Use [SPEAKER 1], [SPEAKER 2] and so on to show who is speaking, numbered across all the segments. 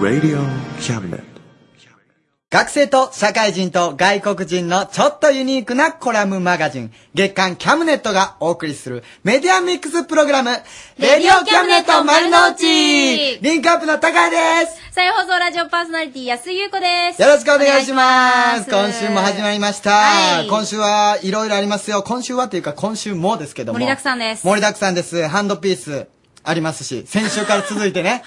[SPEAKER 1] Radio Cabinet.
[SPEAKER 2] 学生と社会人と外国人のちょっとユニークなコラムマガジン、月刊キャムネットがお送りするメディアミックスプログラム、レディオキャムネット丸の内リンクアップの高井です
[SPEAKER 3] 再放送ラジオパーソナリティ安井優子です。
[SPEAKER 2] よろしくお願いします今週も始まりました、
[SPEAKER 3] はい
[SPEAKER 2] 今週はいろいろありますよ。今週はというか今週もですけども。
[SPEAKER 3] 盛りだくさんです
[SPEAKER 2] 盛りだくさんです。ハンドピースありますし、先週から続いてね。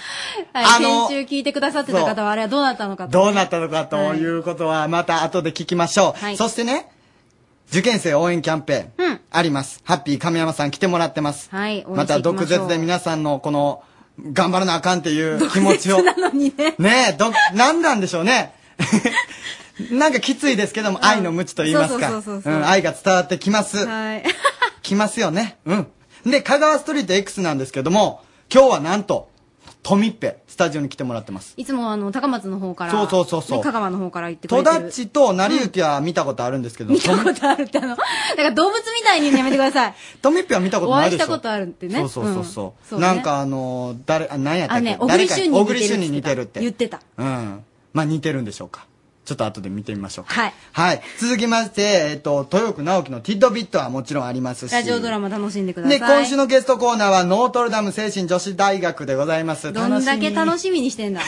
[SPEAKER 2] あ
[SPEAKER 3] はい、
[SPEAKER 2] の
[SPEAKER 3] 先週聞いてくださってた方はあれはどうなったのかと。
[SPEAKER 2] どうなったのかということはまた後で聞きましょう。
[SPEAKER 3] はい
[SPEAKER 2] そしてね、受験生応援キャンペーン、
[SPEAKER 3] うん
[SPEAKER 2] あります。ハッピー亀山さん来てもらってます。
[SPEAKER 3] はい、応
[SPEAKER 2] ま
[SPEAKER 3] 援して
[SPEAKER 2] た
[SPEAKER 3] いきましょ
[SPEAKER 2] 毒
[SPEAKER 3] う
[SPEAKER 2] 舌で皆さんのこの、頑張らなあかんっていう気持ちを。
[SPEAKER 3] なのにね。
[SPEAKER 2] ねえ、ど、なんなんでしょうね。 なんかきついですけども、愛の無知と言います
[SPEAKER 3] そ
[SPEAKER 2] か。
[SPEAKER 3] う
[SPEAKER 2] う、
[SPEAKER 3] そうそうそうん
[SPEAKER 2] 愛が伝わってきます。
[SPEAKER 3] はい。
[SPEAKER 2] 来ますよね。うん。で、香川ストリート X なんですけども、今日はなんと、トミッペ、スタジオに来てもらってます。
[SPEAKER 3] いつもあの、高松の方から。
[SPEAKER 2] そうそうそうそう
[SPEAKER 3] ね香川の方から行ってく
[SPEAKER 2] 戸
[SPEAKER 3] れてる。
[SPEAKER 2] 立と成幸は見たことあるんですけど、
[SPEAKER 3] 見たことあるってあの、だから動物みたいにやめてください。
[SPEAKER 2] トミッピは見たことないでしょ
[SPEAKER 3] お会いしたことあるってね
[SPEAKER 2] そうそうそうそう。
[SPEAKER 3] うんそうね
[SPEAKER 2] なんかあのー、誰、あ、何やった
[SPEAKER 3] あ
[SPEAKER 2] っ
[SPEAKER 3] の
[SPEAKER 2] け、
[SPEAKER 3] ね、小
[SPEAKER 2] 誰
[SPEAKER 3] 栗
[SPEAKER 2] か
[SPEAKER 3] 旬
[SPEAKER 2] 小
[SPEAKER 3] に
[SPEAKER 2] 栗旬に似てるって。
[SPEAKER 3] 言ってた。
[SPEAKER 2] うん。まあ似てるんでしょうか。ちょっと後で見てみましょうか。
[SPEAKER 3] はい。
[SPEAKER 2] はい。続きまして、えっと、豊奥直樹のティッドビットはもちろんありますし。
[SPEAKER 3] ラジオドラマ楽しんでくださ
[SPEAKER 2] で、
[SPEAKER 3] い。
[SPEAKER 2] 今週のゲストコーナーは、ノートルダム精神女子大学でございます。
[SPEAKER 3] どんだけ楽
[SPEAKER 2] し
[SPEAKER 3] しみにしてんだ。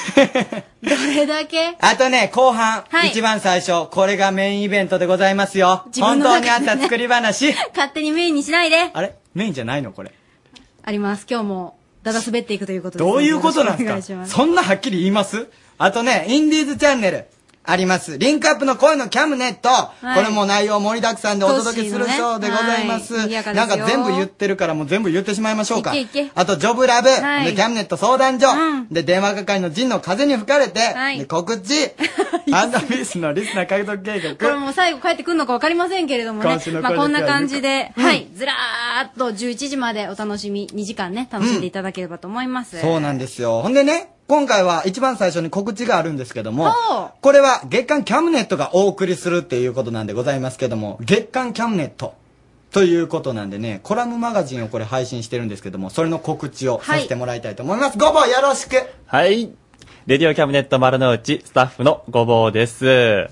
[SPEAKER 3] どれだけ
[SPEAKER 2] みあとね、後半、
[SPEAKER 3] はい
[SPEAKER 2] 一番最初、これがメインイベントでございますよ。
[SPEAKER 3] 自
[SPEAKER 2] 本
[SPEAKER 3] 分の
[SPEAKER 2] 当
[SPEAKER 3] 中
[SPEAKER 2] に
[SPEAKER 3] で
[SPEAKER 2] あった作り 話。
[SPEAKER 3] 勝手にメインにしないで。
[SPEAKER 2] あれメインじゃないのこれ。
[SPEAKER 3] あります。今日も、だだ滑っていくということです。
[SPEAKER 2] どういうことなん
[SPEAKER 3] よろ
[SPEAKER 2] で
[SPEAKER 3] しく
[SPEAKER 2] す
[SPEAKER 3] お
[SPEAKER 2] か
[SPEAKER 3] 願いします
[SPEAKER 2] そんなはっきり言いますあとね、インディーズチャンネル。あります。リンクアップの声のキャムネット、
[SPEAKER 3] い
[SPEAKER 2] これも内容盛りだくさんでお届けする
[SPEAKER 3] トッシー
[SPEAKER 2] そ
[SPEAKER 3] のね
[SPEAKER 2] うでございます。
[SPEAKER 3] はい賑やかです
[SPEAKER 2] なん
[SPEAKER 3] よ
[SPEAKER 2] か全部言ってるからもう全部言ってしまいましょうか。
[SPEAKER 3] いけいけ
[SPEAKER 2] あと、ジョブラブ、
[SPEAKER 3] はい
[SPEAKER 2] で、キャムネット相談所、
[SPEAKER 3] うん
[SPEAKER 2] で、電話係の陣の風に吹かれて、
[SPEAKER 3] はい
[SPEAKER 2] で、告 知、アンダーピースのリスナー獲得計
[SPEAKER 3] これ
[SPEAKER 2] 画。
[SPEAKER 3] もう最後帰ってくるのか分かりませんけれども
[SPEAKER 2] 今
[SPEAKER 3] ね
[SPEAKER 2] 週の。
[SPEAKER 3] まあ
[SPEAKER 2] こ
[SPEAKER 3] こ
[SPEAKER 2] れ
[SPEAKER 3] ん
[SPEAKER 2] だけは
[SPEAKER 3] な感じで、
[SPEAKER 2] うん
[SPEAKER 3] はい、ずらーっと11時までお楽しみ、2時間ね、楽しんでいただければと思います。
[SPEAKER 2] そうなんですよ。ほんでね、今回は一番最初に告知があるんですけども
[SPEAKER 3] ほう、
[SPEAKER 2] これは月刊キャムネットがお送りするっていうことなんでございますけども、月刊キャムネットということなんでね、コラムマガジンをこれ配信してるんですけども、それの告知をさせてもらいたいと思います。ごぼうよろしく
[SPEAKER 4] はい。レディオキャブネット丸の内スタッフのごぼうです。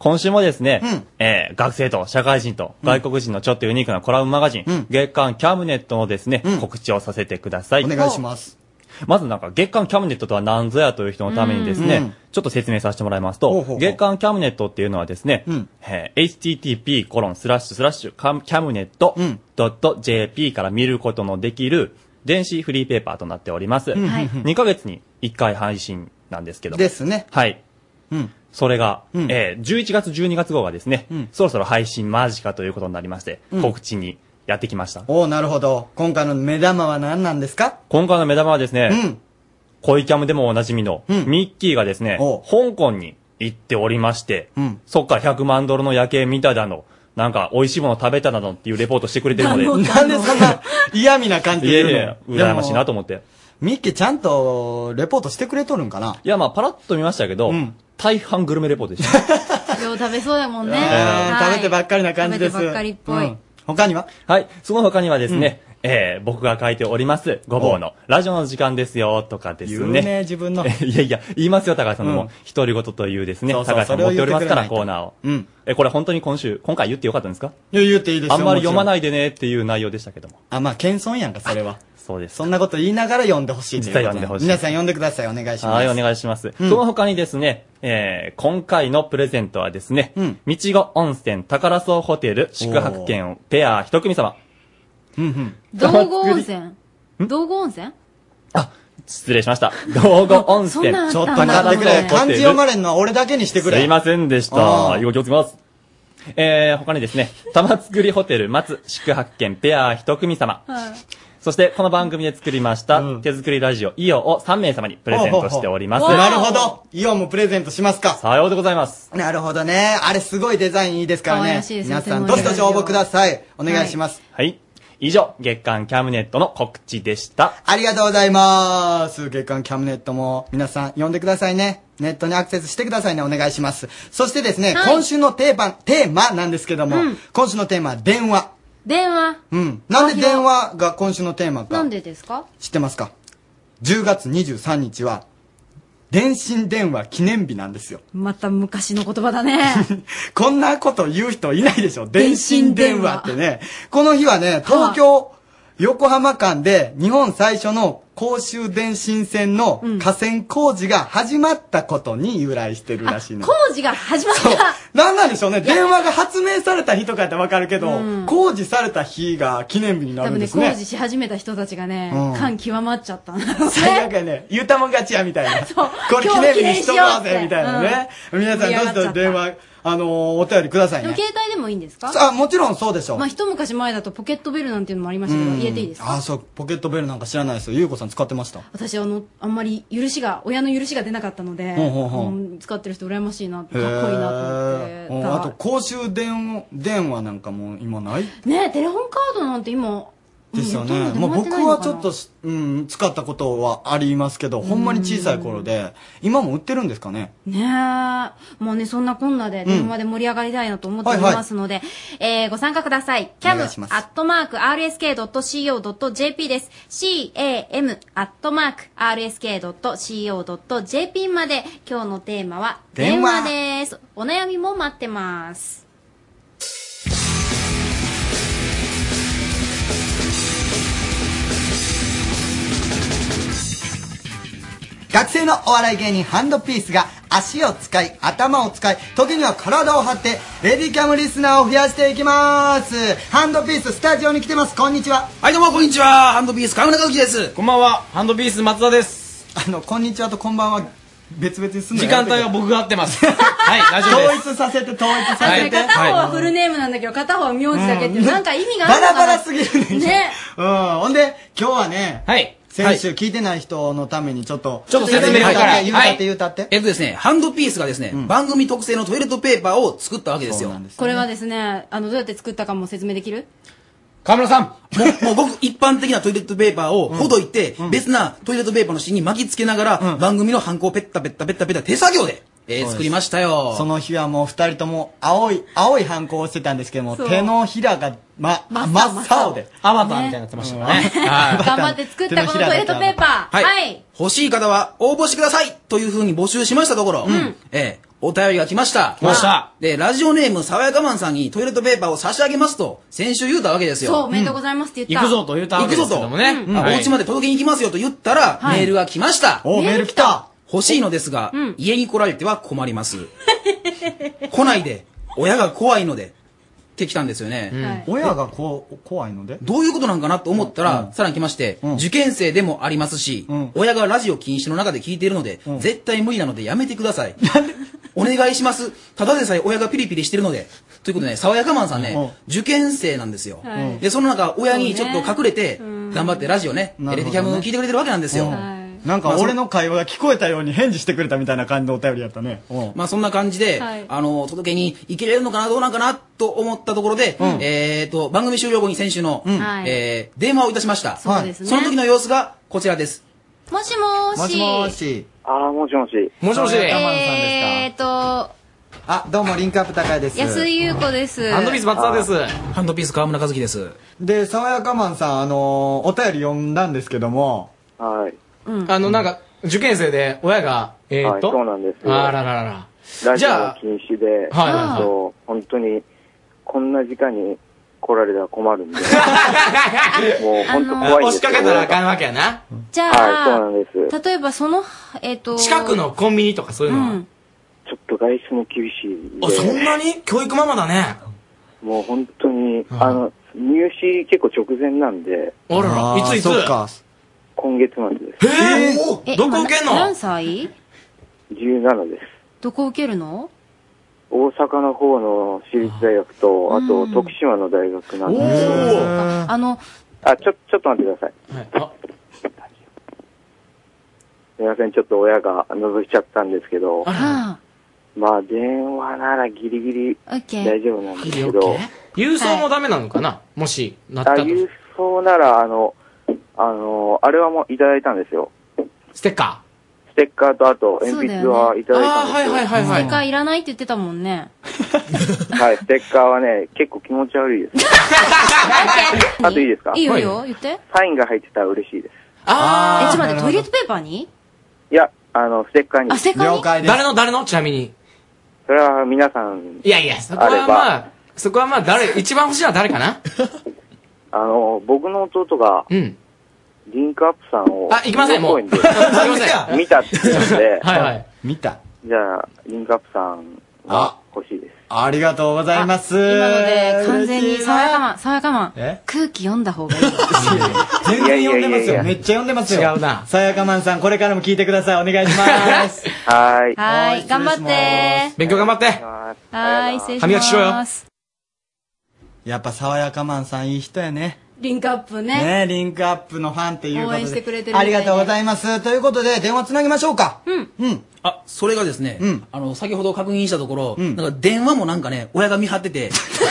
[SPEAKER 4] 今週もですね、えー学生と社会人と外国人のちょっとユニークなコラムマガジン、月刊キャムネットのですね、告知をさせてください。
[SPEAKER 2] お願いします。
[SPEAKER 4] まずなんか月刊キャムネットとは何ぞやという人のためにですね、
[SPEAKER 2] うん
[SPEAKER 4] ちょっと説明させてもらいます
[SPEAKER 2] ほうほうほ
[SPEAKER 4] と
[SPEAKER 2] う、
[SPEAKER 4] 月刊キャムネットっていうのはですね、
[SPEAKER 2] ん
[SPEAKER 4] えー http コロンスラッシュスラッシュキャムネット .jp から見ることのできる電子フリーペーパーとなっております。
[SPEAKER 3] はい
[SPEAKER 4] 2ヶ月に1回配信なんですけども
[SPEAKER 2] ですね。
[SPEAKER 4] はい。
[SPEAKER 2] うん。
[SPEAKER 4] それが、
[SPEAKER 2] うん
[SPEAKER 4] えー11月12月号がですね、
[SPEAKER 2] うん
[SPEAKER 4] そろそろ配信間近ということになりまして、
[SPEAKER 2] うん
[SPEAKER 4] 告知にやってきました。
[SPEAKER 2] おーなるほど。今回の目玉は何なんですか
[SPEAKER 4] 今回の目玉はですね、
[SPEAKER 2] うん。
[SPEAKER 4] 恋キャムでもおなじみの、
[SPEAKER 2] うん
[SPEAKER 4] ミッキーがですね、
[SPEAKER 2] おう
[SPEAKER 4] 香港に行っておりまして、
[SPEAKER 2] うん
[SPEAKER 4] そっから100万ドルの夜景見ただの、なんか美味しいもの食べただのっていうレポートしてくれてるので、
[SPEAKER 3] な
[SPEAKER 2] なんでそんな嫌味な感じ
[SPEAKER 4] い
[SPEAKER 2] で
[SPEAKER 4] や
[SPEAKER 2] 言う
[SPEAKER 4] い
[SPEAKER 2] の
[SPEAKER 4] や、羨ましいなと
[SPEAKER 2] でも
[SPEAKER 4] 思って。
[SPEAKER 2] ミッキーちゃんとレポートしてくれとるんかない
[SPEAKER 4] や、まあ、パラッと見ましたけど、
[SPEAKER 2] うん
[SPEAKER 4] 大半グルメレポートでした。
[SPEAKER 3] よう食べそうだもんね。
[SPEAKER 2] えー
[SPEAKER 3] はい
[SPEAKER 2] 食べてばっかりな感じです。
[SPEAKER 3] 食べてばっかりっぽい。
[SPEAKER 2] うん他には
[SPEAKER 4] はい。その他にはですね、えー、僕が書いております、ごぼうの、ラジオの時間ですよ、とかです
[SPEAKER 2] 有
[SPEAKER 4] ね。
[SPEAKER 2] 名自分 の。
[SPEAKER 4] いやいや、言いますよ、高橋さんの
[SPEAKER 2] うん
[SPEAKER 4] も。独り言というですね、
[SPEAKER 2] そうそう
[SPEAKER 4] 高橋さん持っておりますから、
[SPEAKER 2] それを
[SPEAKER 4] コーナ
[SPEAKER 2] 言ってくれな
[SPEAKER 4] ー
[SPEAKER 2] いと
[SPEAKER 4] を。
[SPEAKER 2] うん
[SPEAKER 4] え、これ本当に今週、今回言ってよかったんですか
[SPEAKER 2] いや言っていいですよ。
[SPEAKER 4] あんまり読ま
[SPEAKER 2] い。
[SPEAKER 4] ないでねっていう内容でしたけども。
[SPEAKER 2] あ、まあ、謙遜やんか、それは。
[SPEAKER 4] そうです。
[SPEAKER 2] そんなこと言いながら読んでほしいというこ
[SPEAKER 4] 実際読
[SPEAKER 2] と
[SPEAKER 4] んでほしい
[SPEAKER 2] 皆さん読んでください。お願いします。
[SPEAKER 4] はい、お願いします。
[SPEAKER 2] うん
[SPEAKER 4] その他にですね、えー、今回のプレゼントはですね、
[SPEAKER 2] うん
[SPEAKER 4] みちご温泉宝荘ホテル宿泊券をペア一組様。
[SPEAKER 2] うんうん。
[SPEAKER 3] 道後温泉道後温泉
[SPEAKER 4] あ、失礼しました。道後温
[SPEAKER 3] そん
[SPEAKER 4] 泉。
[SPEAKER 3] なん
[SPEAKER 2] ちょっと
[SPEAKER 3] あんな
[SPEAKER 2] 待ってく
[SPEAKER 3] あん
[SPEAKER 2] れ。
[SPEAKER 3] な
[SPEAKER 2] 漢字読まれんのは俺だけにしてくれ。
[SPEAKER 4] すいませんでし
[SPEAKER 2] あ
[SPEAKER 4] た。
[SPEAKER 2] ー
[SPEAKER 4] よく気をつけます。えー、他にですね、玉造りホテル松宿泊券ペア一組様。
[SPEAKER 3] はい
[SPEAKER 4] そして、この番組で作りました、
[SPEAKER 2] うん
[SPEAKER 4] 手作りラジオイオを3名様にプレゼントしております。
[SPEAKER 2] ほうほうほうなるほど。イオンもプレゼントしますか。
[SPEAKER 4] さようでございます。
[SPEAKER 2] なるほどね。あれすごいデザインいいですから
[SPEAKER 3] 可愛
[SPEAKER 2] ね
[SPEAKER 3] ら。しいです
[SPEAKER 2] 皆さん、
[SPEAKER 3] と
[SPEAKER 2] ど
[SPEAKER 3] て
[SPEAKER 2] し
[SPEAKER 3] も
[SPEAKER 2] どし応募ください。お願いします。
[SPEAKER 4] はい。以上、月刊キャムネットの告知でした。
[SPEAKER 2] ありがとうございます。月刊キャムネットも皆さん読んでくださいね。ネットにアクセスしてくださいね。お願いします。そしてですね、
[SPEAKER 3] はい
[SPEAKER 2] 今週のテーマ、テーマなんですけども、今週のテーマは電話。
[SPEAKER 3] 電話。
[SPEAKER 2] うん。なんで電話が今週のテーマか
[SPEAKER 3] なんでですか
[SPEAKER 2] 知ってますか ?10 月23日は電信電話記念日なんですよ。
[SPEAKER 3] また昔の言葉だね。
[SPEAKER 2] こんなこと言う人いないでしょ。電信電話ってね。この日はね、東京、横浜間で日本最初の公衆電信線の河川工事が始まったことに由来してるらしいの。
[SPEAKER 3] 工事が始まった。
[SPEAKER 2] なんなんでしょうね。電話が発明された日とかやったらわかるけど、工事された日が記念日にな
[SPEAKER 3] 多
[SPEAKER 2] るん
[SPEAKER 3] 分
[SPEAKER 2] で
[SPEAKER 3] ね、
[SPEAKER 2] す
[SPEAKER 3] 工
[SPEAKER 2] ね。
[SPEAKER 3] 事し始めた人たちがね、
[SPEAKER 2] うん
[SPEAKER 3] 感極まっちゃったんだ
[SPEAKER 2] 最悪やね、言うたもん勝ちやみた いな。これ記
[SPEAKER 3] 今日
[SPEAKER 2] 念日にしとこう
[SPEAKER 3] 記念しようっ
[SPEAKER 2] ぜ
[SPEAKER 3] て
[SPEAKER 2] みたいなね。皆さんどしどし電話、あのー、お便りください
[SPEAKER 3] でも
[SPEAKER 2] ね。
[SPEAKER 3] 携帯でもいいんですか
[SPEAKER 2] あ、もちろんそうでしょう。
[SPEAKER 3] まあ一昔前だとポケットベルなんていうのもありましたけど、
[SPEAKER 2] うん
[SPEAKER 3] 入れていいですか
[SPEAKER 2] あ、そう、ポケットベルなんか知らないですよ。ゆうこさん使ってました。
[SPEAKER 3] 私あの、あんまり許しが、親の許しが出なかったので、
[SPEAKER 2] ほうほうほう
[SPEAKER 3] うん使ってる人羨ましいな、かっこ
[SPEAKER 2] へ
[SPEAKER 3] いい
[SPEAKER 2] ー
[SPEAKER 3] なと思って
[SPEAKER 2] うん
[SPEAKER 3] た。
[SPEAKER 2] あと、公衆電話、電話なんかもう今ない
[SPEAKER 3] ねえテレホンカードなんて今、
[SPEAKER 2] ですよ
[SPEAKER 3] うん
[SPEAKER 2] ね。
[SPEAKER 3] ほと
[SPEAKER 2] ま
[SPEAKER 3] んど
[SPEAKER 2] あ
[SPEAKER 3] 出回って
[SPEAKER 2] 僕
[SPEAKER 3] ないの
[SPEAKER 2] は
[SPEAKER 3] か
[SPEAKER 2] ち
[SPEAKER 3] な
[SPEAKER 2] ょっとし、うん、使ったことはありますけど、ほんまに小さい頃で、今も売ってるんですかね。
[SPEAKER 3] ねえ。もうね、そんなこんなで電話で盛り上がりたいなと思っておりますので、えー、ご参加ください。
[SPEAKER 2] お願いします
[SPEAKER 3] cam.rsk.co.jp です。cam.rsk.co.jp まで、今日のテーマは、
[SPEAKER 2] 電
[SPEAKER 3] 電
[SPEAKER 2] 話
[SPEAKER 3] 話です。お悩みも待ってます。
[SPEAKER 2] 学生のお笑い芸人ハンドピースが足を使い、頭を使い、時には体を張って、レディキャムリスナーを増やしていきます。ハンドピーススタジオに来てます。こんにちは。
[SPEAKER 1] はい、どうも、こんにちは。ハンドピース、川村和樹です。こんばんは、ハンドピース、松田です。
[SPEAKER 2] あの、こんにちはとこんばんは別々にすんの
[SPEAKER 1] 時
[SPEAKER 2] や
[SPEAKER 1] 間
[SPEAKER 2] めて
[SPEAKER 1] 帯は僕が合って ます。はい、ラジオ
[SPEAKER 2] 統
[SPEAKER 1] です。
[SPEAKER 2] 一させて統一させて。
[SPEAKER 1] は
[SPEAKER 3] あ
[SPEAKER 1] い
[SPEAKER 3] それ片方はフルネームなんだけど、片方は名字だけっていう、なんか意味があ
[SPEAKER 2] バ
[SPEAKER 3] るの
[SPEAKER 2] ラ
[SPEAKER 3] かな
[SPEAKER 2] バラすぎるね。
[SPEAKER 3] ね。
[SPEAKER 2] うん。ほんで、今日はね、
[SPEAKER 1] はい。
[SPEAKER 2] 先
[SPEAKER 1] は
[SPEAKER 2] 週
[SPEAKER 1] い
[SPEAKER 2] 聞いてない人のためにちょっと、
[SPEAKER 1] ちょっと説明
[SPEAKER 2] 言うたって
[SPEAKER 1] はい
[SPEAKER 2] 言うたって言うたって。
[SPEAKER 1] えっとですね、ハンドピースがですね、番組特製のトイレットペーパーを作ったわけです
[SPEAKER 2] そう
[SPEAKER 1] よ
[SPEAKER 2] な。んです。
[SPEAKER 3] これはですね、あの、どうやって作ったかも説明できる
[SPEAKER 1] 川村さんもう、もうごく一般的なトイレットペーパーをほどいて、別なトイレットペーパーの芯に巻きつけながら、番組のハンコをペッタペッタペッタペッタ手作業で、えー
[SPEAKER 2] す
[SPEAKER 1] 作りましたよ。
[SPEAKER 2] その日はもう二人とも青い、青い反抗をしてたんですけども、
[SPEAKER 3] そう
[SPEAKER 2] 手のひらが、ま、
[SPEAKER 3] 真
[SPEAKER 2] 真
[SPEAKER 3] っ青
[SPEAKER 2] っ青で。
[SPEAKER 1] アバターみたいになってましたからね。はい
[SPEAKER 3] 頑張って作ったこのトイレットペーパー。
[SPEAKER 1] はい。欲しい方は応募してくださいというふうに募集しましたところ、ええお便りが来ました。
[SPEAKER 5] 来ました
[SPEAKER 1] で、ラジオネーム、爽やかマンさんにトイレットペーパーを差し上げますと、先週言うたわけです
[SPEAKER 3] そう、お
[SPEAKER 1] よ。
[SPEAKER 3] めでとうございますって言
[SPEAKER 6] 行
[SPEAKER 3] った。
[SPEAKER 6] くぞと言うたわ
[SPEAKER 1] 行
[SPEAKER 6] け
[SPEAKER 1] く
[SPEAKER 6] で
[SPEAKER 1] ぞ
[SPEAKER 6] すけ
[SPEAKER 1] と。
[SPEAKER 6] どもね。
[SPEAKER 1] うんあお家まで届けに行きますよと言ったら、
[SPEAKER 3] はい
[SPEAKER 1] メールが来ました。
[SPEAKER 2] お、メール来た
[SPEAKER 1] 欲しいのですが、
[SPEAKER 3] うん
[SPEAKER 1] 家に来られては困り ます。来ないで、親が怖いので、って来たんですよね。
[SPEAKER 3] はい
[SPEAKER 2] 親がこう、怖いので
[SPEAKER 1] どういうことなんかなと思ったら、さらに来まして、
[SPEAKER 2] うん
[SPEAKER 1] 受験生でもありますし、
[SPEAKER 2] うん
[SPEAKER 1] 親がラジオ禁止の中で聞いているので、
[SPEAKER 2] ん
[SPEAKER 1] 絶対無理なのでやめてください。お願いします。ただでさえ親がピリピリしてるので。ということでね、爽やかマンさんね、
[SPEAKER 2] う
[SPEAKER 1] 受験生なんですよ。
[SPEAKER 3] はい
[SPEAKER 1] で、その中、親にちょっと隠れて、
[SPEAKER 3] そうねうん
[SPEAKER 1] 頑張ってラジオね、
[SPEAKER 2] な
[SPEAKER 1] テ
[SPEAKER 2] る
[SPEAKER 1] レビ
[SPEAKER 2] ほどね
[SPEAKER 1] キャム聞いてくれてるわけなんですよ。
[SPEAKER 3] はい
[SPEAKER 2] なんか俺の会話が聞こえたように返事してくれたみたいな感じのお便りやったね。うん
[SPEAKER 1] まあそんな感じで、
[SPEAKER 3] はい
[SPEAKER 1] あの、届けに行けれるのかな、どうなんかな、と思ったところで、えっ、と、番組終了後に先週の、
[SPEAKER 3] はい
[SPEAKER 1] えー電話をいたしました。
[SPEAKER 3] そうですね
[SPEAKER 1] その時の様子がこちらです。
[SPEAKER 3] もしもーし。
[SPEAKER 2] もしもーし。
[SPEAKER 7] ああ、もしもし。
[SPEAKER 6] もしもし、
[SPEAKER 2] そうや
[SPEAKER 3] えーっと、
[SPEAKER 2] あ、どうも、リンクアップ高いです。
[SPEAKER 3] 安井優子です。
[SPEAKER 6] ハンドビス松田です。
[SPEAKER 1] ハンドピース川村和樹です。
[SPEAKER 2] で、爽やかマンさん、あのーお便り読んだんですけども、
[SPEAKER 7] はい。
[SPEAKER 6] あの、なんか、受験生で親が、えーっと、
[SPEAKER 7] はいそうなんですよ
[SPEAKER 6] あらららら。
[SPEAKER 7] ラジ
[SPEAKER 6] じ
[SPEAKER 7] オ
[SPEAKER 6] ゃ
[SPEAKER 7] も
[SPEAKER 6] あ、
[SPEAKER 7] 禁止で、
[SPEAKER 6] はいはいはい
[SPEAKER 7] あと本当に、こんな時間に来られたら困 るんで、もう本当怖いん
[SPEAKER 6] 押
[SPEAKER 7] で
[SPEAKER 6] し
[SPEAKER 7] すよ
[SPEAKER 6] かけたらあかんわけやな。
[SPEAKER 3] じゃ
[SPEAKER 7] はい、そう
[SPEAKER 3] あ
[SPEAKER 7] な、んです。
[SPEAKER 3] 例えばその、えーっと、
[SPEAKER 6] 近くのコンビニとかそういう
[SPEAKER 3] う
[SPEAKER 6] のは
[SPEAKER 3] ん。。
[SPEAKER 7] ちょっと外出も厳しい
[SPEAKER 1] あ、そん
[SPEAKER 7] で、
[SPEAKER 1] なに教育ママだね。
[SPEAKER 7] もう本当に、
[SPEAKER 6] ん
[SPEAKER 7] あの、入試結構直前なんで、
[SPEAKER 6] あら
[SPEAKER 2] あ
[SPEAKER 6] ら、
[SPEAKER 2] ー
[SPEAKER 6] いついつ
[SPEAKER 2] そっか。
[SPEAKER 7] 今月末で
[SPEAKER 1] え
[SPEAKER 3] え
[SPEAKER 1] ー、どこ受けん
[SPEAKER 3] 今な
[SPEAKER 1] の
[SPEAKER 3] 何歳
[SPEAKER 7] す。17です。
[SPEAKER 3] どこ受けるの
[SPEAKER 7] 大阪の方の私立大学と、あと徳島の大学なん
[SPEAKER 6] お
[SPEAKER 7] ですけど、
[SPEAKER 6] ー
[SPEAKER 3] あの、
[SPEAKER 7] あ、ちょ、ちょっと待ってください。
[SPEAKER 6] はいあ
[SPEAKER 7] すいません、ちょっと親が覗いちゃったんですけど、
[SPEAKER 6] あらら
[SPEAKER 3] は
[SPEAKER 7] まあ電話ならギリギリ
[SPEAKER 3] あ、オッケ
[SPEAKER 7] 大
[SPEAKER 3] ー。
[SPEAKER 7] 丈夫なんですけ
[SPEAKER 6] オッ
[SPEAKER 7] ど
[SPEAKER 6] ケ、郵送もダメなのかなもし、なった
[SPEAKER 7] あ、
[SPEAKER 6] と。
[SPEAKER 7] 郵送なら、あの、あの、あれはもういただいたんですよ。
[SPEAKER 6] ステッカ
[SPEAKER 7] ステッカーとあと
[SPEAKER 3] そう
[SPEAKER 7] 鉛
[SPEAKER 3] だよね
[SPEAKER 7] 筆はいた
[SPEAKER 6] ー。
[SPEAKER 7] だい
[SPEAKER 6] ああ、
[SPEAKER 7] たんです
[SPEAKER 6] はい
[SPEAKER 7] よ。
[SPEAKER 6] はいはいは
[SPEAKER 3] 一
[SPEAKER 6] い。
[SPEAKER 3] 回いらないって言ってたもんね。
[SPEAKER 7] はい、ステッカーはね、結構気持ち悪いです。 あといいですか
[SPEAKER 3] いいよいいよ、言って。え、ち
[SPEAKER 7] サインが入ってたら嬉しいです。
[SPEAKER 3] ょ
[SPEAKER 6] あ
[SPEAKER 3] っ
[SPEAKER 6] あ、
[SPEAKER 3] と待って、トイレットペーパーに
[SPEAKER 7] いや、あの、ステッカーに。
[SPEAKER 8] 了解です。誰の誰のちなみに。
[SPEAKER 7] それは皆さん、
[SPEAKER 8] いやいや、そこはまあ、そこはまあ誰、一番欲しいのは誰かな
[SPEAKER 7] あの、僕の弟が、リンクアップさんを、
[SPEAKER 8] あ行きませんもう
[SPEAKER 7] 日本 公
[SPEAKER 8] 行
[SPEAKER 7] 園
[SPEAKER 8] きませ
[SPEAKER 7] で見たって言うんで、
[SPEAKER 8] はいはい。
[SPEAKER 2] 見た。
[SPEAKER 7] じゃあ、リンクアップさんが欲しいです。
[SPEAKER 2] ありがとうございます。
[SPEAKER 3] 今ので完全に爽やかマン、爽やかマン
[SPEAKER 2] え、
[SPEAKER 3] 空気読んだ方がいい。
[SPEAKER 2] 全然読んでま
[SPEAKER 7] いやいやい
[SPEAKER 2] す
[SPEAKER 7] やい
[SPEAKER 2] よ。
[SPEAKER 7] や
[SPEAKER 2] めっちゃ読んでますよ。
[SPEAKER 8] 違うな
[SPEAKER 2] さやかまんさん、これからも聞いてください。お願いします。
[SPEAKER 7] はー い。
[SPEAKER 3] はい、頑張って
[SPEAKER 8] 勉強頑張って。
[SPEAKER 3] ー。はい、失礼します。
[SPEAKER 8] 歯磨きしろよ
[SPEAKER 2] やっぱ爽やかマンさんいい人やね。
[SPEAKER 3] リンクアップね。
[SPEAKER 2] ねリンクアップのファンっていうことで。
[SPEAKER 3] 応援してくれてるみ
[SPEAKER 2] あ
[SPEAKER 3] たい
[SPEAKER 2] り
[SPEAKER 3] で
[SPEAKER 2] がとうございます。ということで、電話つなぎましょうか。
[SPEAKER 1] あ、それがですね、あの、先ほど確認したところ、なんか電話もなんかね、親が見張ってて、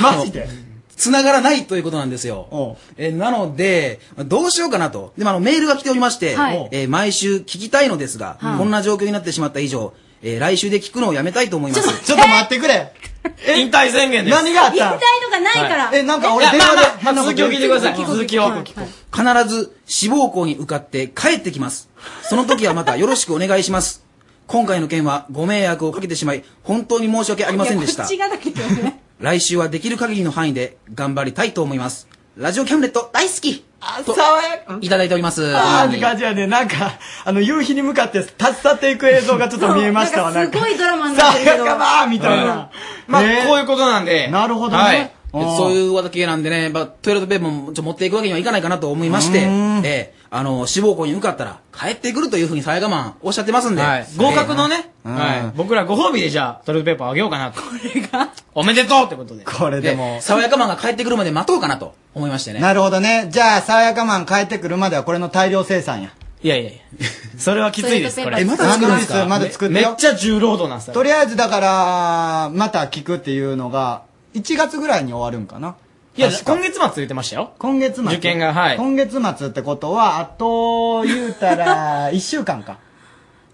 [SPEAKER 2] マジで
[SPEAKER 1] 繋がらないということなんです
[SPEAKER 2] お
[SPEAKER 1] よ
[SPEAKER 2] う。
[SPEAKER 1] えーなので、どうしようかなと。でもあの、メールが来ておりまして、
[SPEAKER 3] はい
[SPEAKER 1] えー毎週聞きたいのですが、
[SPEAKER 3] はい
[SPEAKER 1] こんな状況になってしまった以上、えー来週で聞くのをやめたいと思います。
[SPEAKER 2] ちょっと待って くれ。
[SPEAKER 8] 引退宣言です。
[SPEAKER 2] 何があっ
[SPEAKER 3] 言いたい
[SPEAKER 2] た
[SPEAKER 3] のがないから。
[SPEAKER 2] え、なんか俺
[SPEAKER 8] いや
[SPEAKER 2] 電話で
[SPEAKER 8] まあまあ続
[SPEAKER 2] 変なこと
[SPEAKER 8] きを聞いてください
[SPEAKER 3] 聞こう
[SPEAKER 8] 続きを
[SPEAKER 3] はいはい
[SPEAKER 1] 必ず志望校に受かって帰ってきます。その時はまたよろしくお願いします。今回の件はご迷惑をかけてしまい、本当に申し訳ありませんでした。
[SPEAKER 3] いやこっちがだけどね。
[SPEAKER 1] 来週はできる限りの範囲で頑張りたいと思います。ラジオキャムネット大好きと
[SPEAKER 2] 爽やか。
[SPEAKER 1] いただいております。
[SPEAKER 2] あーって感じやね。なんか、あの、夕日に向かって立ち去っていく映像がちょっと見えましたわ。
[SPEAKER 3] なんかすごいドラマにな
[SPEAKER 2] 爽
[SPEAKER 3] ってるけ
[SPEAKER 2] や
[SPEAKER 3] ど。
[SPEAKER 2] かまーみたいな。
[SPEAKER 9] まあ、こういううことなんで。
[SPEAKER 2] なるほどね。
[SPEAKER 9] はい。
[SPEAKER 2] あー
[SPEAKER 1] そういうわけなんでね、まあ、トイレットペーパーもちょ持っていくわけにはいかないかなと思いまして、ええあの、志望校に受かったら帰ってくるというふうにさやがまんおっしゃってますんで、
[SPEAKER 9] はい。合格のね、はい。僕らご褒美でじゃあ、トイレットペーパーあげようかなと。これがおめでとうってことで。
[SPEAKER 2] これで
[SPEAKER 1] で
[SPEAKER 2] も。
[SPEAKER 1] さやかまんが帰ってくるまで待とうかなと思いましてね。
[SPEAKER 2] なるほどね。じゃあ、爽やかマン帰ってくるまではこれの大量生産や。
[SPEAKER 9] いやいやいや。それはきついです、こ
[SPEAKER 3] トイレ
[SPEAKER 9] れ
[SPEAKER 3] ッ。
[SPEAKER 1] まだ作るんです
[SPEAKER 2] ま
[SPEAKER 1] か
[SPEAKER 2] だ作って
[SPEAKER 9] め
[SPEAKER 2] よ
[SPEAKER 9] っ。ちゃ重労働なんですよ
[SPEAKER 2] とりあえずだから、また聞くっていうのが、1月ぐらいに終わるんかな。
[SPEAKER 9] いや、
[SPEAKER 2] 確か
[SPEAKER 9] 今月末言ってましたよ。
[SPEAKER 2] 今月末。
[SPEAKER 9] 受験がはい
[SPEAKER 2] 今月末ってことは、あと、言うた ら、1週間か。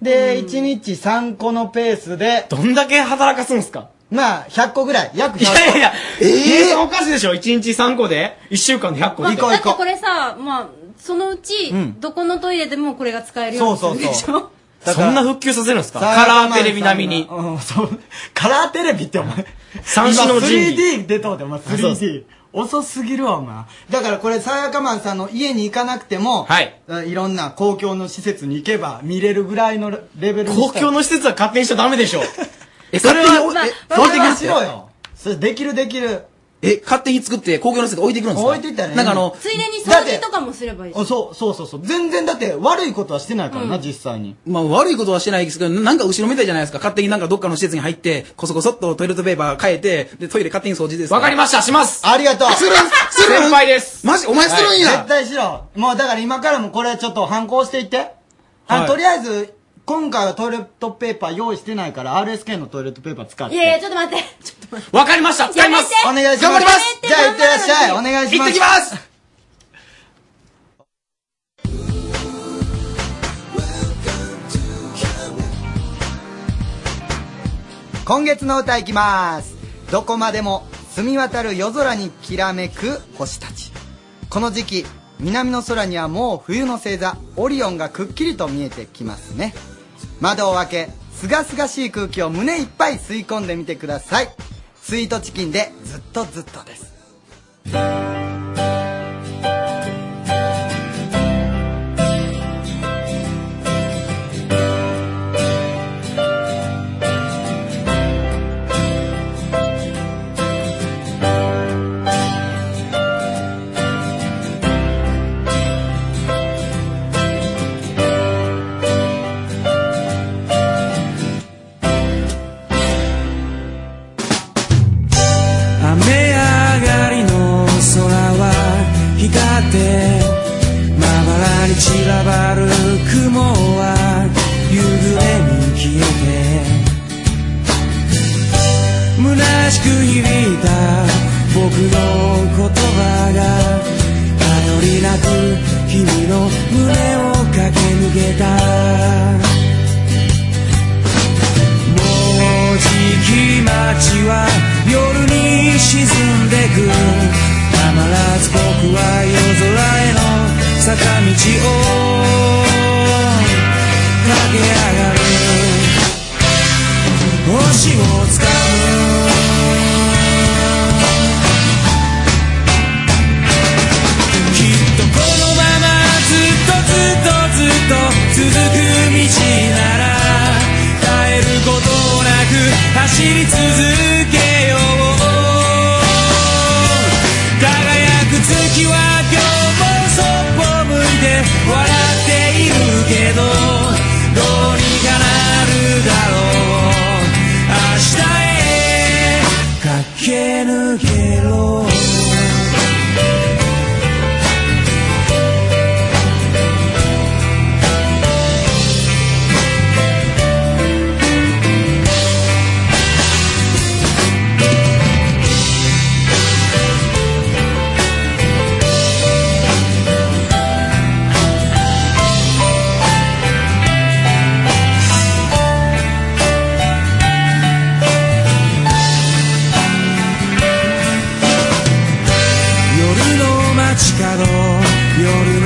[SPEAKER 2] で、1日3個のペースで、
[SPEAKER 9] どんだけ働かすんすか
[SPEAKER 2] まあ、100個ぐらい。約100
[SPEAKER 9] い
[SPEAKER 2] 個。
[SPEAKER 9] やいやいや、ええおかしいでしょ ?1 日3個で ?1 週間で100個
[SPEAKER 3] まあ
[SPEAKER 9] で。
[SPEAKER 2] こう
[SPEAKER 3] だ
[SPEAKER 2] 行
[SPEAKER 3] っ
[SPEAKER 2] こう
[SPEAKER 3] てこれさ、まあ、そのうち、どこのトイレでもこれが使えるようにするでし
[SPEAKER 2] そうそう
[SPEAKER 3] ょ。
[SPEAKER 2] だか
[SPEAKER 9] そ
[SPEAKER 2] ら
[SPEAKER 9] んな復旧させるんですか
[SPEAKER 2] さ
[SPEAKER 9] カ
[SPEAKER 2] やか
[SPEAKER 9] ラ
[SPEAKER 2] まんさ
[SPEAKER 9] ー
[SPEAKER 2] んが
[SPEAKER 9] テレビ並みに。
[SPEAKER 2] うん、そう。カラーテレビってお前。
[SPEAKER 9] 三種の神器
[SPEAKER 2] 今 3D 出とうて、お前 3D。遅すぎるわ、お前。だからこれ、さやかまんさんの家に行かなくても、
[SPEAKER 9] はい。
[SPEAKER 2] いろんな公共の施設に行けば見れるぐらいのレベルに
[SPEAKER 9] 公
[SPEAKER 2] したい
[SPEAKER 9] 共の施設は勝手にしちゃダメでし ょ。
[SPEAKER 1] え、それ
[SPEAKER 3] まあまあ
[SPEAKER 1] は、
[SPEAKER 2] それ
[SPEAKER 3] まあ
[SPEAKER 2] にしろよ。それできるできる。
[SPEAKER 1] え、え勝手に作って公共の施設置いてくるんですか
[SPEAKER 2] 置いてったらいい
[SPEAKER 1] なんかあの、
[SPEAKER 3] ついでに掃除とかもすればいいし
[SPEAKER 2] あそう、そうそうそう。全然だって悪いことはしてないからな、実際に。
[SPEAKER 1] まあ悪いことはしてないですけど、ななんか後ろみたいじゃないですか。勝手になんかどっかの施設に入って、こそこそっとトイレットペーパー変えて、で、トイレ勝手に掃除です。
[SPEAKER 8] わかりました、します。
[SPEAKER 2] ありがとう。
[SPEAKER 1] するんするん
[SPEAKER 8] 先輩です。
[SPEAKER 1] マジお前するんや、
[SPEAKER 2] 絶対しろ。もうだから今からもこれちょっと反抗していって。あ
[SPEAKER 9] はい
[SPEAKER 2] とりあえず、今回はトイレットペーパー用意してないから、RSK のトイレットペーパー使っ
[SPEAKER 3] いやいや、
[SPEAKER 2] て。
[SPEAKER 3] ちょっと待って。ちょっと待って。
[SPEAKER 8] わかりました、使います。
[SPEAKER 2] お願いします。
[SPEAKER 1] 頑張ります
[SPEAKER 2] じゃあ行ってらっしゃい。お願いし
[SPEAKER 1] 行
[SPEAKER 2] ま
[SPEAKER 1] っ
[SPEAKER 2] す。
[SPEAKER 1] てきます
[SPEAKER 2] 今月の歌いきますどこまでも澄み渡る夜空にきらめく星たちこの時期南の空にはもう冬の星座オリオンがくっきりと見えてきますね窓を開けすがすがしい空気を胸いっぱい吸い込んでみてくださいスイートチキンでずっとずっとです
[SPEAKER 5] 雨上がりの空は光ってまばらに散らばる雲は夕暮れに消えて虚しく響いた僕の言葉が頼りなく君の胸を駆け抜けたもうじき街は夜に沈んでくたまらず僕は夜空への坂道をけろ夜の街角夜の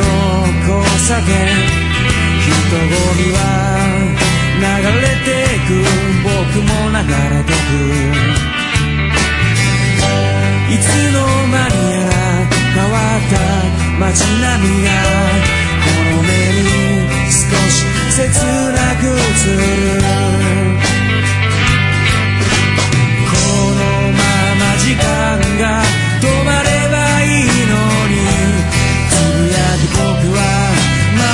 [SPEAKER 5] 交差点人混みは流れてく僕も流れてくいつの間にやら変わった街並みがこの目に少し切なく映るこのまま時間が止まればいいのにつぶやき僕は窓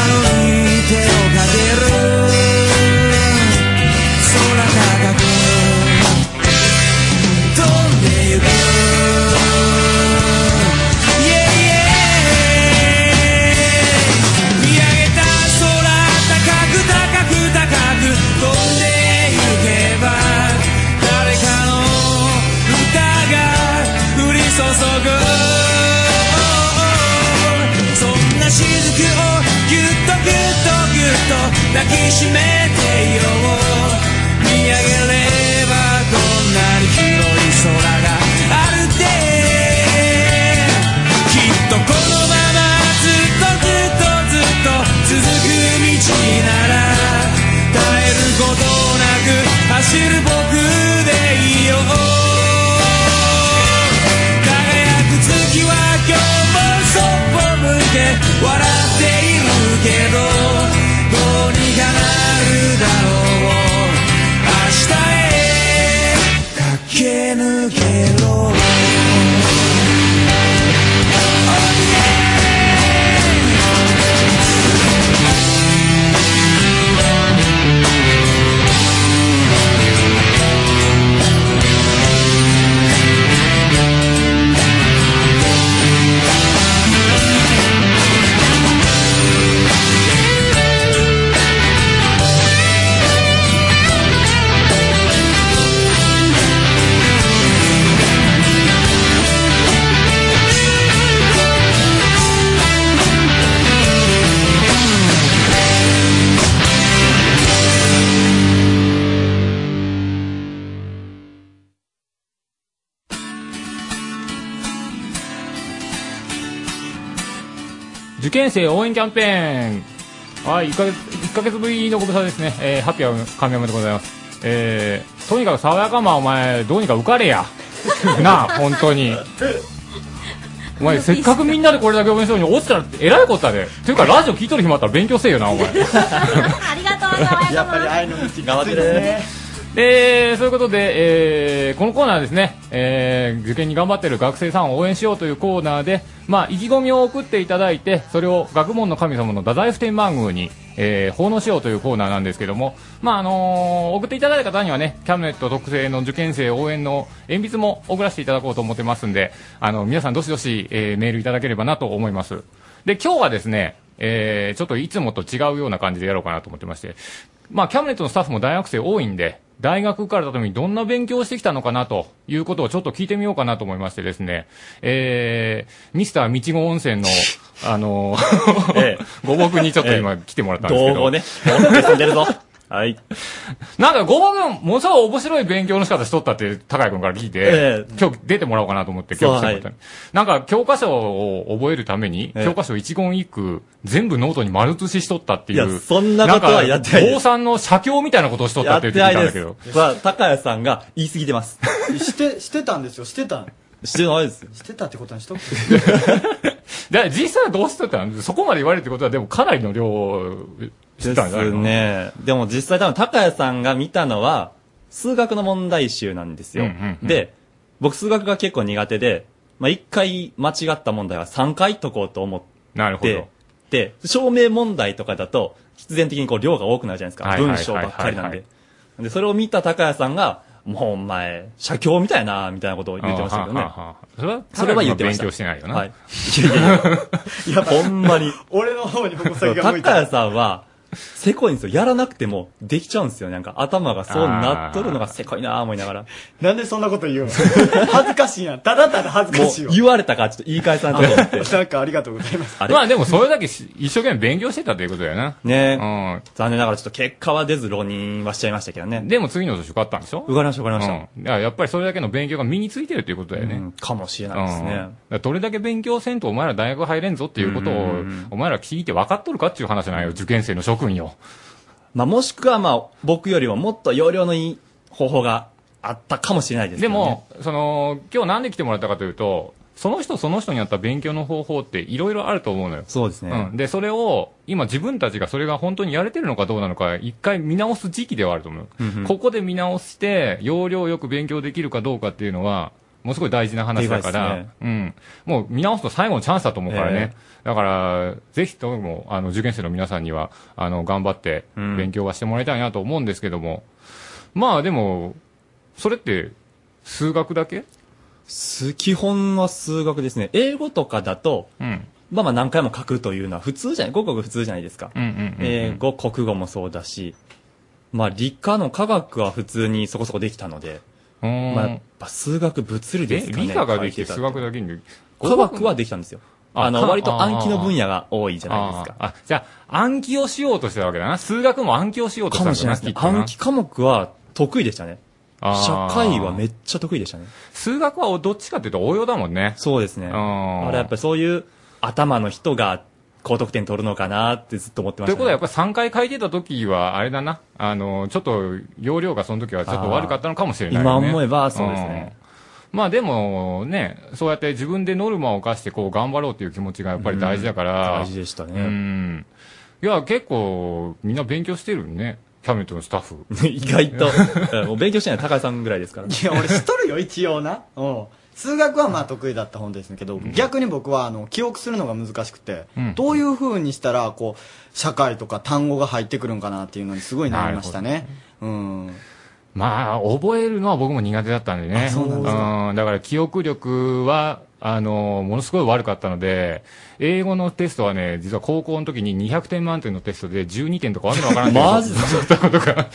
[SPEAKER 5] に手をかける空高く飛んでゆく Yeah, yeah 見上げた空高く高く高く飛んでゆけば誰かの歌が降り注ぐそんな雫をぎゅっとぎゅっとぎゅっと抱きしめていよう見上げればこんなに広い空があるってきっとこのままずっとずっとずっと続く道なら耐えることなく走る僕でいいよ輝く月は今日もそっぽ向け笑っているけどどうにかなるだろう明日へ駆け抜けろ
[SPEAKER 10] 受験生応援キャンペーンはい1か月1ヶ月ぶりのご無沙汰ですね、えー、ハッピー神山でございますえー、とにかく爽やかまお前どうにか受かれや なあ本当にお前せっかくみんなでこれだけ応援したのに落ちたらえらいことだねというかラジオ聞いとる暇あったら勉強せえよ なお前
[SPEAKER 11] ありがとうございます。
[SPEAKER 2] やっぱり愛の道
[SPEAKER 4] 頑張ってね
[SPEAKER 10] でそういうことで、えーこのコーナーはですね、えー受験に頑張ってる学生さんを応援しようというコーナーで、まあ、意気込みを送っていただいてそれを学問の神様の太宰府天満宮に、えー奉納しようというコーナーなんですけども、まああのー送っていただいた方にはねキャムネット特製の受験生応援の鉛筆も送らせていただこうと思ってますんであの皆さんどしどし、えーメールいただければなと思います。で、今日はですね、えー、ちょっといつもと違うような感じでやろうかなと思ってまして、まあ、キャムネットのスタッフも大学生多いんで、大学受からだとにどんな勉強をしてきたのかなということをちょっと聞いてみようかなと思いましてですね、えー、ミスターみちご温泉の、あのー
[SPEAKER 4] ええ
[SPEAKER 10] ごぼくにちょっと今来てもらったんですけ
[SPEAKER 4] 道
[SPEAKER 10] ど、
[SPEAKER 4] 後ね。本当に住んでるぞ。はい。
[SPEAKER 10] なんかごぼくん、ものすごい面白い勉強の仕方しとったって、高井君から聞いて、
[SPEAKER 4] ええ
[SPEAKER 10] 今日出てもらおうかなと思って、今日来てもらった、
[SPEAKER 4] そうはい
[SPEAKER 10] なんか教科書を覚えるために、
[SPEAKER 4] ええ
[SPEAKER 10] 教科書一言一句、全部ノートに丸写ししとったっていう。
[SPEAKER 4] いやそんなことはやってないです
[SPEAKER 10] 坊さんの写経みたいなことをしとっ
[SPEAKER 4] や
[SPEAKER 10] た
[SPEAKER 4] っ
[SPEAKER 10] って
[SPEAKER 4] て
[SPEAKER 10] 言っ
[SPEAKER 4] な
[SPEAKER 10] て
[SPEAKER 4] い
[SPEAKER 10] たん
[SPEAKER 4] で
[SPEAKER 10] だけ
[SPEAKER 4] す
[SPEAKER 10] ど。。
[SPEAKER 4] まあ、高谷さんが言い過ぎてます。
[SPEAKER 2] して、してたんですよ、してた。
[SPEAKER 4] してないですよ。
[SPEAKER 2] してたってことにしとく。
[SPEAKER 10] で実際はどうしとったのそこまで言われるってことは、でもかなりの量を知ったんじゃない
[SPEAKER 4] です
[SPEAKER 10] の。
[SPEAKER 4] ね。でも実際多分高谷さんが見たのは、数学の問題集なんですよ。
[SPEAKER 10] うんうんうん
[SPEAKER 4] で、僕数学が結構苦手で、まあ、1回間違った問題は3回解こうと思って、
[SPEAKER 10] なるほど。
[SPEAKER 4] で、証明問題とかだと、必然的にこう量が多くなるじゃないですか。
[SPEAKER 10] はいはい
[SPEAKER 4] 文
[SPEAKER 10] はい
[SPEAKER 4] 章
[SPEAKER 10] はい
[SPEAKER 4] ばっかりなん
[SPEAKER 10] は
[SPEAKER 4] で
[SPEAKER 10] い。
[SPEAKER 4] で、それを見た高谷さんが、もうお前、写経みたいな、みたいなことを言ってましたけどね
[SPEAKER 10] あーはあはあはあ。それは
[SPEAKER 4] それは言ってました。
[SPEAKER 10] 勉強してないよな
[SPEAKER 4] はい。いやいや いや、ほんまに。
[SPEAKER 2] 俺の方に
[SPEAKER 4] そ
[SPEAKER 2] 矛
[SPEAKER 4] う
[SPEAKER 2] 先が向
[SPEAKER 4] 高
[SPEAKER 2] いた。
[SPEAKER 4] 谷さんは、せこいんですよ。やらなくてもできちゃうんですよ。なんか頭がそうなっとるのがせこいなぁ思いなが ら。
[SPEAKER 2] なんでそんなこと言うん恥ずかしいやん。ただただ恥ずか
[SPEAKER 4] も
[SPEAKER 2] しいよ
[SPEAKER 4] う。言われたからちょっと言い返さんとと思って。
[SPEAKER 2] なんかありがとうございます。
[SPEAKER 4] あれ
[SPEAKER 10] まあでもそれだけし一生懸命勉強してたということだよな。
[SPEAKER 4] ね
[SPEAKER 10] うん。
[SPEAKER 4] 残念ながらちょっと結果は出ず浪人はしちゃいましたけどね。
[SPEAKER 10] でも次の年受かったんでしょ
[SPEAKER 4] 受かりました受かりました。
[SPEAKER 10] うん、だからやっぱりそれだけの勉強が身についてるということだよね。
[SPEAKER 4] うんかもしれ
[SPEAKER 10] う
[SPEAKER 4] なんいです
[SPEAKER 10] だ
[SPEAKER 4] ね
[SPEAKER 10] か。らどれだけ勉強せんとお前ら大学入れんぞっていうことを、
[SPEAKER 4] うんうんうん
[SPEAKER 10] お前ら聞いて分かっとるかっていう話なんよ、受験生の諸君よ。
[SPEAKER 4] まあもしくはまあ僕よりももっと要領のいい方法があったかもしれないですけ
[SPEAKER 10] で
[SPEAKER 4] どね。
[SPEAKER 10] も、その、今日なんで来てもらったかというと、その人その人にあった勉強の方法っていろいろあると思うのよ。
[SPEAKER 4] そうですね。
[SPEAKER 10] うん、で、それを、今自分たちがそれが本当にやれてるのかどうなのか、一回見直す時期ではあると思う。
[SPEAKER 4] うんうん
[SPEAKER 10] ここで見直して、要領よく勉強できるかどうかっていうのは、もうすごい大事な話だか
[SPEAKER 4] で
[SPEAKER 10] ら、うん。もう見直すと最後のチャンスだと思うからね。だから、ぜひとも、あの、受験生の皆さんには、あの、頑張って
[SPEAKER 4] うん
[SPEAKER 10] 勉強はしてもらいたいなと思うんですけども、まあでも、それって、数学だけ
[SPEAKER 4] す基本は数学ですね。英語とかだと、
[SPEAKER 10] うん。
[SPEAKER 4] まあまあ何回も書くというのは普通じゃない、ごくごく普通じゃないですか。
[SPEAKER 10] うんうんうんうん
[SPEAKER 4] 英語、国語もそうだし、まあ理科の科学は普通にそこそこできたので、
[SPEAKER 10] うーん
[SPEAKER 4] まあやっぱ数学物理で
[SPEAKER 10] え、
[SPEAKER 4] すかね。
[SPEAKER 10] 理科ができて
[SPEAKER 4] 書い
[SPEAKER 10] 数
[SPEAKER 4] たって
[SPEAKER 10] 学だけに、
[SPEAKER 4] 科学はできたんですよ。
[SPEAKER 10] あ
[SPEAKER 4] あの、
[SPEAKER 10] 科
[SPEAKER 4] 割と暗記の分野が多いじゃないですか。
[SPEAKER 10] あーあじゃあ、暗記をしようとしてたわけだな。数学も暗記をしようとし
[SPEAKER 4] か
[SPEAKER 10] た
[SPEAKER 4] も
[SPEAKER 10] わ
[SPEAKER 4] し
[SPEAKER 10] け
[SPEAKER 4] れないで
[SPEAKER 10] だな。
[SPEAKER 4] すね。
[SPEAKER 10] きっとな
[SPEAKER 4] 暗記科目は得意でしたね。社
[SPEAKER 10] あー
[SPEAKER 4] 会はめっちゃ得意でしたね。
[SPEAKER 10] 数学はどっちかっていうと応用だもんね。
[SPEAKER 4] そうですね。
[SPEAKER 10] あ
[SPEAKER 4] あれやっぱりそういう頭の人が高得点取るのかなってずっと思ってま
[SPEAKER 10] とい
[SPEAKER 4] した、
[SPEAKER 10] う
[SPEAKER 4] ね。
[SPEAKER 10] ことはやっぱり3回書いてた時は、あれだな。あの、ちょっと、容量がその時はちょっと悪かったのかもしれない、ね。
[SPEAKER 4] 今思えばそうですね。
[SPEAKER 10] うん。まあでも、ね、そうやって自分でノルマを課してこう頑張ろうっていう気持ちがやっぱり大事だから。
[SPEAKER 4] 大事でした
[SPEAKER 10] う
[SPEAKER 4] ね。
[SPEAKER 10] ん。いや、結構、みんな勉強してるね。キャメットのスタッフ。
[SPEAKER 4] 意外と。うんもう勉強してないのは高橋さんぐらいですから。
[SPEAKER 2] いや、俺知っとるよ、一応な。うん。数学はまあ得意だった本ですけど、逆に僕はあの記憶するのが難しくて、
[SPEAKER 10] うん
[SPEAKER 2] どういう風にしたら、こう、社会とか単語が入ってくるんかなっていうのにすごい悩みましたね。うん。
[SPEAKER 10] まあ、覚えるのは僕も苦手だったんでね。
[SPEAKER 2] そうなんです
[SPEAKER 10] うんだから記憶力は、あの、ものすごい悪かったので、英語のテストはね、実は高校の時に200点満点のテストで12点とかわけのわからん
[SPEAKER 4] マジで
[SPEAKER 10] 取ったことが。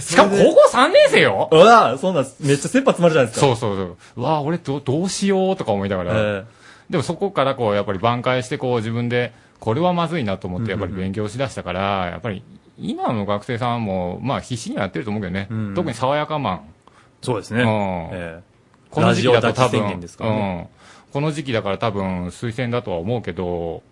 [SPEAKER 10] しかも高校3年生よ
[SPEAKER 4] うわぁ、そんなん、めっちゃ切羽詰まるじゃないですか。
[SPEAKER 10] そうそうそう。うわあ、俺どどうしようとか思いなが
[SPEAKER 4] え
[SPEAKER 10] ら。
[SPEAKER 4] ー
[SPEAKER 10] でもそこからこう、やっぱり挽回してこう自分で、これはまずいなと思ってやっぱり勉強しだしたから、やっぱり今の学生さんも、まあ必死にはやってると思うけどね。
[SPEAKER 4] うん
[SPEAKER 10] 特に爽やかマン。
[SPEAKER 4] そうです
[SPEAKER 10] う
[SPEAKER 4] ね。
[SPEAKER 10] ん
[SPEAKER 4] え
[SPEAKER 10] この時期だと多
[SPEAKER 4] ラジオ脱出宣
[SPEAKER 10] 分、
[SPEAKER 4] 言ですからね
[SPEAKER 10] うん、この時期だから多分推薦だとは思うけど、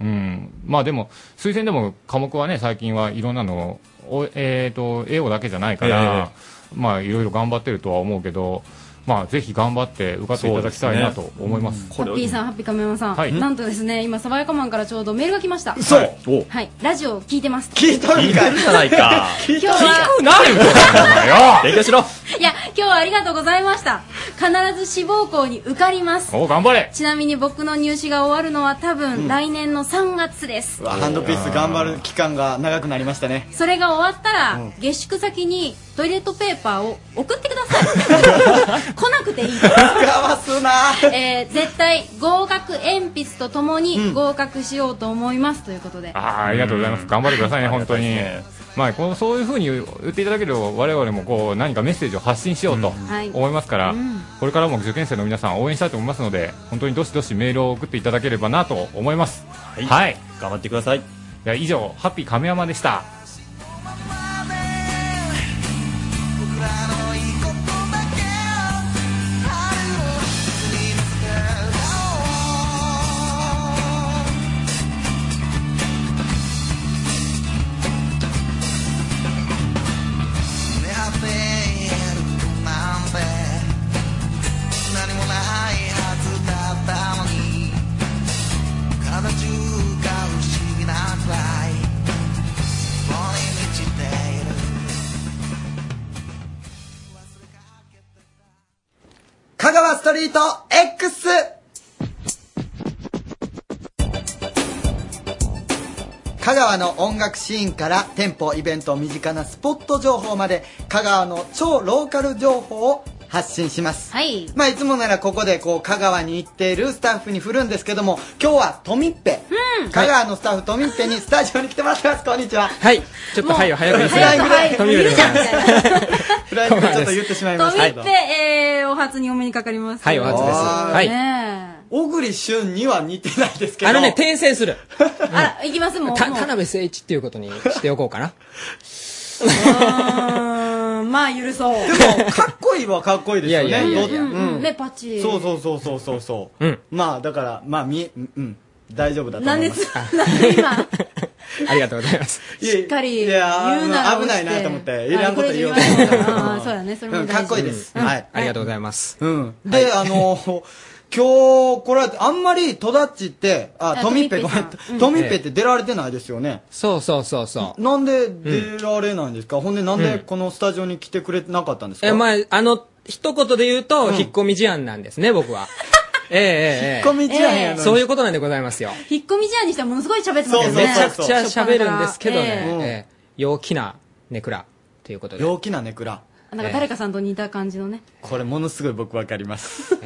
[SPEAKER 10] うん、まあでも、推薦でも科目はね、最近はいろんなの、おえっ、と、英語だけじゃないから、まあいろいろ頑張ってるとは思うけど、まあぜひ頑張って受かっていただきたいなと思います。
[SPEAKER 4] ー
[SPEAKER 3] ハッピーさん、ハッピー亀山さん、
[SPEAKER 10] はい
[SPEAKER 3] なんとですね、今、サバヤカマンからちょうどメールが来ました。
[SPEAKER 4] そうお
[SPEAKER 3] はい、ラジオ聞いてます。
[SPEAKER 2] 聞いとる
[SPEAKER 4] い
[SPEAKER 2] ん
[SPEAKER 4] い
[SPEAKER 2] か
[SPEAKER 4] か
[SPEAKER 2] い
[SPEAKER 4] るじゃない か。
[SPEAKER 3] 今日は、
[SPEAKER 10] なるよ
[SPEAKER 4] 勉強しろ
[SPEAKER 3] いや、今日はありがとうございました。必ず志望校に受かります。
[SPEAKER 10] お頑張れ
[SPEAKER 3] ちなみに僕の入試が終わるのは多分来年の3月です。
[SPEAKER 2] うわハンドピース頑張る期間が長くなりましたね。
[SPEAKER 3] それが終わったら、下宿先にトイレットペーパーを送ってください来なくていいです
[SPEAKER 2] 使わすな
[SPEAKER 3] えー絶対合格鉛筆とともに合格しようと思います、ということで
[SPEAKER 10] ああありがとうございます。頑張ってくださいね、本当に。まあ、このそういうふうに言っていただけると我々もこう何かメッセージを発信しようと
[SPEAKER 3] はい
[SPEAKER 10] 思いますから、
[SPEAKER 3] うん
[SPEAKER 10] これからも受験生の皆さん応援したいと思いますので本当にどしどしメールを送っていただければなと思います。はい、い、
[SPEAKER 4] 頑張ってください。
[SPEAKER 10] や以上ハッピー亀山でした。
[SPEAKER 12] 何もないはずだったのに体中が不思議なくらい棒に満ちている
[SPEAKER 2] 香川ストリート X! 香川の音楽シーンから店舗イベント身近なスポット情報まで香川の超ローカル情報を発信します、
[SPEAKER 3] はい
[SPEAKER 2] まあ、いつもならここでこう香川に行っているスタッフに振るんですけども今日はトミッペ、香川のスタッフトミッペにスタジオに来てもらってますこんにちは
[SPEAKER 8] はいちょっとはいを早く言って
[SPEAKER 2] フライングで
[SPEAKER 8] 富浦で
[SPEAKER 2] フライングでちょっと言ってしまいま
[SPEAKER 3] 飛
[SPEAKER 2] し
[SPEAKER 3] び
[SPEAKER 2] たけ
[SPEAKER 3] っ
[SPEAKER 2] ど
[SPEAKER 3] て、えー、お初にお目にかかります。
[SPEAKER 8] はいお初ですはい
[SPEAKER 3] ね
[SPEAKER 2] 小栗旬には似てないですけど
[SPEAKER 8] あのね、転生する。
[SPEAKER 3] えあら、いきますもう。
[SPEAKER 8] た、
[SPEAKER 3] もう
[SPEAKER 8] 田辺誠一っていうことにしておこうかな。
[SPEAKER 3] うんまあ、許そう。
[SPEAKER 2] かっこいいはかっこいいですよね
[SPEAKER 8] いやいやいやいや
[SPEAKER 2] ど
[SPEAKER 3] うん目パッチリ
[SPEAKER 2] そうそうそうそうそうそう、まあだからまあみえうん大丈夫だと思
[SPEAKER 3] なん
[SPEAKER 2] い
[SPEAKER 3] で
[SPEAKER 2] ま
[SPEAKER 3] つ
[SPEAKER 2] す、
[SPEAKER 3] なんで今、
[SPEAKER 8] ありがとうございます。
[SPEAKER 2] し
[SPEAKER 3] しっかり
[SPEAKER 2] い
[SPEAKER 3] 言う
[SPEAKER 2] やー
[SPEAKER 3] なら
[SPEAKER 2] 危ないなと思っていらんこと言おうと思った
[SPEAKER 3] ああ、そうやね、それも
[SPEAKER 2] うん
[SPEAKER 3] 大事
[SPEAKER 2] かっこいいです、はい
[SPEAKER 8] ありがとうございます。
[SPEAKER 2] うんで、あのー、今日来られて、あんまり戸田っちって、あ、
[SPEAKER 8] あ
[SPEAKER 2] トミッペ、
[SPEAKER 8] ト
[SPEAKER 2] ご
[SPEAKER 8] ミッペ
[SPEAKER 2] め
[SPEAKER 8] さん
[SPEAKER 2] ん、トミッペって出られてないですよね。
[SPEAKER 8] そうそうそうそう。
[SPEAKER 2] なんで出られないんですか、ほんでなんでこのスタジオに来てくれなかったんですか
[SPEAKER 8] え、まあ、あの、一言で言うと、
[SPEAKER 2] うん
[SPEAKER 8] 引っ込み思案なんですね、僕 は。ええええええ。
[SPEAKER 2] 引っ込み思案やのに
[SPEAKER 8] ええそういうことなんでございますよ。
[SPEAKER 3] 引っ込み思案にしてはものすごい喋ってますよね。
[SPEAKER 8] めちゃくちゃ喋るんですけどね、
[SPEAKER 3] ええ
[SPEAKER 8] ええ陽気なネクラということで。
[SPEAKER 2] 陽気なネクラ。
[SPEAKER 3] なんか誰かさんと似た感じのね。
[SPEAKER 2] これものすごい僕わかります。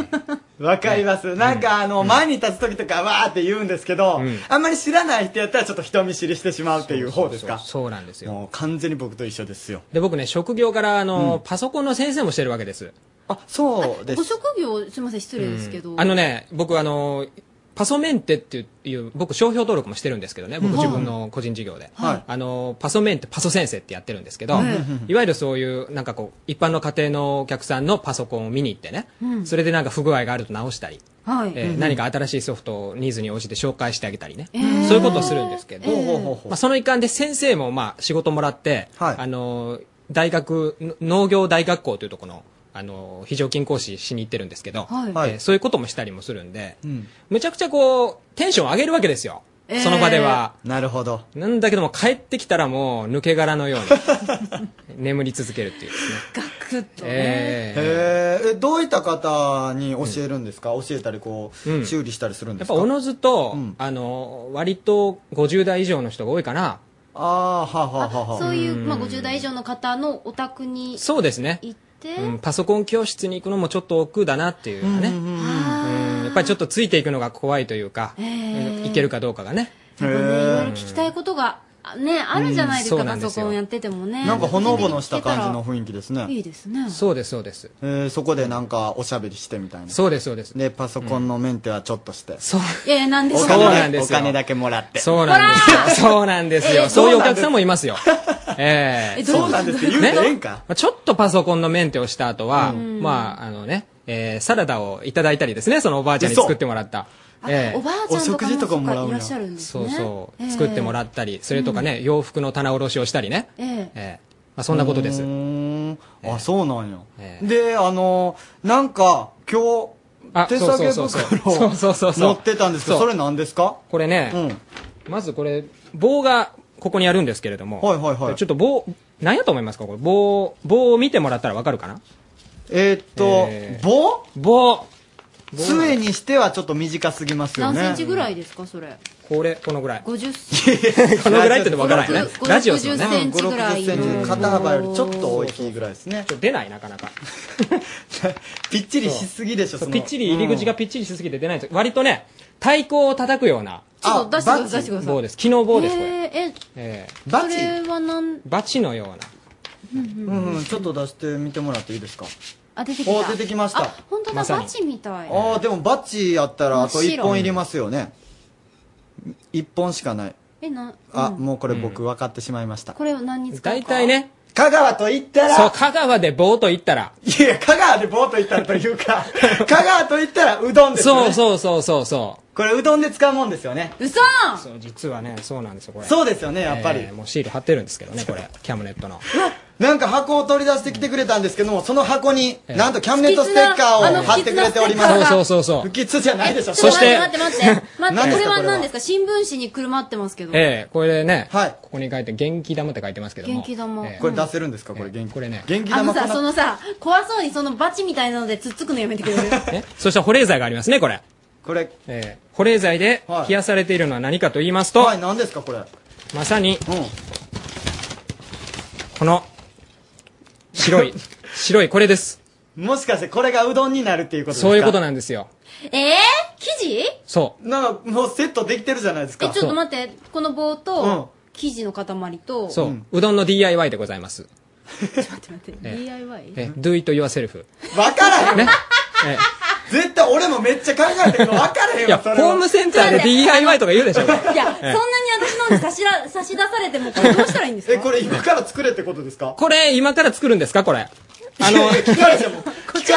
[SPEAKER 2] わかります。なんかあの、前に立つ時とかわーって言うんですけど、あんまり知らない人やったらちょっと人見知りしてしまうっていう方ですか
[SPEAKER 8] そうなんですよ。
[SPEAKER 2] もう完全に僕と一緒ですよ。
[SPEAKER 8] で、僕ね、職業から、あの、パソコンの先生もしてるわけです。
[SPEAKER 2] あ、そう
[SPEAKER 3] ご職業、すみません、失礼ですけど。
[SPEAKER 8] あのね、僕あの、パソメンテっていう、僕商標登録もしてるんですけどね、僕
[SPEAKER 3] うん
[SPEAKER 8] 自分の個人事業で。
[SPEAKER 3] はい
[SPEAKER 8] あの、パソメンテ、パソ先生ってやってるんですけど、
[SPEAKER 3] うん
[SPEAKER 8] いわゆるそういう、なんかこう、一般の家庭のお客さんのパソコンを見に行ってね、
[SPEAKER 3] うん
[SPEAKER 8] それでなんか不具合があると直したり、
[SPEAKER 3] はい。
[SPEAKER 8] えー何か新しいソフトをニーズに応じて紹介してあげたりね、
[SPEAKER 3] ー
[SPEAKER 8] そういうことをするんですけど、
[SPEAKER 3] ほうほうほう
[SPEAKER 8] まあ、その一環で先生もまあ仕事もらって、あのー大学の農業大学校というところのあのー非常勤講師しに行ってるんですけど、
[SPEAKER 3] はい
[SPEAKER 8] えーそういうこともしたりもするんで、むちゃくちゃこうテンション上げるわけですよ、
[SPEAKER 3] えー
[SPEAKER 8] その場では。
[SPEAKER 2] なるほど
[SPEAKER 8] なんだけども帰ってきたらもう抜け殻のよう に眠り続けるっていうですね。
[SPEAKER 3] くっとね。
[SPEAKER 8] えー
[SPEAKER 2] へーえどういった方に教えるんですか、教えたりこう、
[SPEAKER 8] うん
[SPEAKER 2] 修理したりするん
[SPEAKER 8] やっ
[SPEAKER 2] ですか
[SPEAKER 8] ぱおのずと、あの割と50代以上の人が多いかな
[SPEAKER 2] ああはあはあは
[SPEAKER 3] そういう、まあ、50
[SPEAKER 8] 代
[SPEAKER 3] 代以上の方のお宅に
[SPEAKER 8] そうですね、
[SPEAKER 3] 行って、
[SPEAKER 8] うん、パソコン教室に行くのもちょっと億劫だなっていうのはね、うんやっぱりちょっとついていくのが怖いというか、
[SPEAKER 3] えー
[SPEAKER 8] うんいけるかどうかがね
[SPEAKER 3] 聞きたいことが、あね、あるじゃないです
[SPEAKER 8] うんそ
[SPEAKER 3] か、
[SPEAKER 8] うなんですよ
[SPEAKER 3] パソコンやっててもね。
[SPEAKER 2] なんかほのぼのした感じの雰囲気ですね
[SPEAKER 3] いいですね。
[SPEAKER 8] そうですそうです、
[SPEAKER 2] えーそこでなんかおしゃべりしてみたいな
[SPEAKER 8] そうですそうです
[SPEAKER 2] でパソコンのメンテはちょっとして、
[SPEAKER 8] そう
[SPEAKER 3] いやいや、なんで
[SPEAKER 2] お
[SPEAKER 3] そ
[SPEAKER 8] そうな
[SPEAKER 2] 金
[SPEAKER 8] ん
[SPEAKER 2] で
[SPEAKER 8] ですすよ
[SPEAKER 2] お金だけもらって
[SPEAKER 8] そうなんです よそうなんですよ、
[SPEAKER 2] えー
[SPEAKER 8] そういうお客さんもい ますよええ
[SPEAKER 2] えどうなんですかそうなんですって言うてええんか
[SPEAKER 8] まあちょっとパソコンのメンテをした後は、
[SPEAKER 3] うん
[SPEAKER 8] まああのね、えーサラダをいただいたりですねそのおばあちゃんに作ってもらったええ
[SPEAKER 3] おばあちゃんとかもそうかいらっしゃるんです
[SPEAKER 8] そ
[SPEAKER 3] ね。
[SPEAKER 8] うそう、作ってもら
[SPEAKER 3] っ
[SPEAKER 8] ったりそれとかね、洋服の棚卸しをしたりね、
[SPEAKER 3] えええ
[SPEAKER 8] ええまあ、そんなことです
[SPEAKER 2] うーんあそうなんや、であのなんか今
[SPEAKER 8] あ
[SPEAKER 2] 日手提げ
[SPEAKER 8] そうそうそう
[SPEAKER 2] 袋
[SPEAKER 8] そ
[SPEAKER 2] を
[SPEAKER 8] うそうそうそう
[SPEAKER 2] 持ってたんですけど
[SPEAKER 8] そ
[SPEAKER 2] そうれ何ですか
[SPEAKER 8] これね、まずこれ棒がここにあるんですけれども、
[SPEAKER 2] はいはいはい
[SPEAKER 8] ちょっと棒何やと思いますかこれ棒棒を見てもらったらわかるかな
[SPEAKER 2] えーっと、棒
[SPEAKER 8] 棒
[SPEAKER 2] 杖にしてはちょっと短すぎますよ
[SPEAKER 3] 何
[SPEAKER 2] ね
[SPEAKER 3] センチぐらいですか、それ。
[SPEAKER 8] これこのぐらい
[SPEAKER 3] 50センチ。
[SPEAKER 8] このぐらいってわからんよね
[SPEAKER 3] 50
[SPEAKER 8] ラジオですよね
[SPEAKER 3] 50センチぐらい
[SPEAKER 2] うん50センチ肩幅よりちょっと大きいぐらいですね
[SPEAKER 8] 出ないなかな か
[SPEAKER 2] ぴっちりしすぎでしょ
[SPEAKER 8] そ
[SPEAKER 2] そうの
[SPEAKER 8] ぴっちり入り口がぴっちりしすぎて出ないんです割とね太鼓を叩くような
[SPEAKER 3] ちょっと出してください、出してください。
[SPEAKER 8] 棒です機能棒ですこれ、
[SPEAKER 3] えー、え、
[SPEAKER 8] ええ
[SPEAKER 3] それはなん、
[SPEAKER 8] バチのような
[SPEAKER 3] うん
[SPEAKER 2] う
[SPEAKER 3] うん
[SPEAKER 2] ん、うん、ちょっと出してみてもらっていいですか
[SPEAKER 3] あ、出てきた。
[SPEAKER 2] お出てきました
[SPEAKER 3] あ、本当
[SPEAKER 2] ま
[SPEAKER 3] だ、
[SPEAKER 2] さに
[SPEAKER 3] バチみたい。
[SPEAKER 2] ああでもバッチやったらあと
[SPEAKER 3] 真っ白
[SPEAKER 2] 1本いりますよね1本しかない
[SPEAKER 3] え、な、
[SPEAKER 2] あ、
[SPEAKER 3] うん
[SPEAKER 2] もうこれ僕分かってしまいました
[SPEAKER 3] これを何に使うか
[SPEAKER 8] 大体ね
[SPEAKER 2] 香川と言ったら
[SPEAKER 8] そう香川で棒と言ったら
[SPEAKER 2] いや香川でボーと言ったらとい うか香川と言ったらうどんですよ
[SPEAKER 8] そう
[SPEAKER 2] ね
[SPEAKER 8] そうそうそうそう
[SPEAKER 2] これうどんで使うもんですよね
[SPEAKER 3] 嘘
[SPEAKER 8] そう実はねそうなんですよこれ
[SPEAKER 2] そうですよねやっぱり
[SPEAKER 8] えーもうシール貼ってるんですけどねこ れキャムネットの
[SPEAKER 2] なんか箱を取り出してきてくれたんですけどもその箱に
[SPEAKER 8] ええ
[SPEAKER 2] なんとキャンネットステッカーを貼ってくれております
[SPEAKER 8] そうそうそうそう
[SPEAKER 2] 不吉じゃないでしょ
[SPEAKER 3] ちょっと
[SPEAKER 8] そして
[SPEAKER 3] 待って待って待って。待っ
[SPEAKER 8] 何
[SPEAKER 3] て、
[SPEAKER 8] ですか
[SPEAKER 3] これは
[SPEAKER 8] これは
[SPEAKER 3] 何ですか新聞紙にくるまってますけど。
[SPEAKER 8] ええこれね、ここに書いて元気玉って書いてますけども
[SPEAKER 3] 元気玉
[SPEAKER 8] ええ
[SPEAKER 3] これ出
[SPEAKER 2] せるんですかこれ
[SPEAKER 8] これね
[SPEAKER 2] 元
[SPEAKER 3] あのさ、
[SPEAKER 8] そ
[SPEAKER 3] そのさ、怖そうにそのバチみたいなのでつっつくのやめてくれる
[SPEAKER 8] そして保冷剤がありますねこれ
[SPEAKER 2] これ
[SPEAKER 8] ええ保冷剤で冷やされているのは何かと言いますと、
[SPEAKER 2] 何ですかこれ
[SPEAKER 8] まさに、この、白い、白いこれです。
[SPEAKER 2] もしかしてこれがうどんになるっていうことですか。
[SPEAKER 8] そういうことなんですよ。
[SPEAKER 3] えー、生地え、
[SPEAKER 8] そう
[SPEAKER 2] なんかもうセットできてるじゃないです
[SPEAKER 3] ちょ
[SPEAKER 8] か。
[SPEAKER 3] っと待って、この棒と、生地の塊と、
[SPEAKER 8] そう、うどんの DIY でございます。え
[SPEAKER 3] DIY?
[SPEAKER 8] え、do it yourself。
[SPEAKER 2] わからへん
[SPEAKER 8] ね。
[SPEAKER 2] 絶対俺もめっちゃ考え てるけど分からへん
[SPEAKER 8] いや、
[SPEAKER 2] よ
[SPEAKER 8] ホームセンターで DIY とか言うでしょ。
[SPEAKER 3] いや、そん
[SPEAKER 8] え
[SPEAKER 3] な
[SPEAKER 8] え
[SPEAKER 3] に私なんで差しら差し出されても、 これどうしたらいいんですか
[SPEAKER 2] え、これ今から作れってことですか
[SPEAKER 8] これ、今から作るんですかこれ。あの、
[SPEAKER 3] こっちは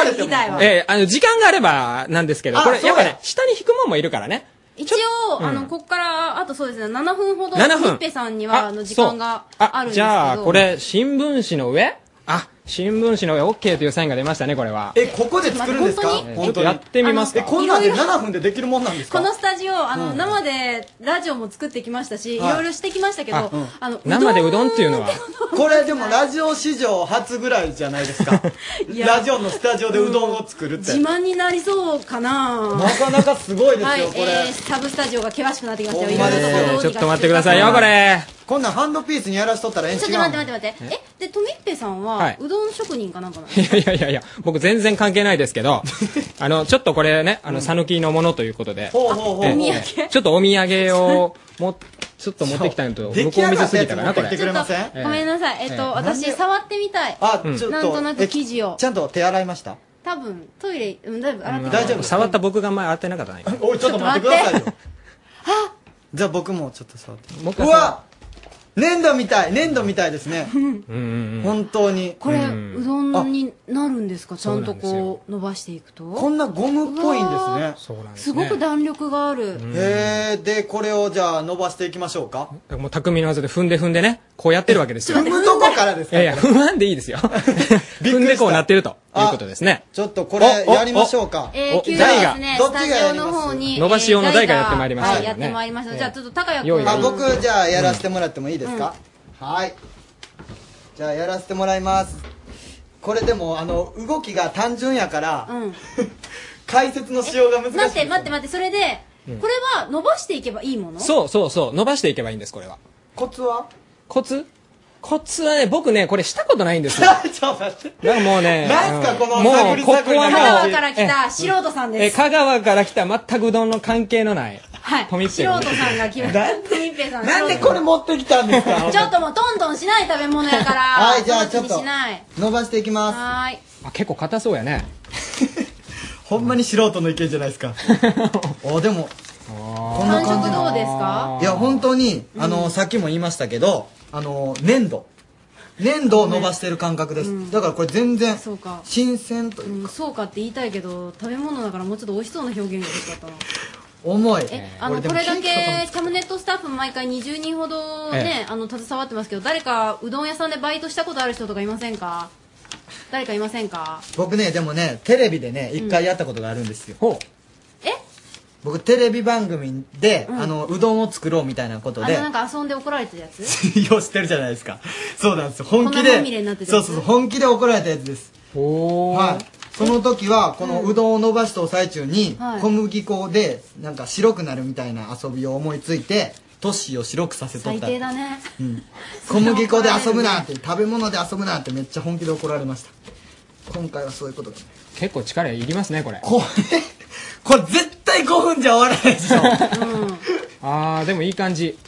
[SPEAKER 3] 聞きたいわ。
[SPEAKER 8] ええあの、時間があればなんですけど、
[SPEAKER 3] あ
[SPEAKER 8] これ、
[SPEAKER 3] そうだ
[SPEAKER 8] やっ
[SPEAKER 3] よ
[SPEAKER 8] ぱね、下に引くもんもいるからね。
[SPEAKER 3] 一応、
[SPEAKER 8] うん
[SPEAKER 3] あの、こっから、あとそうですね、7分ほど、
[SPEAKER 8] 7分
[SPEAKER 3] ッペさんには、あの、時間があるんですけ
[SPEAKER 8] じ
[SPEAKER 3] ど。
[SPEAKER 8] ゃあ、これ、新聞紙の上あ、新聞紙の上 OK というサインが出ましたね、これは。
[SPEAKER 2] え、ここで作るんですか
[SPEAKER 3] まあ本
[SPEAKER 8] 当にちょっとやってみますか
[SPEAKER 2] え、こんなんで7分でできるもんなんです
[SPEAKER 3] こ
[SPEAKER 2] か
[SPEAKER 3] のスタジオ、あの、
[SPEAKER 2] うん
[SPEAKER 3] 生でラジオも作ってきましたし、い
[SPEAKER 2] はい
[SPEAKER 3] ろいろしてきましたけど、あ,、
[SPEAKER 2] うん
[SPEAKER 3] の、
[SPEAKER 8] 生でうどんっていうのは。
[SPEAKER 2] これでもラジオ史上初ぐらいじゃない ですかラジオのスタジオでうどんを作るって
[SPEAKER 3] 自慢になりそうかな
[SPEAKER 2] なかなかすごいですよ
[SPEAKER 3] はい、え
[SPEAKER 2] これ
[SPEAKER 3] ー、サブスタジオが険しくなってきましたよ。いろいろと
[SPEAKER 2] え
[SPEAKER 3] こ
[SPEAKER 2] ー
[SPEAKER 3] う
[SPEAKER 8] ちょっと待ってくださいよ、これ。
[SPEAKER 2] こんなんハンドピースにやらしとったらええん
[SPEAKER 3] ちょっ
[SPEAKER 2] 違う
[SPEAKER 3] と待って待って待って。え、で、とみっぺさんは、
[SPEAKER 8] はいう
[SPEAKER 3] どん職人かなんかなの
[SPEAKER 8] いやいやいやいや、僕全然関係ないですけ ど、あの、ちょっとこれね、あの、讃岐のものということで、
[SPEAKER 2] ほうほうほう
[SPEAKER 8] え
[SPEAKER 2] お土
[SPEAKER 8] えちょっとお土産を、も、ちょっと持ってきたのと、
[SPEAKER 2] そう
[SPEAKER 8] 向こう見せすぎたかな、こ
[SPEAKER 2] 出
[SPEAKER 8] れ。
[SPEAKER 2] 来上がったやつ持ってきてくれません
[SPEAKER 8] ええ
[SPEAKER 3] ごめんなさい。えっと、
[SPEAKER 8] ええ
[SPEAKER 2] なん
[SPEAKER 3] 私、
[SPEAKER 2] で
[SPEAKER 3] 触ってみたい。
[SPEAKER 2] あ
[SPEAKER 8] うん
[SPEAKER 2] ちょっと
[SPEAKER 3] なんとなく生地を
[SPEAKER 2] え。ちゃんと手洗いました
[SPEAKER 3] 多分、トイレ、うん、だいぶ洗ってきた
[SPEAKER 2] 大丈夫
[SPEAKER 8] 触った僕が前洗ってなかったね。
[SPEAKER 2] おいちょっと待ってくださいよじゃあ僕もちょっと触って
[SPEAKER 8] もう一
[SPEAKER 2] う
[SPEAKER 8] 回
[SPEAKER 2] わ粘土みたい粘土みたいですね本当に
[SPEAKER 3] これ、
[SPEAKER 2] う
[SPEAKER 3] うどんになるんですかちゃん
[SPEAKER 2] そ
[SPEAKER 3] と
[SPEAKER 2] う
[SPEAKER 3] こう、伸ばしていくと。
[SPEAKER 2] こんなゴムっぽいんですね
[SPEAKER 8] そうなん
[SPEAKER 3] すごく弾力がある。
[SPEAKER 2] へえでこれをじゃあ伸ばしていきましょうか
[SPEAKER 8] もう匠の技で踏んで踏んでね、こうやってるわけですよ。
[SPEAKER 2] 踏むとこからです
[SPEAKER 8] いやいや、踏まんでいいです よ。踏んでこうなってるということですね。
[SPEAKER 2] ちょっとこれやりましょうか
[SPEAKER 3] えー、急にで
[SPEAKER 8] 台
[SPEAKER 3] す
[SPEAKER 8] が
[SPEAKER 3] ね、
[SPEAKER 2] どっ
[SPEAKER 3] ス
[SPEAKER 2] ちが
[SPEAKER 3] タジオの方に。
[SPEAKER 8] 伸ばし用の台が
[SPEAKER 3] えー
[SPEAKER 8] やってまいりました
[SPEAKER 3] はい
[SPEAKER 8] ね
[SPEAKER 3] やってまいりました。じゃあ、ちょっと、高
[SPEAKER 8] 用
[SPEAKER 3] 谷
[SPEAKER 8] 意
[SPEAKER 3] 君。
[SPEAKER 2] あ僕じゃあやらせてもらってもいいですか、はいじゃあやらせてもらいますこれでもあの動きが単純やから、解説のしようが難しい
[SPEAKER 3] 待って、待って、待って、それで、これは伸ばしていけばいいもの
[SPEAKER 8] そうそうそう、伸ばしていけばいいんです、これは。
[SPEAKER 2] コツは
[SPEAKER 8] コツコツはね、僕ね、これしたことないんですよ。
[SPEAKER 2] ちょっと待って
[SPEAKER 8] だからもうね、
[SPEAKER 2] なんすか
[SPEAKER 8] うん
[SPEAKER 2] この
[SPEAKER 8] もう
[SPEAKER 2] 探り探り
[SPEAKER 8] ここはも
[SPEAKER 3] 香
[SPEAKER 8] う
[SPEAKER 3] 川から来た
[SPEAKER 8] え
[SPEAKER 3] 素人さん
[SPEAKER 8] え
[SPEAKER 3] です。
[SPEAKER 8] 香川から来た全くうどんの関係のない。
[SPEAKER 3] はい。
[SPEAKER 8] トミッ
[SPEAKER 3] 素
[SPEAKER 8] ペの
[SPEAKER 3] 人さんが来ました。トミッペさん。
[SPEAKER 2] なんでこれ持ってきたんですか
[SPEAKER 3] ちょっともうトントンしない食べ物やから。
[SPEAKER 2] はいじゃあちょっと
[SPEAKER 3] トントンにしない。
[SPEAKER 2] 伸ばしていきま
[SPEAKER 3] はーい。
[SPEAKER 8] あ結構硬そうやね。
[SPEAKER 2] す ほんまに素人の意見じゃないで すかおでもこんな
[SPEAKER 3] 感
[SPEAKER 2] 感じ
[SPEAKER 3] 触どうですか
[SPEAKER 2] いや本当にあの、さっきも言いましたけどあの粘土粘土を伸ばしてる感覚です、だからこれ全然
[SPEAKER 3] そうか。
[SPEAKER 2] 新鮮と
[SPEAKER 3] うん、そうかって言いたいけど、食べ物だからもうちょっと美味しそうな表現が欲しかったな。
[SPEAKER 2] 重い
[SPEAKER 3] え、あの、
[SPEAKER 2] 俺で
[SPEAKER 3] こ
[SPEAKER 2] も
[SPEAKER 3] れだけ
[SPEAKER 2] ケーキとかも、
[SPEAKER 3] キャムネットスタッフ毎回20人ほど
[SPEAKER 2] え
[SPEAKER 3] ね、あの、携わってますけど、誰かうどん屋さんでバイトしたことある人とかいませんか誰かいませんか
[SPEAKER 2] 僕ねでもねテレビでね一回やったことがあるんですよ、
[SPEAKER 3] え
[SPEAKER 2] 僕テレビ番組で、うあのうどんを作ろうみたいなこと
[SPEAKER 3] あの、
[SPEAKER 2] で
[SPEAKER 3] なんか遊んで怒られてるやつ
[SPEAKER 2] 信用してるじゃないですかそうなんですよ本気
[SPEAKER 3] 粉
[SPEAKER 2] で
[SPEAKER 3] まみれになってた
[SPEAKER 2] そ
[SPEAKER 3] や
[SPEAKER 2] う
[SPEAKER 3] つ
[SPEAKER 2] そうそう本気で怒られたやつですはいその時はこのうどんを伸ばした最中に
[SPEAKER 3] はい
[SPEAKER 2] 小麦粉でなんか白くなるみたいな遊びを思いついてトッシーを白くさせとっ
[SPEAKER 3] 最
[SPEAKER 2] た
[SPEAKER 3] 低だね。
[SPEAKER 2] うん小麦粉で遊ぶなって食べ物で遊ぶなってめっちゃ本気で怒られました今回はそういうことだ
[SPEAKER 8] 結構力いりますね、これ。
[SPEAKER 2] これ絶対5分じゃ終わらないでしょ
[SPEAKER 8] あー、でもいい感じ。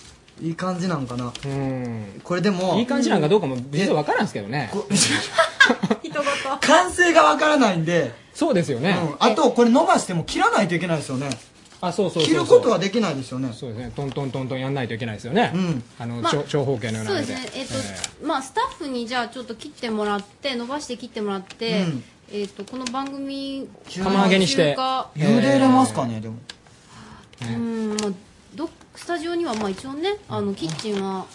[SPEAKER 2] いい感じなんかな
[SPEAKER 8] うん。
[SPEAKER 2] これでも
[SPEAKER 8] いい感じなんかどうかも実はわからんすけどね。
[SPEAKER 2] 完成がわからないんで
[SPEAKER 8] そうですよね。
[SPEAKER 2] うんあとこれ伸ばしても切らないといけないですよね
[SPEAKER 8] あ、そうそうそうそう。
[SPEAKER 2] 切ることはできないですよね
[SPEAKER 8] そうですね。トントントントンやんないといけないですよね。あの、
[SPEAKER 3] まあ
[SPEAKER 8] 長長方形のような
[SPEAKER 3] そう
[SPEAKER 8] の
[SPEAKER 3] で
[SPEAKER 8] です
[SPEAKER 3] ね。えっと
[SPEAKER 8] え、
[SPEAKER 3] まあ、スタッフにじゃあちょっと切ってもらって、伸ばして切ってもらって、
[SPEAKER 2] うん
[SPEAKER 3] えっと、この番組、
[SPEAKER 8] 釜揚げにして
[SPEAKER 3] 中華
[SPEAKER 2] 茹でれますかねでも
[SPEAKER 3] うん、まあ、どスタジオにはまあ一応ねあのキッチンは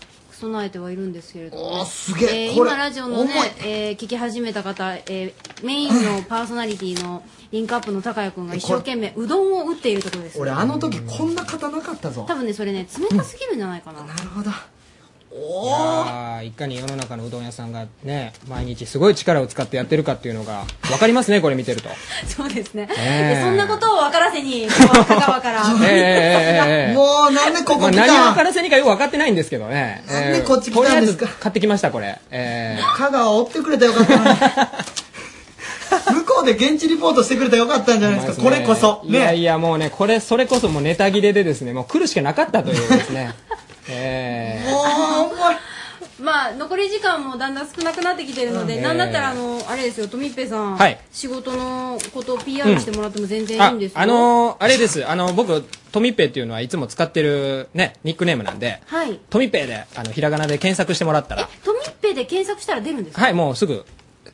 [SPEAKER 3] 備えてはいるんですけれども、
[SPEAKER 2] すげえ
[SPEAKER 3] えー
[SPEAKER 2] これ
[SPEAKER 3] 今ラジオのね
[SPEAKER 2] 重い、
[SPEAKER 3] えー聞き始めた方、えーメインのパーソナリティのリンクアップの高谷君が一生懸命うどんを打っているところです
[SPEAKER 2] 俺あの時こんな方なかったぞ
[SPEAKER 3] 多分ねそれね冷たすぎるんじゃないかな、な
[SPEAKER 2] るほど
[SPEAKER 8] いやーいかに世の中のうどん屋さんがね毎日すごい 力を使ってやってるかっていうのが分かりますねこれ見てると
[SPEAKER 3] そうですね、
[SPEAKER 8] え
[SPEAKER 3] でそんなことを分からせでに、今日は香 川から。
[SPEAKER 8] え えええええ
[SPEAKER 2] もうなんでここ来たん
[SPEAKER 8] まあ何をからせにかよく分かってないんですけどね。
[SPEAKER 2] なんでこっち来たんです
[SPEAKER 8] とり
[SPEAKER 2] か
[SPEAKER 8] あえず買ってきました、これ。ええ
[SPEAKER 2] 香川追ってくれたらよかったのに向こうで現地リポートしてくれたらよかったんじゃないですかこれこそ
[SPEAKER 8] いや
[SPEAKER 2] ね
[SPEAKER 8] いや、もうね、これ、それこそもうネタ切れでですね、もう来るしかなかったというです ね。ええ
[SPEAKER 3] まあ、残り時間もだんだん少なくなってきてるの
[SPEAKER 8] う
[SPEAKER 3] で、
[SPEAKER 8] ん
[SPEAKER 3] なんだったら、あの、あれですよ、トミッペさん。
[SPEAKER 8] はい
[SPEAKER 3] 仕事のことを PR してもらっても全然いいんですよ。
[SPEAKER 8] ああのーあれです。あの、僕、トミペイっていうのはいつも使ってるね、ニックネームなんで、
[SPEAKER 3] はい。
[SPEAKER 8] トミペイで、あの、ひらがなで検索してもらったら、
[SPEAKER 3] トミッペで検索したら出るんですか
[SPEAKER 8] はい、もうすぐ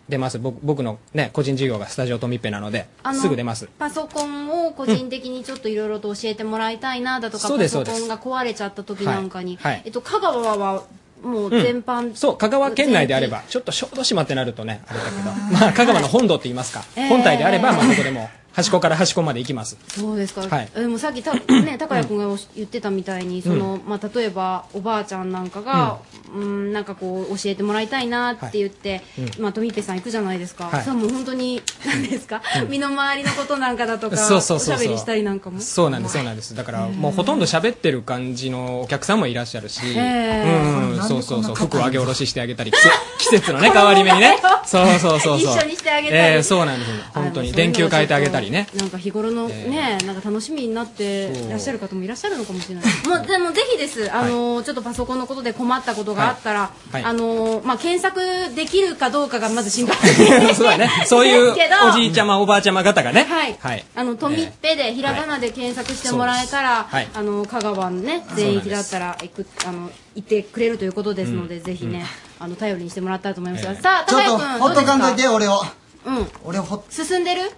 [SPEAKER 8] 出ます。僕僕のね、個人事業がスタジオトミペイなので
[SPEAKER 3] あ、の
[SPEAKER 8] すぐ出ます。
[SPEAKER 3] パソコンを個人的にちょっといろいろと教えてもらいたいなだとか、
[SPEAKER 8] そう
[SPEAKER 3] パ
[SPEAKER 8] ですそ
[SPEAKER 3] ソ
[SPEAKER 8] うで
[SPEAKER 3] コ
[SPEAKER 8] す
[SPEAKER 3] ンが壊れちゃった時なんかに、
[SPEAKER 8] はいはい
[SPEAKER 3] えっと、香川はもう全般、
[SPEAKER 8] そう、香川県内であれば、ちょっと小豆島ってなるとね、あれだけど、まあ、香川の本土って言いますか、
[SPEAKER 3] えー
[SPEAKER 8] 本体であれば、まあ、どこでも、端っこから端っこまで行きます。
[SPEAKER 3] そうですか、
[SPEAKER 8] はい
[SPEAKER 3] えでもさっき た、ね、高谷君がおし言ってたみたいにその、
[SPEAKER 8] う
[SPEAKER 3] まあ、例えばおばあちゃんなんかが、うん、なんかこう教えてもらいたいなって言って、
[SPEAKER 8] はいうん
[SPEAKER 3] まあ、トミペさん行くじゃないですか、
[SPEAKER 8] はい
[SPEAKER 3] それはもう本当に何ですか、身の回りのことなんかだとか
[SPEAKER 8] そうそうそうそう
[SPEAKER 3] おしゃべりしたりなんかも
[SPEAKER 8] そうなんです、そうなんです。だから、もうほとんど喋ってる感じのお客さんもいらっしゃるし、
[SPEAKER 3] へー
[SPEAKER 8] うん、
[SPEAKER 3] なんでこん
[SPEAKER 8] そう
[SPEAKER 3] な
[SPEAKER 8] そうそう、
[SPEAKER 3] 硬い
[SPEAKER 8] 服を上げ下ろししてあげたり、季節 季節のね、変わり目にね
[SPEAKER 3] この。
[SPEAKER 8] そうそうそうそう。
[SPEAKER 3] 一緒にしてあげたり
[SPEAKER 8] えーそうなんです。本当に。電球変えてあげたりね。
[SPEAKER 3] なんか日頃のね、なんか楽しみになっていらっしゃる方もいらっしゃるのかもしれない。もうでもぜひです。あのーちょっとパソコンのことで困ったことがあったら、
[SPEAKER 8] はいはい
[SPEAKER 3] あのーまあ検索できるかどうかがまず心配。
[SPEAKER 8] そうだね。そういう
[SPEAKER 3] ですけど
[SPEAKER 8] おじいちゃま、おばあちゃま方がね。
[SPEAKER 3] はい
[SPEAKER 8] はい。
[SPEAKER 3] あのトミッペでひらがなで検索してもらえたら、
[SPEAKER 8] そうですはい
[SPEAKER 3] あの香川のね全域だったら行くあの行ってくれるということですので、
[SPEAKER 2] うん
[SPEAKER 3] ぜひね、あの頼りにしてもらったらと思いますが、
[SPEAKER 2] ええ
[SPEAKER 3] さあ
[SPEAKER 2] ち
[SPEAKER 3] 高
[SPEAKER 2] ょっ
[SPEAKER 3] 谷
[SPEAKER 2] と
[SPEAKER 3] 君
[SPEAKER 2] ほっとかんといて俺を
[SPEAKER 3] うん
[SPEAKER 2] 俺ほっ
[SPEAKER 3] 進んでる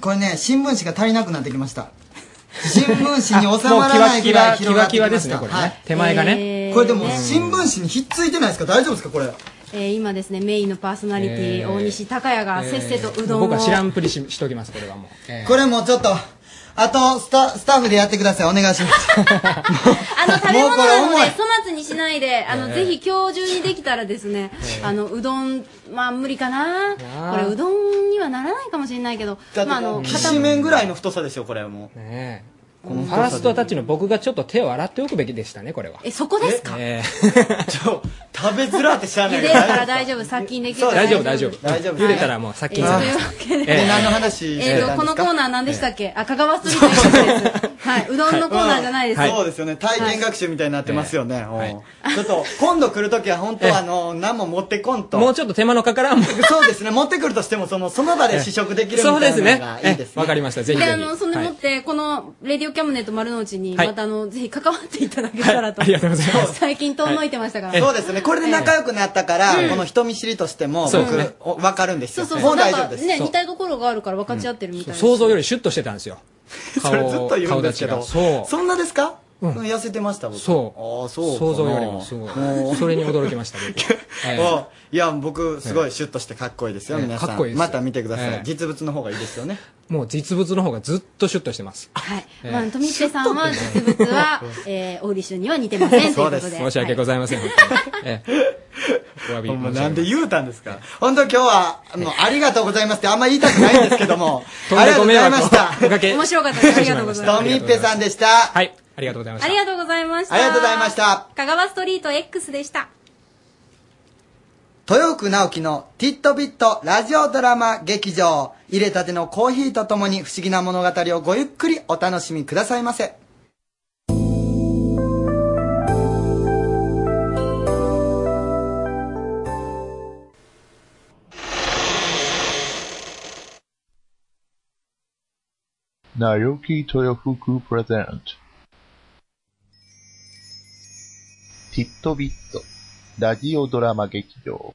[SPEAKER 2] これね新聞紙が足りなくなってきました新聞紙に収ま
[SPEAKER 8] もうキ
[SPEAKER 2] ら
[SPEAKER 8] ワ
[SPEAKER 2] ない
[SPEAKER 8] キ
[SPEAKER 2] ぐら
[SPEAKER 8] ワ、
[SPEAKER 2] い
[SPEAKER 8] キ
[SPEAKER 2] 広
[SPEAKER 8] ワ
[SPEAKER 2] がって
[SPEAKER 8] キ
[SPEAKER 2] きま
[SPEAKER 8] ワ
[SPEAKER 2] した
[SPEAKER 8] ですね、これ
[SPEAKER 2] は
[SPEAKER 8] ね
[SPEAKER 2] い。
[SPEAKER 8] 手前が
[SPEAKER 3] え
[SPEAKER 8] ね。
[SPEAKER 3] ー
[SPEAKER 2] これでも新聞紙にひっついてないですか大丈夫ですかこれ
[SPEAKER 3] えー今ですねメインのパーソナリティ、
[SPEAKER 8] えー
[SPEAKER 3] 大西隆也がせっせとうどんを、
[SPEAKER 8] 僕は知らんぷりししときます、これはもう。えー
[SPEAKER 2] これもうちょっとあとスタスタッフでやってくださいお願いします
[SPEAKER 3] あの食べ物な
[SPEAKER 2] もう
[SPEAKER 3] の
[SPEAKER 2] これ重い
[SPEAKER 3] で粗末にしないであの、
[SPEAKER 2] えー
[SPEAKER 3] ぜひ今日中にできたらですね、あのうどんまあ無理か
[SPEAKER 2] や
[SPEAKER 3] な
[SPEAKER 2] ー
[SPEAKER 3] これうどんにはならないかもしれないけどまああの
[SPEAKER 2] き
[SPEAKER 3] 片
[SPEAKER 2] しめんぐらいの太さですよこれはも
[SPEAKER 8] うこのファーストタッチの僕がちょっと手を洗っておくべきでしたね、これは。
[SPEAKER 3] えそこですか
[SPEAKER 8] え
[SPEAKER 2] 食べづらってしゃあ
[SPEAKER 3] 茹でるから大丈夫殺菌できる
[SPEAKER 8] ー
[SPEAKER 3] から
[SPEAKER 8] 大丈夫、大丈夫。
[SPEAKER 2] 大丈夫
[SPEAKER 8] 茹でたらもう殺菌されます。
[SPEAKER 3] え
[SPEAKER 8] えー
[SPEAKER 2] 何の話
[SPEAKER 3] えーとこのコーナー何でしたっけあ香川ストリートのことですはいうどんのコーナーじゃないです
[SPEAKER 2] そうですよね体験学習みたいになってますよね、うんちょっと今度来るときは本当あの何も持ってこんと
[SPEAKER 8] もうちょっと手間のかからんもん。
[SPEAKER 2] そうですね持ってくるとしてもそのその場で試食できるみたい
[SPEAKER 8] そうです
[SPEAKER 2] な
[SPEAKER 8] ね
[SPEAKER 2] のが。いい
[SPEAKER 8] え
[SPEAKER 2] です
[SPEAKER 8] ーわかりました、ぜひぜ
[SPEAKER 3] で
[SPEAKER 8] ひ。
[SPEAKER 3] あのそんで
[SPEAKER 8] はい
[SPEAKER 3] もってこの「レディオキャムネット丸の内」に
[SPEAKER 8] はい
[SPEAKER 3] またあのぜひ関わっていただけたらと、
[SPEAKER 8] ありがとうございます。
[SPEAKER 3] 最近遠のいてましたから、
[SPEAKER 2] そうですねこれで仲良くなったから、
[SPEAKER 3] うん
[SPEAKER 2] この人見知りとしても
[SPEAKER 8] そうですね
[SPEAKER 2] 僕お分かるんです
[SPEAKER 3] そ
[SPEAKER 2] よ
[SPEAKER 3] うそう
[SPEAKER 2] も
[SPEAKER 3] そうう
[SPEAKER 2] 大
[SPEAKER 3] な
[SPEAKER 2] 丈
[SPEAKER 3] ん
[SPEAKER 2] 夫
[SPEAKER 3] か
[SPEAKER 2] です、
[SPEAKER 3] ね
[SPEAKER 2] そう
[SPEAKER 3] 似たいところがあるから分かち合ってるみたいな
[SPEAKER 8] 想像よりシュッとしてたんですよ。
[SPEAKER 2] それずっと言うん
[SPEAKER 8] 顔
[SPEAKER 2] で
[SPEAKER 8] 立
[SPEAKER 2] す
[SPEAKER 8] ち
[SPEAKER 2] けど
[SPEAKER 8] が。そう。
[SPEAKER 2] そんなですか、うん痩せてました僕
[SPEAKER 8] そう
[SPEAKER 2] ああそうかな
[SPEAKER 8] 想像よりもすごい
[SPEAKER 2] もう
[SPEAKER 8] それに驚き ました僕ええ
[SPEAKER 2] おいや僕すごいシュッとしてかっこいいですよ、
[SPEAKER 8] ええ
[SPEAKER 2] 皆さん
[SPEAKER 8] かっこいいです
[SPEAKER 2] また見てください、
[SPEAKER 8] ええ
[SPEAKER 2] 実物の方がいいですよね
[SPEAKER 8] もう実物の方がずっとシュッとしてます。
[SPEAKER 3] はい
[SPEAKER 8] ええ
[SPEAKER 3] まあ、富瀬さんは実物は、えー、オーディションには似てませんということで
[SPEAKER 8] 申し訳ございません。本当にええお詫び申し上げ
[SPEAKER 2] もう
[SPEAKER 8] ます
[SPEAKER 2] なんで言うたんですか本当今日はもうありがとうございますってあんま言いたくないんですけど も
[SPEAKER 8] とん
[SPEAKER 2] あり
[SPEAKER 8] で
[SPEAKER 2] がとう
[SPEAKER 8] ご迷
[SPEAKER 2] ござい
[SPEAKER 8] 惑を
[SPEAKER 2] ました
[SPEAKER 8] おかけ。
[SPEAKER 3] 面白かったですありがとうございま す
[SPEAKER 2] トミッペさんでしたはい
[SPEAKER 8] ありがとうございま
[SPEAKER 3] ありがとうございました
[SPEAKER 2] ありがとうございました
[SPEAKER 3] 香川ストリート X でした
[SPEAKER 2] 豊福直樹のティットビットラジオドラマ劇場入れたてのコーヒーとともに不思議な物語をごゆっくりお楽しみくださいませ
[SPEAKER 13] なよき豊福プレゼント。ティットビット、ラジオドラマ劇場。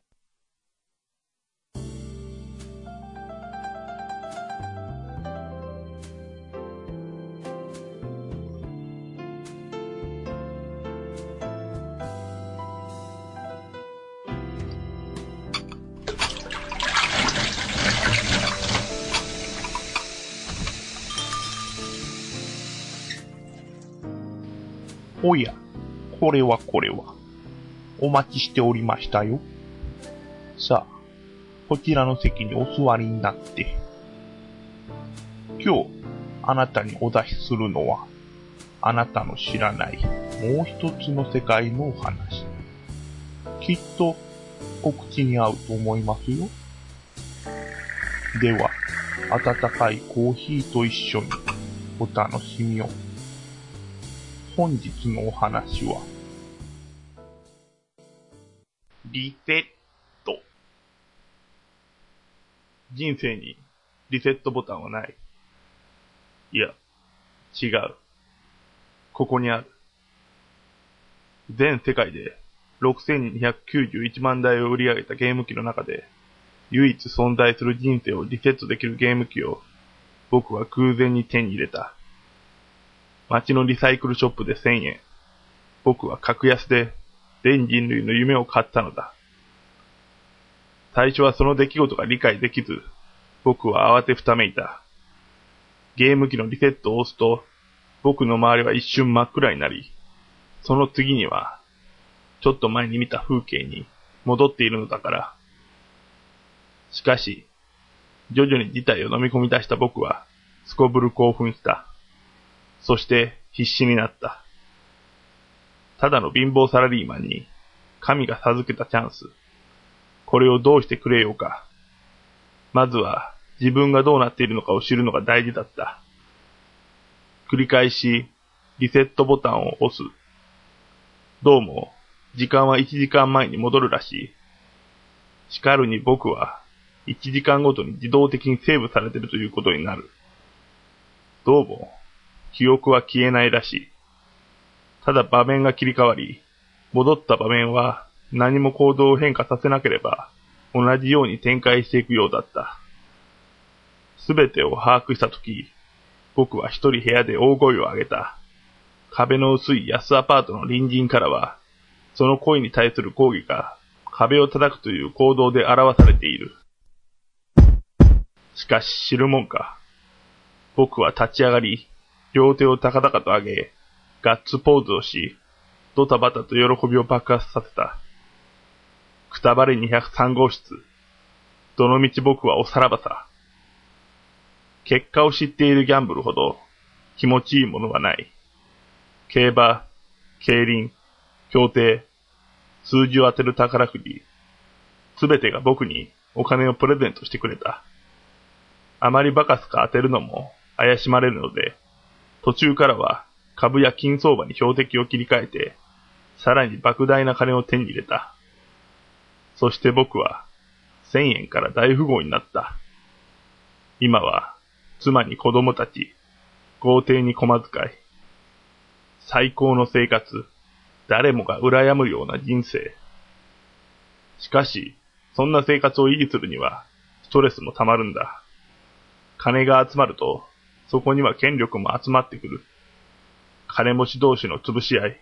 [SPEAKER 13] おや、これはこれは。お待ちしておりましたよ。さあ、こちらの席にお座りになって。今日、あなたにお出しするのは、あなたの知らないもう一つの世界のお話。きっと、お口に合うと思いますよ。では、温かいコーヒーと一緒にお楽しみを。本日のお話は、リセット。人生にリセットボタンはない。いや、違う。ここにある。全世界で6291万台を売り上げたゲーム機の中で、唯一存在する人生をリセットできるゲーム機を、僕は偶然に手に入れた。街のリサイクルショップで1000円。僕は格安で全人類の夢を買ったのだ。最初はその出来事が理解できず、僕は慌てふためいた。ゲーム機のリセットを押すと、僕の周りは一瞬真っ暗になり、その次には、ちょっと前に見た風景に戻っているのだから。しかし、徐々に事態を飲み込み出した僕は、すこぶる興奮した。そして、必死になった。ただの貧乏サラリーマンに、神が授けたチャンス。これをどうしてくれようか。まずは、自分がどうなっているのかを知るのが大事だった。繰り返し、リセットボタンを押す。どうも、時間は1時間前に戻るらしい。しかるに僕は、1時間ごとに自動的にセーブされているということになる。どうも、記憶は消えないらしい。ただ場面が切り替わり、戻った場面は何も行動を変化させなければ同じように展開していくようだった。すべてを把握したとき、僕は一人部屋で大声を上げた。壁の薄い安アパートの隣人からは、その声に対する抗議が壁を叩くという行動で表されている。しかし知るもんか。僕は立ち上がり、両手を高々と上げ、ガッツポーズをし、ドタバタと喜びを爆発させた。くたばれ203号室。どの道僕はおさらばさ。結果を知っているギャンブルほど気持ちいいものはない。競馬、競輪、競艇、数字を当てる宝くじ、すべてが僕にお金をプレゼントしてくれた。あまりバカすか当てるのも怪しまれるので、途中からは株や金相場に標的を切り替えて、さらに莫大な金を手に入れた。そして僕は、1000円から大富豪になった。今は、妻に子供たち、豪邸に駒遣い、最高の生活、誰もが羨むような人生。しかし、そんな生活を維持するには、ストレスも溜まるんだ。金が集まると、そこには権力も集まってくる。金持ち同士の潰し合い、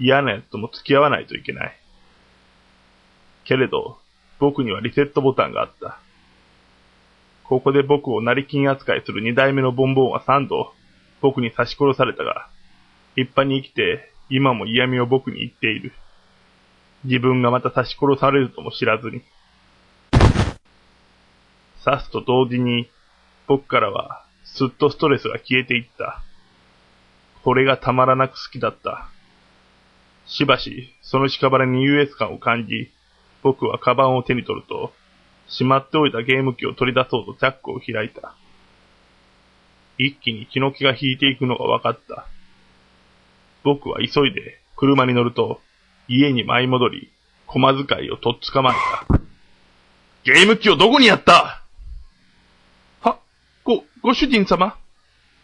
[SPEAKER 13] 嫌な奴とも付き合わないといけない。けれど、僕にはリセットボタンがあった。ここで僕を成金扱いする二代目のボンボンは三度、僕に刺し殺されたが、立派に生きて、今も嫌味を僕に言っている。自分がまた刺し殺されるとも知らずに。刺すと同時に、僕からは、すっとストレスが消えていった。これがたまらなく好きだった。しばし、その屍に優越感を感じ、僕はカバンを手に取ると、しまっておいたゲーム機を取り出そうとチャックを開いた。一気に気の気が引いていくのが分かった。僕は急いで車に乗ると、家に舞い戻り、駒遣いをとっ捕まえた。ゲーム機をどこにやったは、ご、ご主人様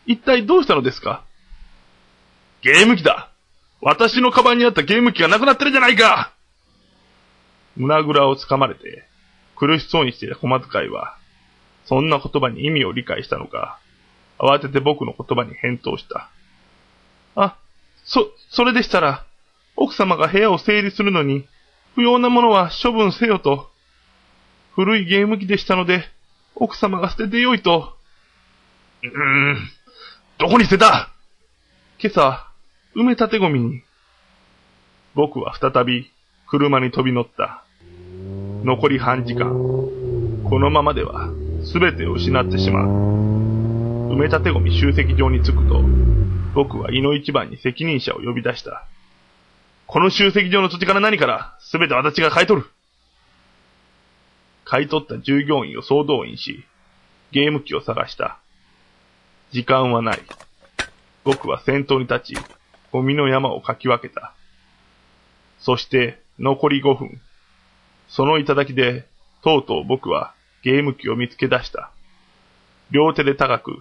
[SPEAKER 13] 一体どうしたのですかゲーム機だ私のカバンにあったゲーム機がなくなってるじゃないか胸ぐらをつかまれて、苦しそうにしていた駒遣いは、そんな言葉に意味を理解したのか、慌てて僕の言葉に返答した。あ、そ、それでしたら、奥様が部屋を整理するのに、不要なものは処分せよと、古いゲーム機でしたので、奥様が捨ててよいと。うーん、どこに捨てた今朝、埋め立てゴミに。僕は再び、車に飛び乗った。残り半時間。このままでは、すべてを失ってしまう。埋め立てゴミ集積場に着くと、僕は井の一番に責任者を呼び出した。この集積場の土地から何から、すべて私が買い取る。買い取った従業員を総動員し、ゲーム機を探した。時間はない。僕は先頭に立ち、ゴミの山をかき分けた。そして、残り5分。その頂きで、とうとう僕はゲーム機を見つけ出した。両手で高く、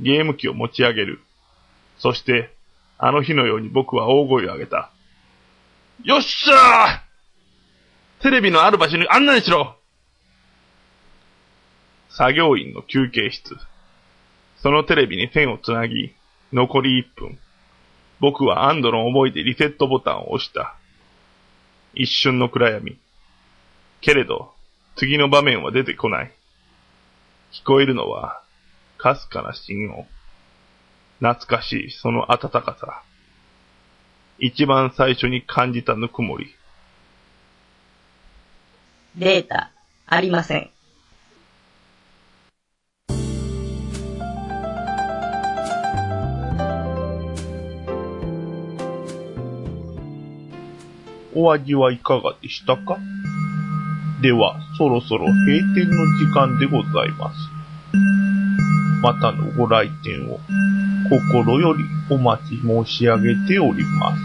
[SPEAKER 13] ゲーム機を持ち上げる。そして、あの日のように僕は大声を上げた。よっしゃーテレビのある場所に案内しろ作業員の休憩室。そのテレビに線をつなぎ、残り1分。僕は安堵の思いでリセットボタンを押した。一瞬の暗闇。けれど、次の場面は出てこない。聞こえるのは、かすかな心音。懐かしいその暖かさ。一番最初に感じたぬくもり。
[SPEAKER 14] データ、ありません。
[SPEAKER 13] お味はいかがでしたかでは、そろそろ閉店の時間でございます。またのご来店を心よりお待ち申し上げております。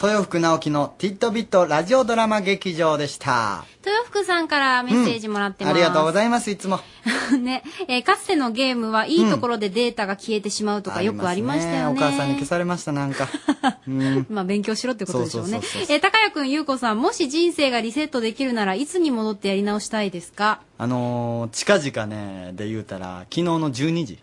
[SPEAKER 2] 豊福直樹のティットビットラジオドラマ劇場でした。
[SPEAKER 3] 豊福さんからメッセージもらってます。
[SPEAKER 2] ありがとうございます、いつも。
[SPEAKER 3] す。ね、えーかつてのゲームはいいところでデータが消えてしまうとかよくありましたよね。
[SPEAKER 2] お母さんに消されました、なんか。うん。
[SPEAKER 3] まあ勉強しろってことでしょう
[SPEAKER 2] そ
[SPEAKER 3] ね
[SPEAKER 2] うそうそう。
[SPEAKER 3] えー、高谷くん、ゆうこさん、もし人生がリセットできるなら、いつに戻ってやり直したいですか
[SPEAKER 2] あのー、近々ね、で言うたら、昨日の12時。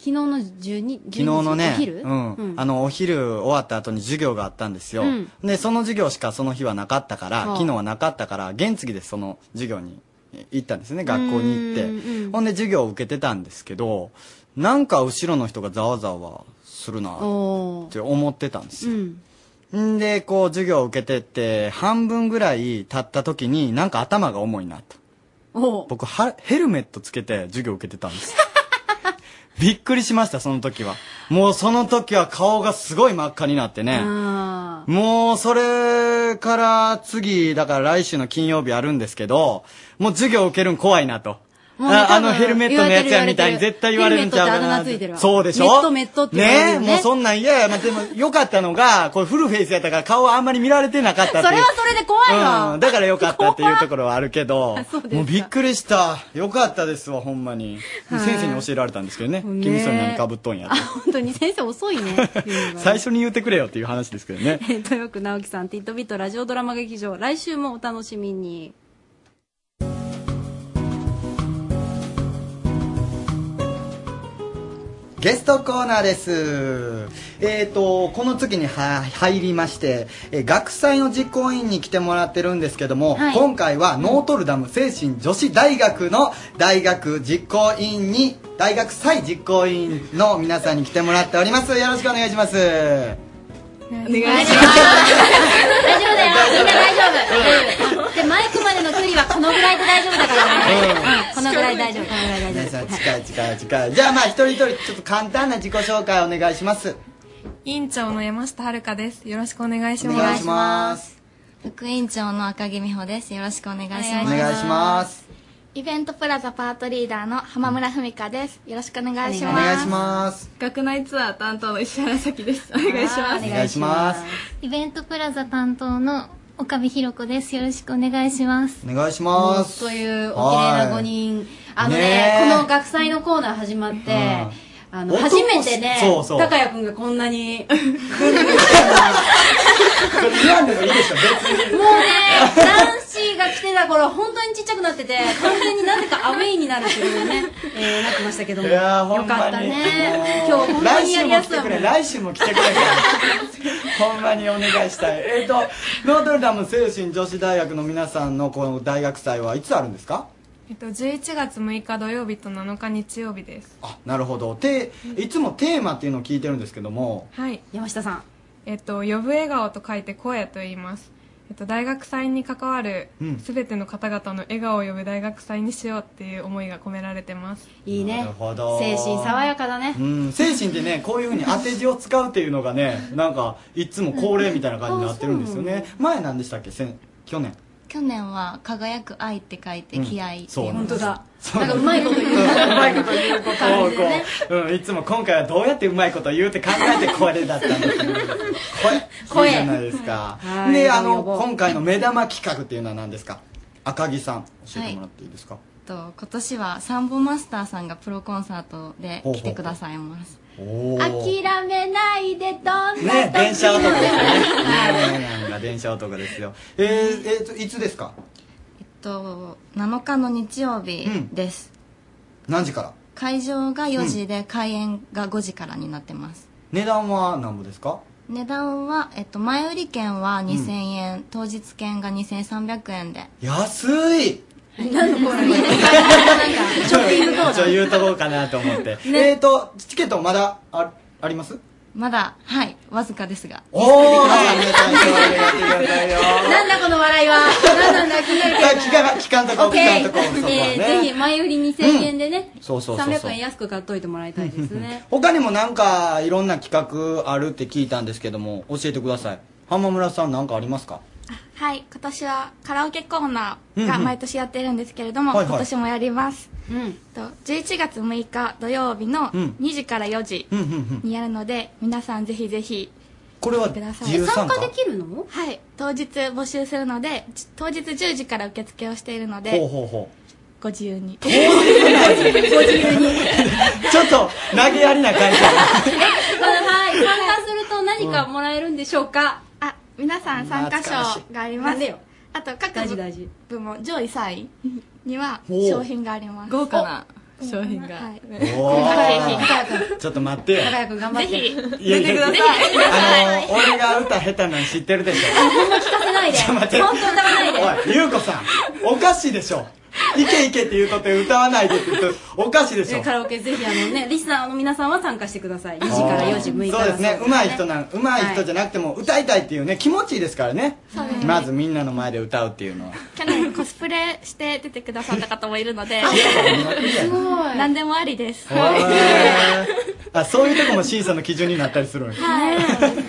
[SPEAKER 3] 昨日の12、昨
[SPEAKER 2] 昨日のね、
[SPEAKER 3] お昼
[SPEAKER 2] うん、あの、お昼終わった後に授業があったんですよ。
[SPEAKER 3] うん
[SPEAKER 2] で、その授業しかその日はなかったから、
[SPEAKER 15] はあ
[SPEAKER 2] 昨日はなかったから、原付でその授業に行ったんですね、学校に行って。ほんで、授業を受けてたんですけど、なんか後ろの人がざわざわするな
[SPEAKER 16] Oh.
[SPEAKER 3] っ
[SPEAKER 2] って思ってたんですよ。
[SPEAKER 16] Mm.
[SPEAKER 3] うん。
[SPEAKER 2] んで、こう、授業を受けてって、半分ぐらい経った時に、なんか頭が重いなと。
[SPEAKER 3] おう
[SPEAKER 2] 僕は、ヘルメットつけて授業受けてたん です。びっくりしました、その時は。もうその時は顔がすごい真っ赤になってね。
[SPEAKER 3] あ
[SPEAKER 2] もうそれから次、だから来週の金曜日あるんですけど、もう授業受けるん怖いなと。
[SPEAKER 3] もうね
[SPEAKER 2] ああの
[SPEAKER 3] 多分
[SPEAKER 2] ヘルメットのやつやみたいに
[SPEAKER 3] 言われてる
[SPEAKER 2] 絶対言われるんちゃうか
[SPEAKER 3] ヘルメットってあだ
[SPEAKER 2] な
[SPEAKER 3] 名ついてるわ
[SPEAKER 2] そうでしょ
[SPEAKER 3] メットメットって言われるよね
[SPEAKER 2] ねえもうそんなん嫌や。まあ、でもよかったのが、これフルフェイスやったから顔はあんまり見られてなかっ
[SPEAKER 3] ー
[SPEAKER 2] た
[SPEAKER 3] そ
[SPEAKER 2] ってい
[SPEAKER 3] れ
[SPEAKER 2] う
[SPEAKER 3] は。それで怖いわ。
[SPEAKER 2] うん、だからよかったっていうところはあるけど
[SPEAKER 3] そうです、か
[SPEAKER 2] もうびっくりした。よかったですわ、ほんまに。
[SPEAKER 3] はい
[SPEAKER 2] 先生に教えられたんですけどね。
[SPEAKER 3] ね
[SPEAKER 2] 君それ何かぶっとんやって。
[SPEAKER 3] 本当に先生遅 いね。
[SPEAKER 2] 最初に言ってくれよっていう話ですけどね。
[SPEAKER 3] えー豊福直樹さん、ティットビットラジオドラマ劇場、来週もお楽しみに。
[SPEAKER 2] ゲストコーナーです。えっ、と、この月には入りまして、えー学祭の実行委員に来てもらってるんですけども、
[SPEAKER 15] はい
[SPEAKER 2] 今回はノートルダム精神女子大学の大学実行委員に、大学祭実行委員の皆さんに来てもらっております。よろしくお願いします。
[SPEAKER 3] お願いします。大丈夫だよ。みんな大丈夫。で、マイクまでの距離はこのぐらいで大丈夫だからね。このぐらい大丈夫。このぐらい大丈夫。
[SPEAKER 2] 皆さん近い近い近い。じゃあまあ一人一人ちょっと簡単な自己紹介お願いします。
[SPEAKER 17] 委員長の山下遥です。よろしくお願いし
[SPEAKER 2] お
[SPEAKER 17] ます。
[SPEAKER 2] 願いします。
[SPEAKER 18] 副委員長の赤木美穂です。よろしくお願いします。
[SPEAKER 2] お願いします。
[SPEAKER 18] イベントプラザパートリーダーの浜村文香です。よろしくお願いし
[SPEAKER 2] お
[SPEAKER 18] ます。
[SPEAKER 2] 願いします。
[SPEAKER 18] 学内ツアー担当の石原咲です。お願いします。
[SPEAKER 2] お願いします。
[SPEAKER 19] イベントプラザ担当の岡部ろ子です。よろしくお願いします。
[SPEAKER 2] お願いします。
[SPEAKER 3] という
[SPEAKER 2] お綺麗な
[SPEAKER 3] 5
[SPEAKER 2] 五
[SPEAKER 3] 人。あ
[SPEAKER 2] あ
[SPEAKER 3] の
[SPEAKER 2] の
[SPEAKER 3] ね
[SPEAKER 2] ねねえ
[SPEAKER 3] この学祭のコーナー始まって、
[SPEAKER 2] うん
[SPEAKER 3] あの、
[SPEAKER 2] 男
[SPEAKER 3] 初めてね、
[SPEAKER 2] そうそう
[SPEAKER 3] 高谷くんがこんな に、もうね、
[SPEAKER 2] 言わんでもいいでしょ、別に。
[SPEAKER 3] 男子が来てた頃、本当にちっちゃくなってて、完全になぜかアウェイになるっていうね、えーなってましたけども。
[SPEAKER 2] いやーほ
[SPEAKER 3] よ
[SPEAKER 2] ん
[SPEAKER 3] か
[SPEAKER 2] ま
[SPEAKER 3] った
[SPEAKER 2] に。
[SPEAKER 3] ね。今
[SPEAKER 2] もう
[SPEAKER 3] 日本当にやりやすいわ。
[SPEAKER 2] 来週も来てくれ、来 週も来てくれから。ほんまにお願いしたい。えっ、と、ノートルダム精神女子大学の皆さんのこの大学祭はいつあるんですか
[SPEAKER 17] えっと、11月6日土曜日と7日日曜日です。
[SPEAKER 2] なるほど。て、いつもテーマっていうのを聞いてるんですけども、
[SPEAKER 17] はい。
[SPEAKER 3] 山下さん。
[SPEAKER 17] えっと、呼ぶ笑顔と書いて声と言います。えっと、大学祭に関わる
[SPEAKER 2] うん
[SPEAKER 17] すべての方々の笑顔を呼ぶ大学祭にしようっていう思いが込められてます
[SPEAKER 15] いい
[SPEAKER 2] なるほど
[SPEAKER 15] やかだね
[SPEAKER 2] うん、精神ってね、こういうふうに当て字を使うっていうのがね、なんか、いつも恒例みたいな感じになってるんですよ ね。前なんでしたっけ先去年。
[SPEAKER 15] 去年は「輝く愛」って書いて「気合」っていう
[SPEAKER 2] うんそう
[SPEAKER 15] だ
[SPEAKER 2] そう
[SPEAKER 15] なんかうまいこと言う
[SPEAKER 2] うまいこと言うことを
[SPEAKER 15] 感
[SPEAKER 2] こ
[SPEAKER 15] じでね
[SPEAKER 2] う、うん、いつも今回はどうやってうまいこと言うって考えてこれだったんですよ。これ、いいじゃないですか
[SPEAKER 15] は。い
[SPEAKER 2] で、
[SPEAKER 15] はい
[SPEAKER 2] あの、
[SPEAKER 15] 呼ぼう
[SPEAKER 2] 今回の目玉企画っていうのは何ですか赤木さん、教えてもらっていいですか、
[SPEAKER 15] と今年はサンボマスターさんがプロコンサートで来てくださいます
[SPEAKER 2] おお。
[SPEAKER 15] 諦めないでどんな時も
[SPEAKER 2] ね、電車男ですね。なんか電車男ですよ。えー、えーと、いつですか
[SPEAKER 15] えっと7日の日曜日です、
[SPEAKER 2] 何時から
[SPEAKER 15] 会場が4時で開演が5時からになってます
[SPEAKER 2] 値段は何ぼですか
[SPEAKER 15] 値段は、えっと、前売り券は2000円、当日券が2300円で
[SPEAKER 2] 安い
[SPEAKER 15] 何のこれ
[SPEAKER 2] ちょっと言うとこうかなと思って。
[SPEAKER 15] ね
[SPEAKER 2] えーと、チケットまだああります
[SPEAKER 15] まだはいわずかですが
[SPEAKER 2] おおありがとうありがとうありがとうありがとう
[SPEAKER 15] なんだこの笑いは何なんだ気になるけど
[SPEAKER 2] 聞かな聞かんとこ
[SPEAKER 15] オッ
[SPEAKER 2] 聞
[SPEAKER 15] ケ
[SPEAKER 2] か
[SPEAKER 15] ー
[SPEAKER 2] んとこそこは
[SPEAKER 15] えーぜひ
[SPEAKER 2] ね。
[SPEAKER 15] 前売り2000円でね、
[SPEAKER 2] そうそうそうそう
[SPEAKER 15] 300円安く買っといてもらいたいですね
[SPEAKER 2] 他にもなんかいろんな企画あるって聞いたんですけども教えてください浜村さんなんかありますか
[SPEAKER 18] はい今年はカラオケコーナーが毎年やってるんですけれども、
[SPEAKER 2] うんうんはいはい
[SPEAKER 18] 今年もやります、と11月6日土曜日の
[SPEAKER 2] うん
[SPEAKER 18] 2時から4時
[SPEAKER 2] うんうんうん
[SPEAKER 18] にやるので、皆さんぜひぜひ
[SPEAKER 2] これは
[SPEAKER 18] 来てください
[SPEAKER 2] 自由参加参加で
[SPEAKER 18] きるのはい当日募集するのでち当日10時から受付をしているので
[SPEAKER 2] ほうほうほ
[SPEAKER 18] ご自由に
[SPEAKER 2] ご自由にうちょっと投げやりな感 じ
[SPEAKER 3] はい、参加すると何かもらえるんでしょうか、
[SPEAKER 18] あ皆さん参加賞がありま
[SPEAKER 3] 懐かしいなん
[SPEAKER 18] す
[SPEAKER 3] でよ
[SPEAKER 18] あと各
[SPEAKER 3] 大事
[SPEAKER 18] 部
[SPEAKER 3] 大事
[SPEAKER 18] 部門上位3位には
[SPEAKER 2] ほう
[SPEAKER 18] 商品があります
[SPEAKER 3] 豪華な
[SPEAKER 18] お
[SPEAKER 3] 商品が
[SPEAKER 18] はい
[SPEAKER 2] お
[SPEAKER 18] ぜ
[SPEAKER 2] ーちょっと待ってよ
[SPEAKER 18] 輝く頑張って
[SPEAKER 3] ぜひ
[SPEAKER 2] いやいや
[SPEAKER 3] 出てください
[SPEAKER 2] あの俺が歌下手なの知ってるでしょ
[SPEAKER 3] ほんま聞かせないで
[SPEAKER 2] ちょっと待
[SPEAKER 3] 本
[SPEAKER 2] っ
[SPEAKER 3] 当
[SPEAKER 2] て
[SPEAKER 3] に歌わないで
[SPEAKER 2] おいゆうこさんおかしいでしょいけいけって言うとって歌わないでって言うとおかしいでしょ
[SPEAKER 3] えカラオケぜひあのねリスナーの皆さんは参加してください2時から4時6日
[SPEAKER 2] そうですね上手い人
[SPEAKER 3] ん
[SPEAKER 2] なん上手い人じゃなくても歌いたいっていうね気持ちいいですからね
[SPEAKER 18] そうですね
[SPEAKER 2] まずみんなの前で歌うっていうのは
[SPEAKER 18] 去年コスプレして出てくださった方もいるので
[SPEAKER 2] すご
[SPEAKER 18] 何でもありです
[SPEAKER 2] あそういうとこも審査の基準になったりするんや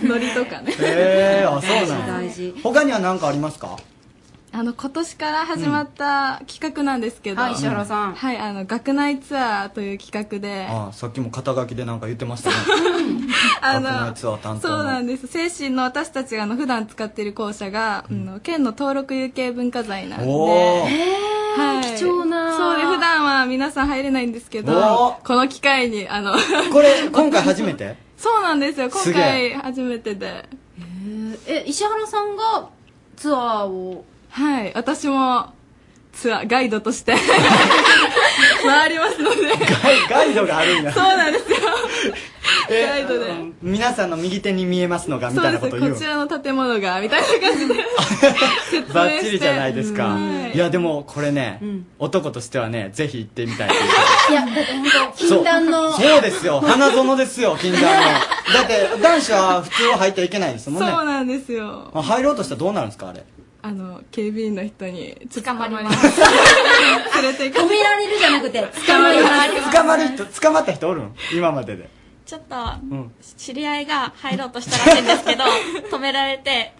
[SPEAKER 15] ノリとかね
[SPEAKER 2] へえあそうなん
[SPEAKER 15] 大
[SPEAKER 2] や
[SPEAKER 15] 事
[SPEAKER 2] 他には何かありますか
[SPEAKER 20] あの今年から始まった企画なんですけど、
[SPEAKER 2] はい石原
[SPEAKER 20] さんはいあの学内ツアーという企画であ
[SPEAKER 2] ああさっきも肩書きで何か言ってましたね学内
[SPEAKER 20] の
[SPEAKER 2] ツアー担当
[SPEAKER 20] そうなん
[SPEAKER 2] で
[SPEAKER 20] です精神の私たちがあの普段使っている校舎が、あの県の登録有形文化財なんで
[SPEAKER 2] おーへ
[SPEAKER 20] はい、貴重なそうで普段は皆さん入れないんですけ
[SPEAKER 2] お
[SPEAKER 20] どこの機会にあの
[SPEAKER 2] これ今回初めて
[SPEAKER 20] そうなんですよ今
[SPEAKER 2] すげえ
[SPEAKER 20] 回初めてで
[SPEAKER 3] え石原さんがツアーを
[SPEAKER 20] はい私もツアーガイドと して回りますので
[SPEAKER 2] ガイガイドがあるんや
[SPEAKER 20] そうなんですよ
[SPEAKER 2] え
[SPEAKER 20] ガイドで
[SPEAKER 2] 皆さんの右手に見えますのがみ
[SPEAKER 20] そ
[SPEAKER 2] た
[SPEAKER 20] う
[SPEAKER 2] いな
[SPEAKER 20] で
[SPEAKER 2] こ
[SPEAKER 20] す
[SPEAKER 2] と言う
[SPEAKER 20] こちらの建物がみたいな感じで説
[SPEAKER 2] バ
[SPEAKER 20] 明
[SPEAKER 2] ッチ
[SPEAKER 20] し
[SPEAKER 2] リ
[SPEAKER 20] て
[SPEAKER 2] じゃないですか
[SPEAKER 20] はい
[SPEAKER 2] いやでもこれね
[SPEAKER 20] うん
[SPEAKER 2] 男としてはねぜひ行ってみたい
[SPEAKER 3] いやだって本当
[SPEAKER 2] そう
[SPEAKER 3] 禁断の
[SPEAKER 2] そうですよ花園ですよ禁断のだって男子は普通は入ってはいけないです
[SPEAKER 20] そ
[SPEAKER 2] も
[SPEAKER 20] うん
[SPEAKER 2] ね
[SPEAKER 20] なんですよ
[SPEAKER 2] あ入ろうとしたらどうなるんですかあれ
[SPEAKER 20] あの警備員の人に捕まります連 れて行か
[SPEAKER 3] 褒められるじゃなくて
[SPEAKER 20] 捕まりま
[SPEAKER 2] 捕まる人捕まった人おるん今までで
[SPEAKER 18] ちょっと
[SPEAKER 2] うん
[SPEAKER 18] 知り合いが入ろうとしたらしいんですけ ど止められて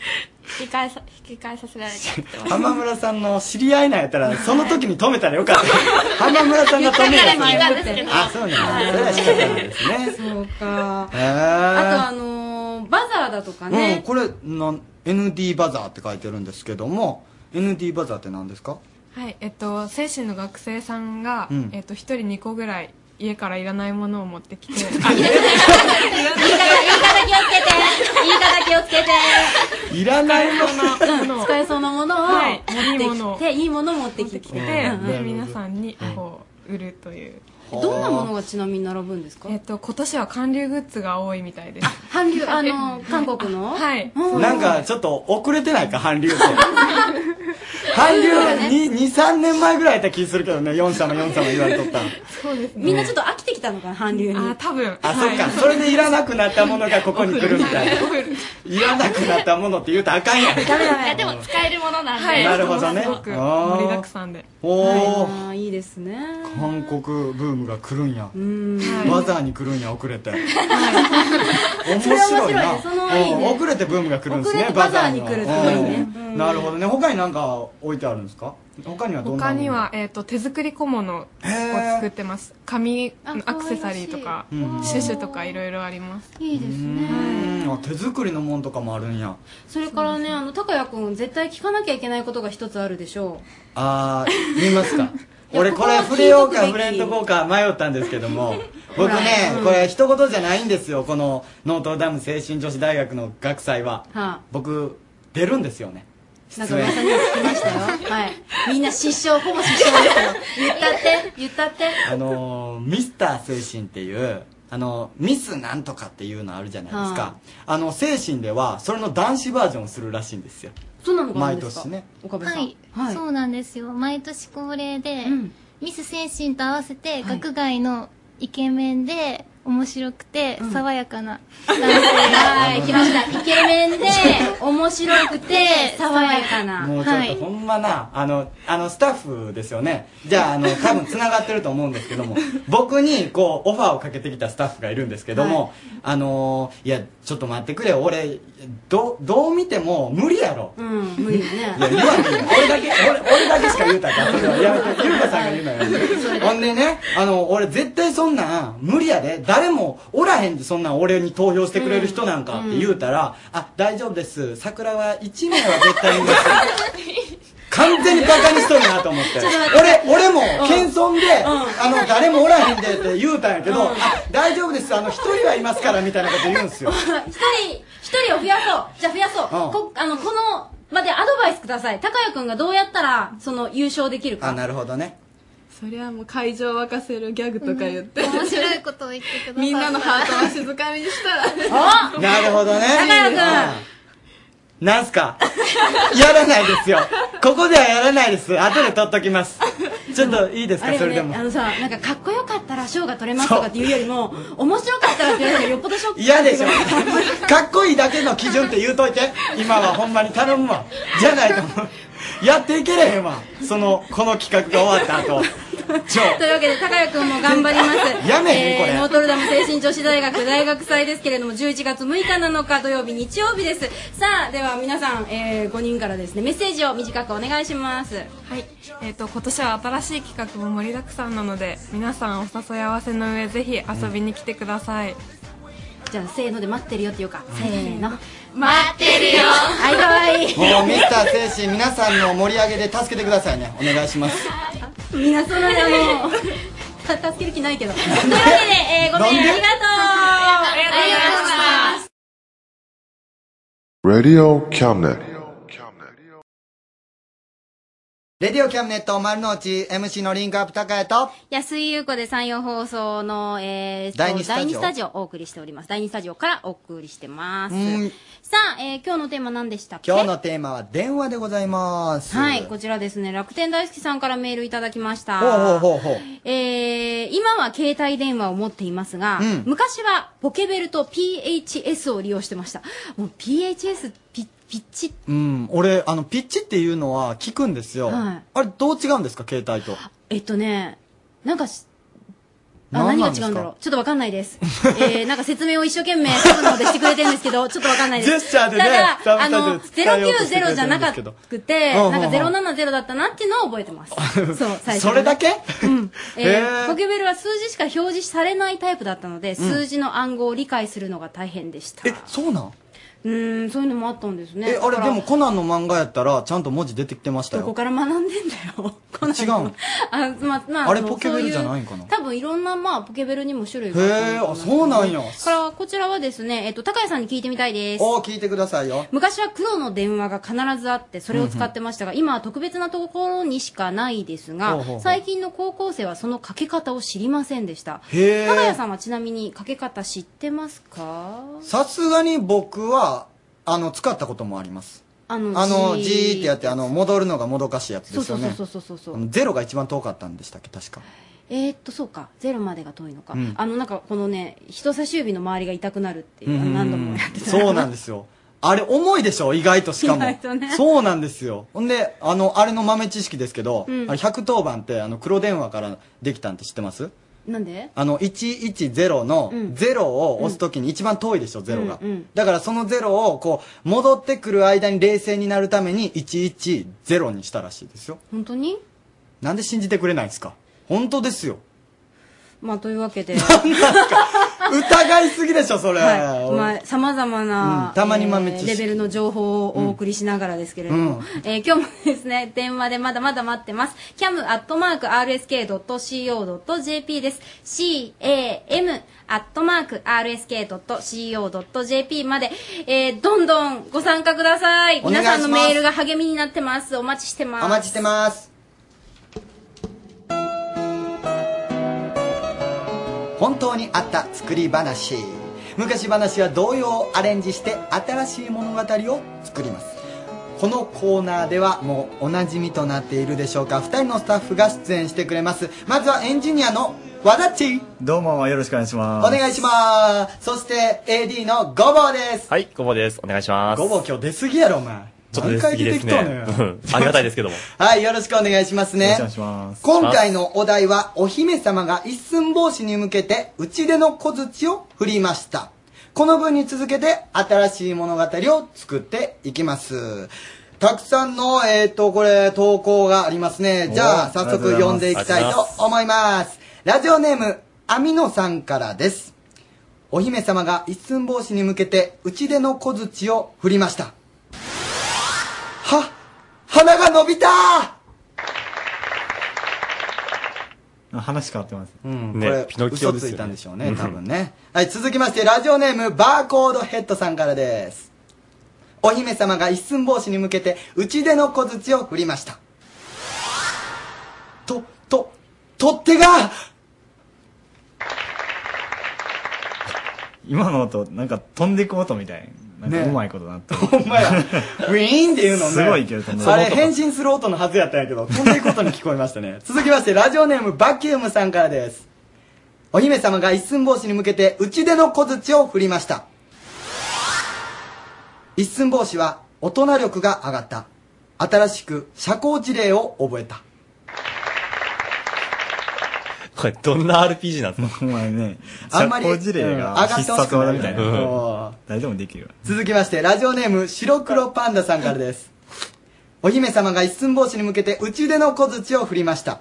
[SPEAKER 18] 引き返さ引き返させら れちゃってます
[SPEAKER 2] 浜村さんの知り合いなんやったらその時に止めたらよかった 浜村さんが止め
[SPEAKER 18] 言ったから聞いたんですけど
[SPEAKER 2] たあそうなんだそれは仕方ないですね
[SPEAKER 3] そうか
[SPEAKER 2] へ
[SPEAKER 3] あとあ
[SPEAKER 2] え
[SPEAKER 3] のーバザーだとか
[SPEAKER 2] うん
[SPEAKER 3] ね
[SPEAKER 2] これなん ND バザーって書いてるんですけども ND バザーって何ですか
[SPEAKER 17] はいえっと精神の学生さんが、
[SPEAKER 2] うん
[SPEAKER 17] えっと、1人2個ぐらい家からいらないものを持ってきて
[SPEAKER 3] 言い方言い方気をつけて言い方気をつけて
[SPEAKER 2] いらないも
[SPEAKER 3] うん使えそうなものを
[SPEAKER 17] はい
[SPEAKER 3] 持ってきていいものを持ってきて
[SPEAKER 17] で
[SPEAKER 3] うん
[SPEAKER 17] で皆さんにこう売るという
[SPEAKER 3] どんなものがちなみに並ぶんですか
[SPEAKER 17] えっと今年は韓流グッズが多いみたいです
[SPEAKER 3] 韓流あのー韓国 の
[SPEAKER 17] はい
[SPEAKER 2] なんかちょっと遅れてないか韓流って韓流に、2、3年前ぐらいやった気するけどね、4様、4様言われとったの。
[SPEAKER 3] そうですみんなちょっと飽きてきたのかな、韓流に。あ、
[SPEAKER 17] 多分。
[SPEAKER 2] あ、そっか、それでいらなくなったものがここに来るみたいな。いらなくなったものって言うとあかんやん。
[SPEAKER 12] いやでも使えるものなんで、
[SPEAKER 2] はいなるほどね
[SPEAKER 17] すごく
[SPEAKER 2] あー
[SPEAKER 17] 盛りだくさんで。
[SPEAKER 2] おー
[SPEAKER 3] あーいいですね。
[SPEAKER 2] 韓国ブームが来るんや。
[SPEAKER 3] うん。
[SPEAKER 2] わざわに来るんや、遅れて。面
[SPEAKER 3] それは
[SPEAKER 2] 白
[SPEAKER 3] 面白
[SPEAKER 2] い
[SPEAKER 3] い
[SPEAKER 2] な。
[SPEAKER 3] ねそのいいね
[SPEAKER 2] うん遅れてブームが来るんです
[SPEAKER 3] 遅
[SPEAKER 2] ね
[SPEAKER 3] れ、て
[SPEAKER 2] バ
[SPEAKER 3] バ
[SPEAKER 2] ザ
[SPEAKER 3] ザ
[SPEAKER 2] ー
[SPEAKER 3] ー
[SPEAKER 2] に
[SPEAKER 3] に
[SPEAKER 2] は
[SPEAKER 3] 来るっていうね
[SPEAKER 2] うんなるほどね。他になんか置いてあるんですか他にはどんな
[SPEAKER 17] 他
[SPEAKER 2] の
[SPEAKER 17] には、えっと、手作り小物を作ってます。紙、アクセサリーとか、
[SPEAKER 2] う
[SPEAKER 17] シ
[SPEAKER 2] ん
[SPEAKER 17] ュシュとかいろいろあります。
[SPEAKER 3] いいです
[SPEAKER 2] う。んあ手作りのもんとかもあるんや。
[SPEAKER 3] それからね、あの、高谷くん、絶対聞かなきゃいけないことが一つあるでしょう。
[SPEAKER 2] あ ー、言いますか。
[SPEAKER 3] や
[SPEAKER 2] 俺これ触れようか触れんとこうか迷ったんですけど も僕ね
[SPEAKER 3] うん
[SPEAKER 2] これ一言じゃないんですよこのノートルダム青春女子大学の学祭は
[SPEAKER 3] は
[SPEAKER 2] 僕出るんですよね
[SPEAKER 3] い。なん
[SPEAKER 2] 出
[SPEAKER 3] か噂に
[SPEAKER 2] 演
[SPEAKER 3] は聞き ましたよ。はい。みんな失笑、ほぼ失笑ですよ。言ったって、言ったって。
[SPEAKER 2] あのーミスター精神っていうあのミスなんとかっていうのあるじゃないですか、
[SPEAKER 3] は
[SPEAKER 2] あの精神ではそれの男子バージョンをするらしいんですよ
[SPEAKER 3] そうなのかな
[SPEAKER 2] 毎
[SPEAKER 3] んですか
[SPEAKER 2] 年ね
[SPEAKER 3] 岡部さん。
[SPEAKER 18] はい、そうなんですよ毎年恒例で、 ミス精神と合わせて
[SPEAKER 3] はい
[SPEAKER 18] 学外のイケメンで面白くて爽やかな男性が、
[SPEAKER 3] はい、来ました。イケメンで、面白くて、爽やかな。
[SPEAKER 2] もうちょっとほんまな、あのあのスタッフですよねじゃあ あの多分つながってると思うんですけども僕にこうオファーをかけてきたスタッフがいるんですけども、あのーいやちょっと待ってくれよ俺どどう見ても無理や ろ
[SPEAKER 3] うん、無理よね。
[SPEAKER 2] いや言わんでいいよ俺だけ俺俺だけしか言うたからそれはやめて優香さんが言うのやめて ほんでねあの俺絶対そんなん無理やで誰もおらへんでそんなん俺に投票してくれる人なんかって言うたら「あ大丈夫です桜は1名は絶対います」 完全にバカにしとるなと思って
[SPEAKER 7] ちょっと待って
[SPEAKER 2] 俺俺も
[SPEAKER 7] うん
[SPEAKER 2] 謙遜で、
[SPEAKER 7] うん
[SPEAKER 2] あの誰もおらへんでって言うたんやけど、あ大丈夫ですあの一人はいますからみたいなこと言うんですよ
[SPEAKER 3] 一人、一人を増やそう。じゃあ増やそう。
[SPEAKER 2] うん
[SPEAKER 3] こ、あの、この、までアドバイスください。高谷くんがどうやったら、その、優勝できるか。
[SPEAKER 2] あなるほどね
[SPEAKER 21] そりゃもう会場を沸かせるギャグとか言って、
[SPEAKER 18] 面白いことを言ってください
[SPEAKER 21] みんなのハートを静かにしたら
[SPEAKER 3] あ
[SPEAKER 2] なるほどね。
[SPEAKER 21] 高
[SPEAKER 2] う
[SPEAKER 21] 谷君
[SPEAKER 2] んなんすか やらないですよ。ここではやらないです。後で取っときます。ちょっといいです
[SPEAKER 3] あ
[SPEAKER 2] か、
[SPEAKER 3] れ
[SPEAKER 2] そ
[SPEAKER 3] よ
[SPEAKER 2] れで
[SPEAKER 3] ね、あ
[SPEAKER 2] も。
[SPEAKER 3] のさ、なんかかっこよかったら賞が取れますとかっていうよりも、面白かったらっていうのがよっぽどショック
[SPEAKER 2] 嫌でしょ。かっこいいだけの基準って言うといて。今はほんまに頼むわ。じゃないともう、やっていけれへんわ。その、この企画が終わった後。ちょ、
[SPEAKER 3] というわけで、高谷くんも頑張りま す。
[SPEAKER 2] やめへんこれ
[SPEAKER 3] ノートルダム精神女子大学大学祭ですけれども、11月6日7日土曜日、日曜日です。さあ、では皆さん、えー、5人からですね、メッセージを短くお願いします。
[SPEAKER 17] はい、えっ、と今年は新しい企画も盛りだくさんなので皆さんお誘い合わせの上ぜひ遊びに来てください、
[SPEAKER 3] じゃあせーので待ってるよっていうか、せーの
[SPEAKER 12] 待ってるよ
[SPEAKER 3] はいかわいい
[SPEAKER 2] もうミスター精神、皆さんの盛り上げで助けてくださいね。お願いし ます。
[SPEAKER 3] みんなそんなにあの助ける気ないけどというわけで、えー、ごめん
[SPEAKER 2] なん
[SPEAKER 3] あり
[SPEAKER 2] で
[SPEAKER 3] がとうありがとうございます
[SPEAKER 16] Radio Cabinet.
[SPEAKER 2] レディオキャムネット丸の内 MC のリンクアップ高谷と、
[SPEAKER 3] 安井優子で山陽放送の、えー、
[SPEAKER 2] 第二スタジオ
[SPEAKER 3] 第二スタジオをお送りしております。第2スタジオからお送りしてます。
[SPEAKER 2] うん
[SPEAKER 3] さあ、えー、今日のテーマ何でしたっけ
[SPEAKER 2] 今日のテーマは電話でございます。
[SPEAKER 3] はい、こちらですね、楽天大好きさんからメールいただきました。
[SPEAKER 2] ほうほうほうほう。
[SPEAKER 3] えー、今は携帯電話を持っていますが、
[SPEAKER 2] うん
[SPEAKER 3] 昔はポケベルと PHS を利用してました。もう PHS ピッ、ピッチ、
[SPEAKER 2] うん、俺、あの、ピッチっていうのは聞くんですよ。
[SPEAKER 3] はい
[SPEAKER 2] あれ、どう違うんですか、携帯と。
[SPEAKER 3] えっとね、なんかし、あ、
[SPEAKER 2] 何
[SPEAKER 3] 何
[SPEAKER 2] な
[SPEAKER 3] が
[SPEAKER 2] んですか
[SPEAKER 3] 違うんだろう。ちょっとわかんないです。えー、 なんか説明を一生懸命、外の方でしてくれてるんで すけど、ちょっとわかんないです。
[SPEAKER 2] ジェスチャーでね
[SPEAKER 3] ただ、
[SPEAKER 2] サブタ
[SPEAKER 3] あ
[SPEAKER 2] イト
[SPEAKER 3] の、
[SPEAKER 2] ル伝えようとしてくれてるんですけど
[SPEAKER 3] 090じゃなかったくて、
[SPEAKER 2] うんうん
[SPEAKER 3] な
[SPEAKER 2] うん
[SPEAKER 3] んか070だったなっていうのを覚えてます。そう、最初、
[SPEAKER 2] それだけ
[SPEAKER 3] えー
[SPEAKER 2] えー
[SPEAKER 3] ポケベルは数字しか表示されないタイプだったので、数字の暗号を理解するのが大変でした。
[SPEAKER 2] そうなん
[SPEAKER 3] うーん、そういうのもあったんですね。
[SPEAKER 2] え、あ
[SPEAKER 3] だ
[SPEAKER 2] れ、
[SPEAKER 3] か
[SPEAKER 2] で
[SPEAKER 3] ら
[SPEAKER 2] も、コナンの漫画やったら、ちゃんと文字出てきてました
[SPEAKER 3] どこ
[SPEAKER 2] よ。
[SPEAKER 3] から学んでんだよ。
[SPEAKER 2] 違うん。
[SPEAKER 3] あ、まあ、まあ、
[SPEAKER 2] あれ、
[SPEAKER 3] の
[SPEAKER 2] ポケベルじゃ
[SPEAKER 3] そう
[SPEAKER 2] な
[SPEAKER 3] いう
[SPEAKER 2] いんかな。
[SPEAKER 3] 多分いろんな、まあ、ポケベルにも種類があったのか
[SPEAKER 2] へえ、あ、そうなんや。
[SPEAKER 3] からこちらはですね、えっと、高谷さんに聞いてみたいです。
[SPEAKER 2] おー、聞いてくださいよ。
[SPEAKER 3] 昔は黒の電話が必ずあって、それを使ってましたが、今は特別なところにしかないで
[SPEAKER 2] ほ
[SPEAKER 3] す
[SPEAKER 2] うほうほ
[SPEAKER 3] が
[SPEAKER 2] う、
[SPEAKER 3] 最近の高校生はそのかけ方を知りませんでした。
[SPEAKER 2] へえ
[SPEAKER 3] 高谷さんはちなみにかけ方知ってますか
[SPEAKER 2] さすがに僕は、あの、使ったこともあります。あ
[SPEAKER 22] あの
[SPEAKER 2] の、
[SPEAKER 22] じー
[SPEAKER 2] じーってやって、あの、戻るのがもどかしいやつ
[SPEAKER 22] そ
[SPEAKER 2] で
[SPEAKER 22] う
[SPEAKER 2] す
[SPEAKER 22] そ
[SPEAKER 2] よ
[SPEAKER 22] う
[SPEAKER 2] ね。
[SPEAKER 22] そうそうそうそう
[SPEAKER 2] あのゼロが一番遠かったんでしたっけ、確か。
[SPEAKER 22] えーっとそうかゼロまでが遠いのか、
[SPEAKER 2] うん
[SPEAKER 22] あのなんかこのね人差し指の周りが痛くなるっていう、
[SPEAKER 2] うん
[SPEAKER 22] 何度もやってた
[SPEAKER 2] そうなんですよ。あれ、重いでしょ、意外としか
[SPEAKER 22] 意
[SPEAKER 2] も
[SPEAKER 22] 外とね。
[SPEAKER 2] そうなんですよ。ほんで、あの、あれの豆知識ですけど、あ
[SPEAKER 22] うん
[SPEAKER 2] れ、110番って、あの、黒電話からできたんって知ってます
[SPEAKER 22] なんで
[SPEAKER 2] あの、110の0を押すときに一番遠いでしょ、ゼロが。
[SPEAKER 22] うんうん
[SPEAKER 2] だからその0を、こう、戻ってくる間に冷静になるために、110にしたらしいですよ。
[SPEAKER 22] 本当に
[SPEAKER 2] なんで信じてくれないんですか本当ですよ。
[SPEAKER 22] まあというわ けで
[SPEAKER 2] 疑いすぎでしょ、それ。
[SPEAKER 22] はいまあ、さまざまな、
[SPEAKER 2] うんたまに豆
[SPEAKER 22] えー
[SPEAKER 2] 知識
[SPEAKER 22] レベルの情報をお送りしながらですけれども、
[SPEAKER 2] うん
[SPEAKER 22] えー今日もですね、電話でまだまだ待ってます。cam.rsk.co.jp です。cam.rsk.co.jp まで、えーどんどんご参加ください。
[SPEAKER 2] お願
[SPEAKER 22] 皆
[SPEAKER 2] いしま
[SPEAKER 22] さ
[SPEAKER 2] す
[SPEAKER 22] んのメールが励みになってます。お待ちしてます。
[SPEAKER 2] お待ちしてます。本当にあった作り話昔話は同様をアレンジして新しい物語を作りますこのコーナーではもうおなじみとなっているでしょうか2人のスタッフが出演してくれますまずはエンジニアの和田っち
[SPEAKER 8] どうもよろしくお願いし
[SPEAKER 2] お
[SPEAKER 8] ます。
[SPEAKER 2] 願いしますそして AD のごぼうです
[SPEAKER 4] はい、ごぼうです。お願いします。
[SPEAKER 2] ごぼう今日出過ぎやろお前
[SPEAKER 4] ちょっと出過ぎですね。
[SPEAKER 2] 何回出てきたのよ
[SPEAKER 4] うんありがたいですけども。
[SPEAKER 2] はいよろしくお願いします ね
[SPEAKER 8] よろしくお願いします。
[SPEAKER 2] 今回のお題は、お姫様が一寸法師に向けて、打ち出の小槌を振りました。この文に続けて、新しい物語を作っていきます。たくさんの、えっ、と、これ、投稿がありますね。じゃあ、
[SPEAKER 8] おー
[SPEAKER 2] 早速読んでいきたいと思います。ラジオネーム、アミノさんからです。お姫様が一寸法師に向けて、打ち出の小槌を振りました。は、鼻が伸びた
[SPEAKER 8] あ話変わってます。
[SPEAKER 2] これ、嘘ついたんでしょうね、多分ね。はい、続きまして、ラジオネーム、バーコードヘッドさんからです。お姫様が一寸法師に向けて、打ち出の小槌を振りました。と、と、取っ手が
[SPEAKER 8] 今の音、なんか飛んでいく音みたい。なんかうまいことなってる。
[SPEAKER 2] ウィーンっていうのね。
[SPEAKER 8] すごいけど飛んでる
[SPEAKER 2] あれ、変身する音のはずやったんやけど、飛んでいくことに聞こえましたね。続きまして、ラジオネーム、バキュームさんからです。お姫様が一寸法師に向けて、打ち出の小槌を振りました。一寸法師は、大人力が上がった。新しく、社交辞令を覚えた。
[SPEAKER 4] これ、どんな RPG なんですか
[SPEAKER 8] お前ね、
[SPEAKER 2] あ
[SPEAKER 8] 社
[SPEAKER 2] んまり
[SPEAKER 8] 交辞令
[SPEAKER 2] うん上が
[SPEAKER 8] が
[SPEAKER 2] ってほし
[SPEAKER 8] 必
[SPEAKER 2] くない
[SPEAKER 8] 殺技みたいな
[SPEAKER 2] うん。
[SPEAKER 8] 誰でもできるわ。
[SPEAKER 2] 続きまして、ラジオネーム、白黒パンダさんからです。お姫様が一寸法師に向けて、打ち出の小槌を振りました。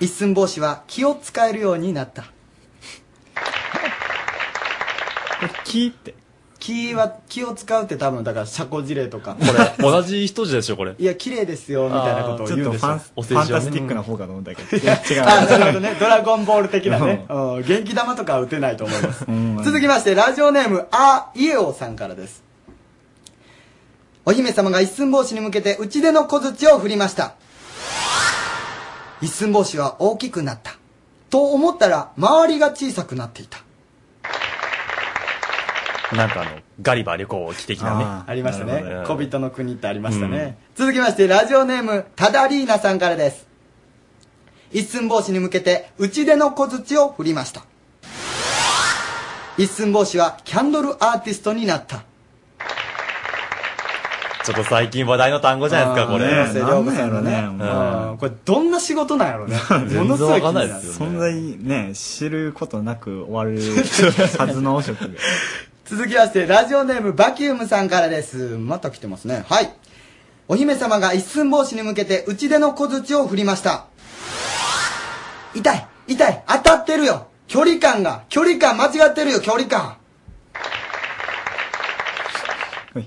[SPEAKER 2] 一寸法師は気を使えるようになった。気って。気は、気を使うって多分、だから、社交辞令とか。
[SPEAKER 4] これ、同じ人字でしょ、これ。
[SPEAKER 2] いや、綺麗ですよ、みたいなことを言うんですよ。
[SPEAKER 4] あーちょっとファンお世辞をねファンタスティックな
[SPEAKER 8] 方かと思ったけ
[SPEAKER 2] ど。いや、違う。 あー、なるほどね。ドラゴンボール的なね。うん元気玉とかは打てないと思います。続きまして、ラジオネーム、あいえおさんからです。お姫様が一寸法師に向けて、打ち出の小槌を振りました。一寸法師は大きくなった。と思ったら、周りが小さくなっていた。
[SPEAKER 4] なんかあの、ガリバー旅行機的なね。
[SPEAKER 2] ありました
[SPEAKER 4] なるほ
[SPEAKER 2] ね。
[SPEAKER 4] ど
[SPEAKER 2] 小人の国ってありましたね。続きまして、ラジオネーム、タダリーナさんからです。一寸法師に向けて、打ち出の小槌を振りました。一寸法師はキャンドルアーティストになった。
[SPEAKER 4] ちょっと最近話題の単語じゃないですか、これ。
[SPEAKER 2] あーねえ涼子さんのね
[SPEAKER 4] なんなんやろね
[SPEAKER 2] これ、どんな仕事なん やろうね。ものすごい気になる。
[SPEAKER 8] 存在ね、知ることなく終わるはずの職業。
[SPEAKER 2] 続きまして、ラジオネーム、バキュームさんからです。また来てますね。はい。お姫様が一寸法師に向けて、打ち出の小槌を振りました。痛い痛い当たってるよ距離感が距離感間違ってるよ距離感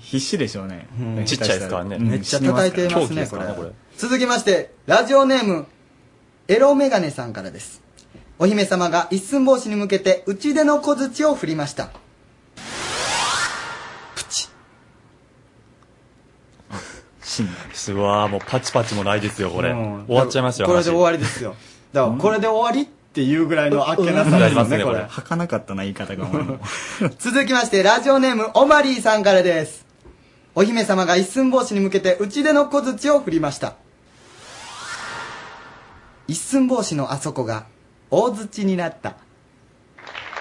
[SPEAKER 8] 必死でしょうね。
[SPEAKER 4] ちっちゃいですからね
[SPEAKER 8] うん
[SPEAKER 4] めっちゃ
[SPEAKER 2] 叩いてます
[SPEAKER 4] 狂気
[SPEAKER 2] ね
[SPEAKER 4] で
[SPEAKER 2] こ
[SPEAKER 4] す
[SPEAKER 2] れ
[SPEAKER 4] からねこれ
[SPEAKER 2] 続きましてラジオネームエロメガネさんからですお姫様が一寸法師に向けて打ち出の小槌を振りました
[SPEAKER 4] すごい、もうパチパチもないですよ、これ。
[SPEAKER 2] うん
[SPEAKER 4] 終わっちゃいますよ、
[SPEAKER 2] これで
[SPEAKER 4] 話
[SPEAKER 2] 終わりですよだからこれで終わりっていうぐらいのあっけなさですよねこれ
[SPEAKER 8] はかなかったな、言い方が。お前も
[SPEAKER 2] 続きまして、ラジオネーム、オマリーさんからです。おお姫様が一寸法師に向けて打ち出の小槌を振りました。一寸法師のあそこが大槌になった。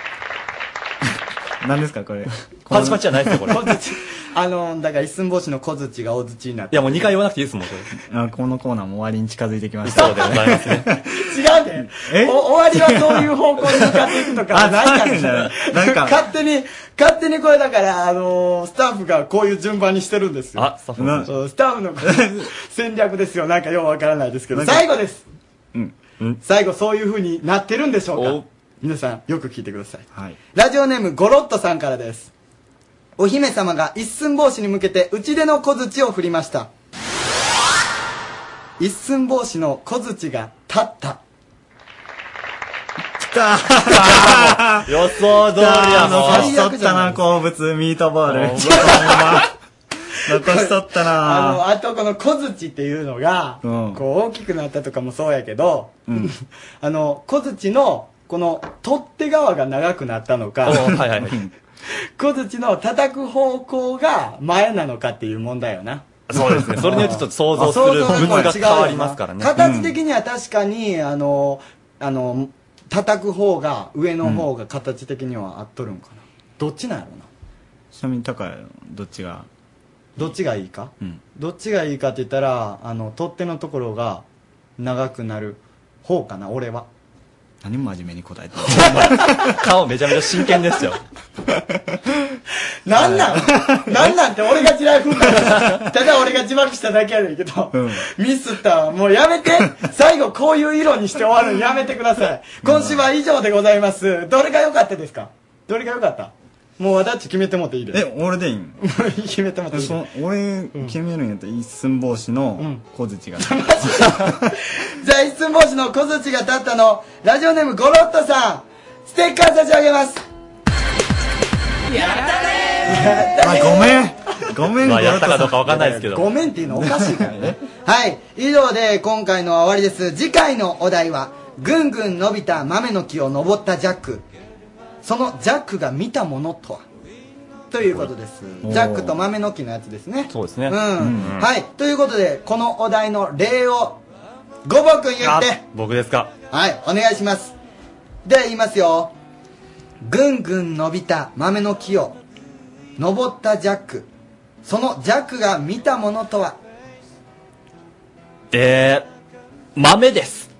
[SPEAKER 8] 何ですか これ。
[SPEAKER 4] パチパチじゃないですよこれ
[SPEAKER 2] あの、だから一寸法師の小槌が大槌になった。
[SPEAKER 4] いやもう2回言わなくていいですもん、これ。
[SPEAKER 8] あこのコーナーも終わりに近づいてきました。
[SPEAKER 4] そうでございますね。
[SPEAKER 2] 違うね。お終わりはそういう方向に向かっていくとか、
[SPEAKER 8] あ
[SPEAKER 2] ないから
[SPEAKER 8] そうなん
[SPEAKER 2] ね
[SPEAKER 8] だ。なんか
[SPEAKER 2] 勝手に、勝手にこれだから、あのースタッフがこういう順番にしてるんですよ。
[SPEAKER 8] あスタッフの話
[SPEAKER 2] そうスタッフの 戦略ですよ。なんかようわからないですけど、
[SPEAKER 8] なんか
[SPEAKER 2] 最後です。
[SPEAKER 8] うん。
[SPEAKER 2] 最後そういう風になってるんでしょうか皆さん、よく聞いてください。ラジオネーム、ゴロットさんからです。お姫様が一寸法師に向けて打ち出の小槌を振りました。一寸法師の小槌が立った。
[SPEAKER 8] 来た
[SPEAKER 4] 予想
[SPEAKER 2] 通りやもう
[SPEAKER 8] 残しとったな、好物、ミートボール。残しとった
[SPEAKER 2] あの、
[SPEAKER 8] な
[SPEAKER 2] あとこの小槌っていうのが、
[SPEAKER 8] うん
[SPEAKER 2] こう大きくなったとかもそうやけど、あの、小槌の、この取っ手側が長くなったのか、
[SPEAKER 4] はいはいはい。
[SPEAKER 2] 小槌の叩く方向が前なのかっていう問題よな。
[SPEAKER 4] そうですね。それによってちょっと想像する
[SPEAKER 2] あ想像
[SPEAKER 4] 物
[SPEAKER 2] が
[SPEAKER 4] が
[SPEAKER 2] 違う
[SPEAKER 4] 変
[SPEAKER 2] よな
[SPEAKER 4] わりますからね。
[SPEAKER 2] 形的には確かに、あの、あの、叩く方が、上の方が形的には合っとるんかな。どっちなんやろな。
[SPEAKER 8] ちなみに高いどっちが
[SPEAKER 2] どっちがいいか、どっちがいいかって言ったら、あの、取っ手のところが長くなる方かな、俺は。
[SPEAKER 8] 何も真面目に答えて る
[SPEAKER 4] 顔めちゃめちゃ真剣ですよ。
[SPEAKER 2] なんなんなんなんって俺が地雷踏んだのただ俺が自爆しただけやねんけど、ミスったわもうやめて最後こういう色にして終わるのやめてください今週は以上でございますどれが良かったですかどれが良かったもうわだっち決めてもっていいです
[SPEAKER 8] え俺でいいん
[SPEAKER 2] 決めてもっていい
[SPEAKER 8] そ
[SPEAKER 2] で
[SPEAKER 8] の俺決めるんやったら一寸法師の小槌が、
[SPEAKER 2] すじゃあ一寸法師の小槌が立ったのラジオネームゴロットさんステッカー差し上げます
[SPEAKER 8] あごめんごめん
[SPEAKER 4] まあやったかどうかわかんないですけど。
[SPEAKER 2] ごめんっていうのおかしいから ね。はい。以上で今回のは終わりです。次回のお題は、ぐんぐん伸びた豆の木を登ったジャック。そのジャックが見たものとはということです。
[SPEAKER 4] おー
[SPEAKER 2] ジャックと豆の木のやつですね。
[SPEAKER 4] そうですね。
[SPEAKER 2] うん。はい。ということで、このお題の例を、ごぼくん言っ
[SPEAKER 4] あ
[SPEAKER 2] て。
[SPEAKER 4] 僕ですか。
[SPEAKER 2] はい。お願いします。では言いますよ。ぐんぐん伸びた豆の木を、登ったジャック。そのジャックが見たものとは
[SPEAKER 4] えー、豆です。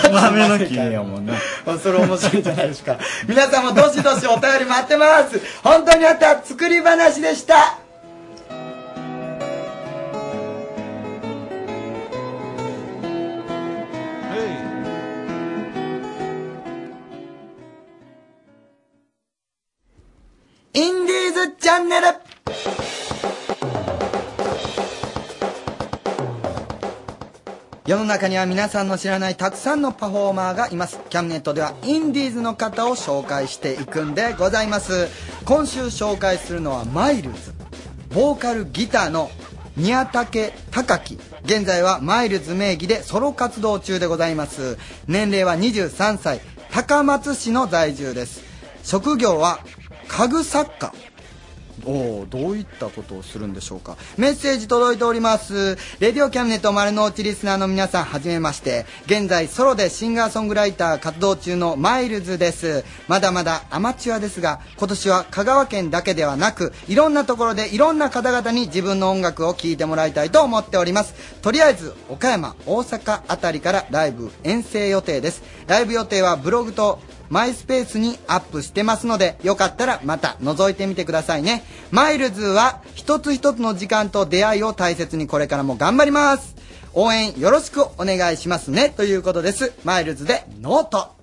[SPEAKER 8] 豆の木やもんな
[SPEAKER 2] それ面白いじゃないですか。皆さんもどしどしお便り待ってます。本当にあった作り話でした。インディーズチャンネル世の中には皆さんの知らないたくさんのパフォーマーがいますキャムネットではインディーズの方を紹介していくんでございます今週紹介するのはマイルズボーカルギターの宮武隆樹現在はマイルズ名義でソロ活動中でございます年齢は23歳高松市の在住です職業は家具作家おおどういったことをするんでしょうかメッセージ届いておりますレディオキャンネット丸の内リスナーの皆さんはじめまして現在ソロでシンガーソングライター活動中のマイルズですまだまだアマチュアですが今年は香川県だけではなくいろんなところでいろんな方々に自分の音楽を聴いてもらいたいと思っておりますとりあえず岡山大阪あたりからライブ遠征予定ですライブ予定はブログとマイスペースにアップしてますので、よかったらまた覗いてみてくださいね。マイルズは一つ一つの時間と出会いを大切にこれからも頑張ります。応援よろしくお願いしますね。ということです。マイルズでノート。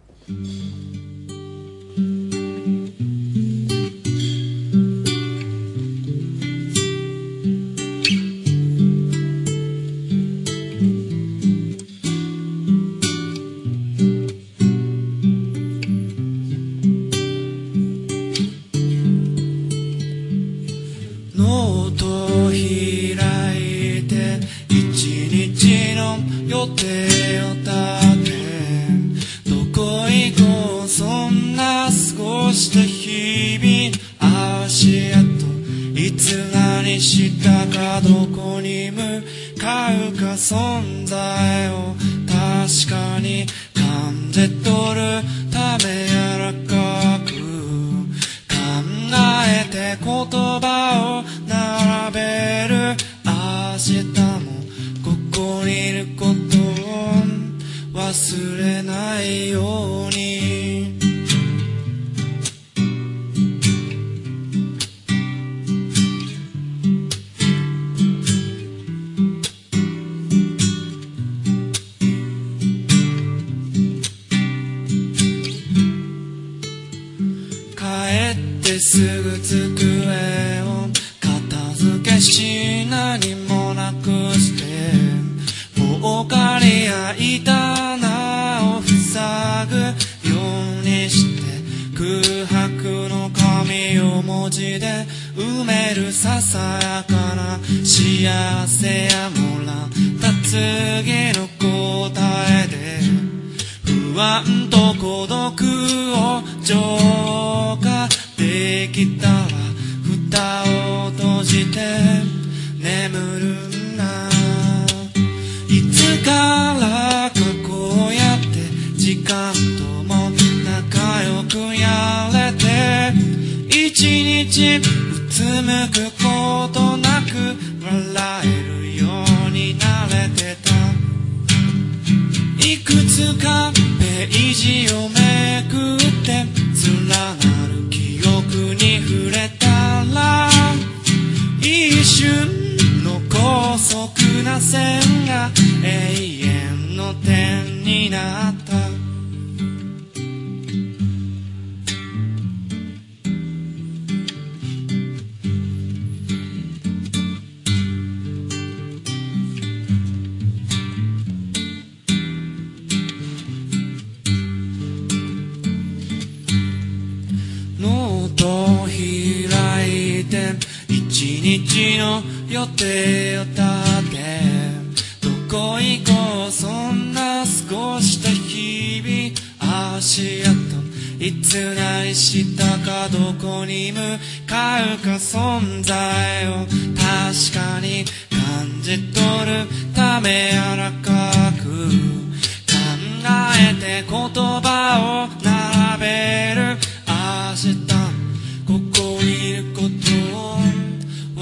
[SPEAKER 16] ノートを開いて一日の予定を立てどこ行こうそんな過ごした日々足跡にしたかどこに向かうか存在を確かに感じ取るため柔らかく考えて言葉を並べる明日もここにいることを忘れないように帰ってすぐ机を片付けし何もなくしてもうかり開いた穴を塞ぐようにして空白の紙を文字で埋めるささやかな幸せやもらった次の答えで不安と孤独を浄化できたら蓋を閉じて眠るんだいつからかこうやって時間とも仲良くやれて一日うつむくことなく笑えるようになれてたいくつかページをめくって連なる記憶に触れたら一瞬の高速な線が永遠の点になったノートを開いて一日の予定を立てどこ行こうそんな過ごした日々足跡いつないしたかどこに向かうか存在を確かに感じ取るため柔らかく考えて言葉を並べる明日ここにいることを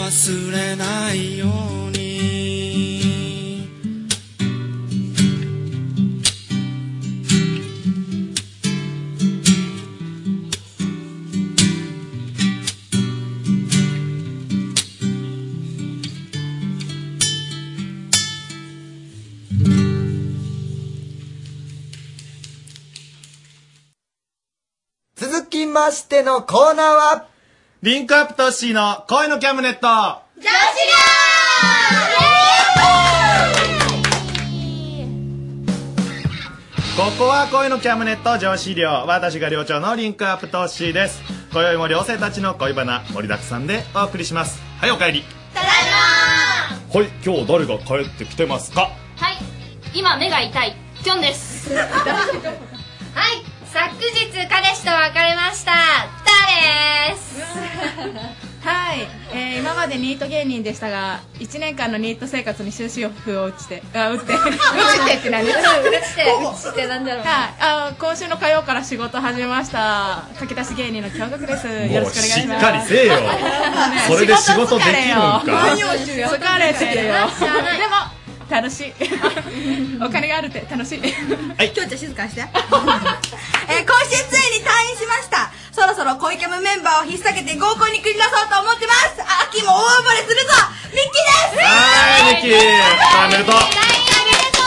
[SPEAKER 16] 忘れないように
[SPEAKER 2] 続きましてのコーナーは、
[SPEAKER 9] リンクアップトッシーの恋のキャムネット
[SPEAKER 23] 女子が
[SPEAKER 9] ここは恋のキャムネット上司寮私が寮長のリンクアップトッシーです今宵も寮生たちの恋バナ盛りだくさんでお送りしますはいお帰りただいまはい今日誰が帰ってきてますか
[SPEAKER 24] はい今目が痛いキョンですはい
[SPEAKER 12] 昨日彼氏と別れましたターです
[SPEAKER 18] はい、えー今までニート芸人でしたが1年間のニート生活に終止符を打ちてあ打って打ちてって何
[SPEAKER 12] 打ちて
[SPEAKER 18] こう
[SPEAKER 12] 打ちてなんだろう
[SPEAKER 18] はいあ今週の火曜から仕事始めました駆け出し芸人の京極ですよろしくお願いします
[SPEAKER 9] しっかりせえよそれで仕事できるんか
[SPEAKER 18] 疲れよ疲れてるよ
[SPEAKER 23] 知らない
[SPEAKER 18] でも楽しいお金があるって楽しい
[SPEAKER 21] きょうちゃん静かにしてえー今週ついに退院しましたそろそろ恋キャムメンバーを引っ提げて合コンに繰り出そうと思ってます秋も大暴れするぞミッキーです
[SPEAKER 9] はいミッキーおめでとう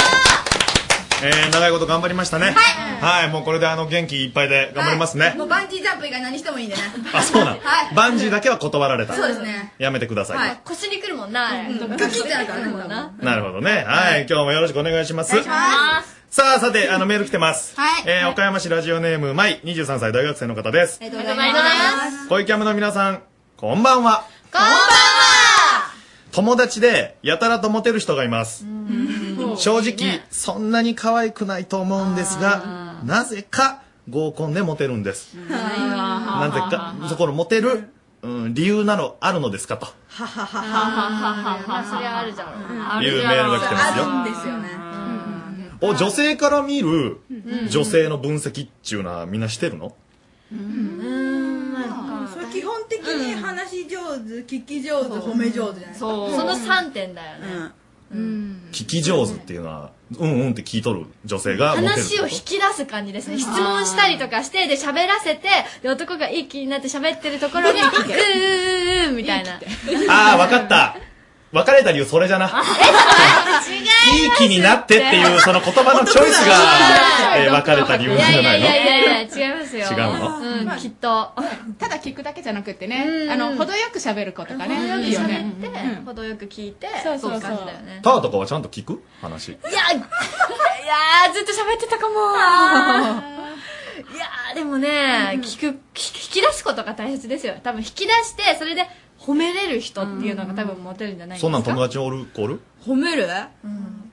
[SPEAKER 9] えー、長いこと頑張りましたねはい、もうこれであの元気いっぱいで頑張りますね、
[SPEAKER 21] もうバンジージャンプ以外何してもいいんでね
[SPEAKER 9] あそうなん、
[SPEAKER 21] はい
[SPEAKER 9] バンジーだけは断られた
[SPEAKER 21] そうですね
[SPEAKER 9] やめてください、
[SPEAKER 21] い腰にくるもんなガキってなるからねもうな
[SPEAKER 9] なるほどねはい、今日もよろしくお願いします
[SPEAKER 21] ます
[SPEAKER 9] さあさてあのメール来てます、
[SPEAKER 21] はい
[SPEAKER 9] えー岡山市ラジオネームまい23歳大学生の方です
[SPEAKER 21] ありがとうございます
[SPEAKER 9] 恋キャムの皆さんこんばんは
[SPEAKER 21] こんばん
[SPEAKER 9] 友達でやたらとモテる人がいます正直そんなに可愛くないと思うんですがなぜか合コンでモテるんです
[SPEAKER 18] な
[SPEAKER 9] なぜかそこのモテるうん、理由なの、あるのですかと。
[SPEAKER 21] はははは
[SPEAKER 18] まあそれはあるじゃろうな
[SPEAKER 9] あるじゃろうないうメールが来てますよ
[SPEAKER 21] あるんですよね。
[SPEAKER 9] お、女性から見る
[SPEAKER 21] うん
[SPEAKER 9] 女性の分析っていうのはみんなしてるの
[SPEAKER 21] それ基本的に話上手、聞き上手、褒め上手じゃないですか。
[SPEAKER 18] そうその3点だよね、
[SPEAKER 9] 聞き上手っていうのは、うんうんって聞いとる女性がモテるってこと。
[SPEAKER 18] 話を引き出す感じですね質問したりとかしてで喋らせてで男が一気になって喋ってるところに「うーうーうーみたいな
[SPEAKER 9] ああ、わかった。別れた理由それじゃな。 いい気になってっていう、その言葉のチョイスが、えー別れた理由
[SPEAKER 18] い
[SPEAKER 9] じ
[SPEAKER 18] や
[SPEAKER 9] ゃ
[SPEAKER 18] い
[SPEAKER 9] な
[SPEAKER 18] や
[SPEAKER 9] い
[SPEAKER 18] い
[SPEAKER 9] の
[SPEAKER 18] やいやいや違いますよ
[SPEAKER 9] 違うの
[SPEAKER 18] うん、きっと
[SPEAKER 20] ただ聞くだけじゃなくてね、あの、程よく喋る子とかね。
[SPEAKER 18] 程よく
[SPEAKER 20] いいよね。
[SPEAKER 18] 喋って、程よく聞いて
[SPEAKER 20] そうそうそう
[SPEAKER 18] 感じだよね
[SPEAKER 9] ターとかはちゃんと聞く
[SPEAKER 18] い
[SPEAKER 9] 話。
[SPEAKER 18] や、いやー、ずっと喋ってたかも。 いやー、でもね、聞く、聞き出すことが大切ですよ。多分引き出して、それで褒めれる人っていうのが多分モテるんじゃないですか。
[SPEAKER 9] そんなん友達おる、おる
[SPEAKER 21] 褒めるあ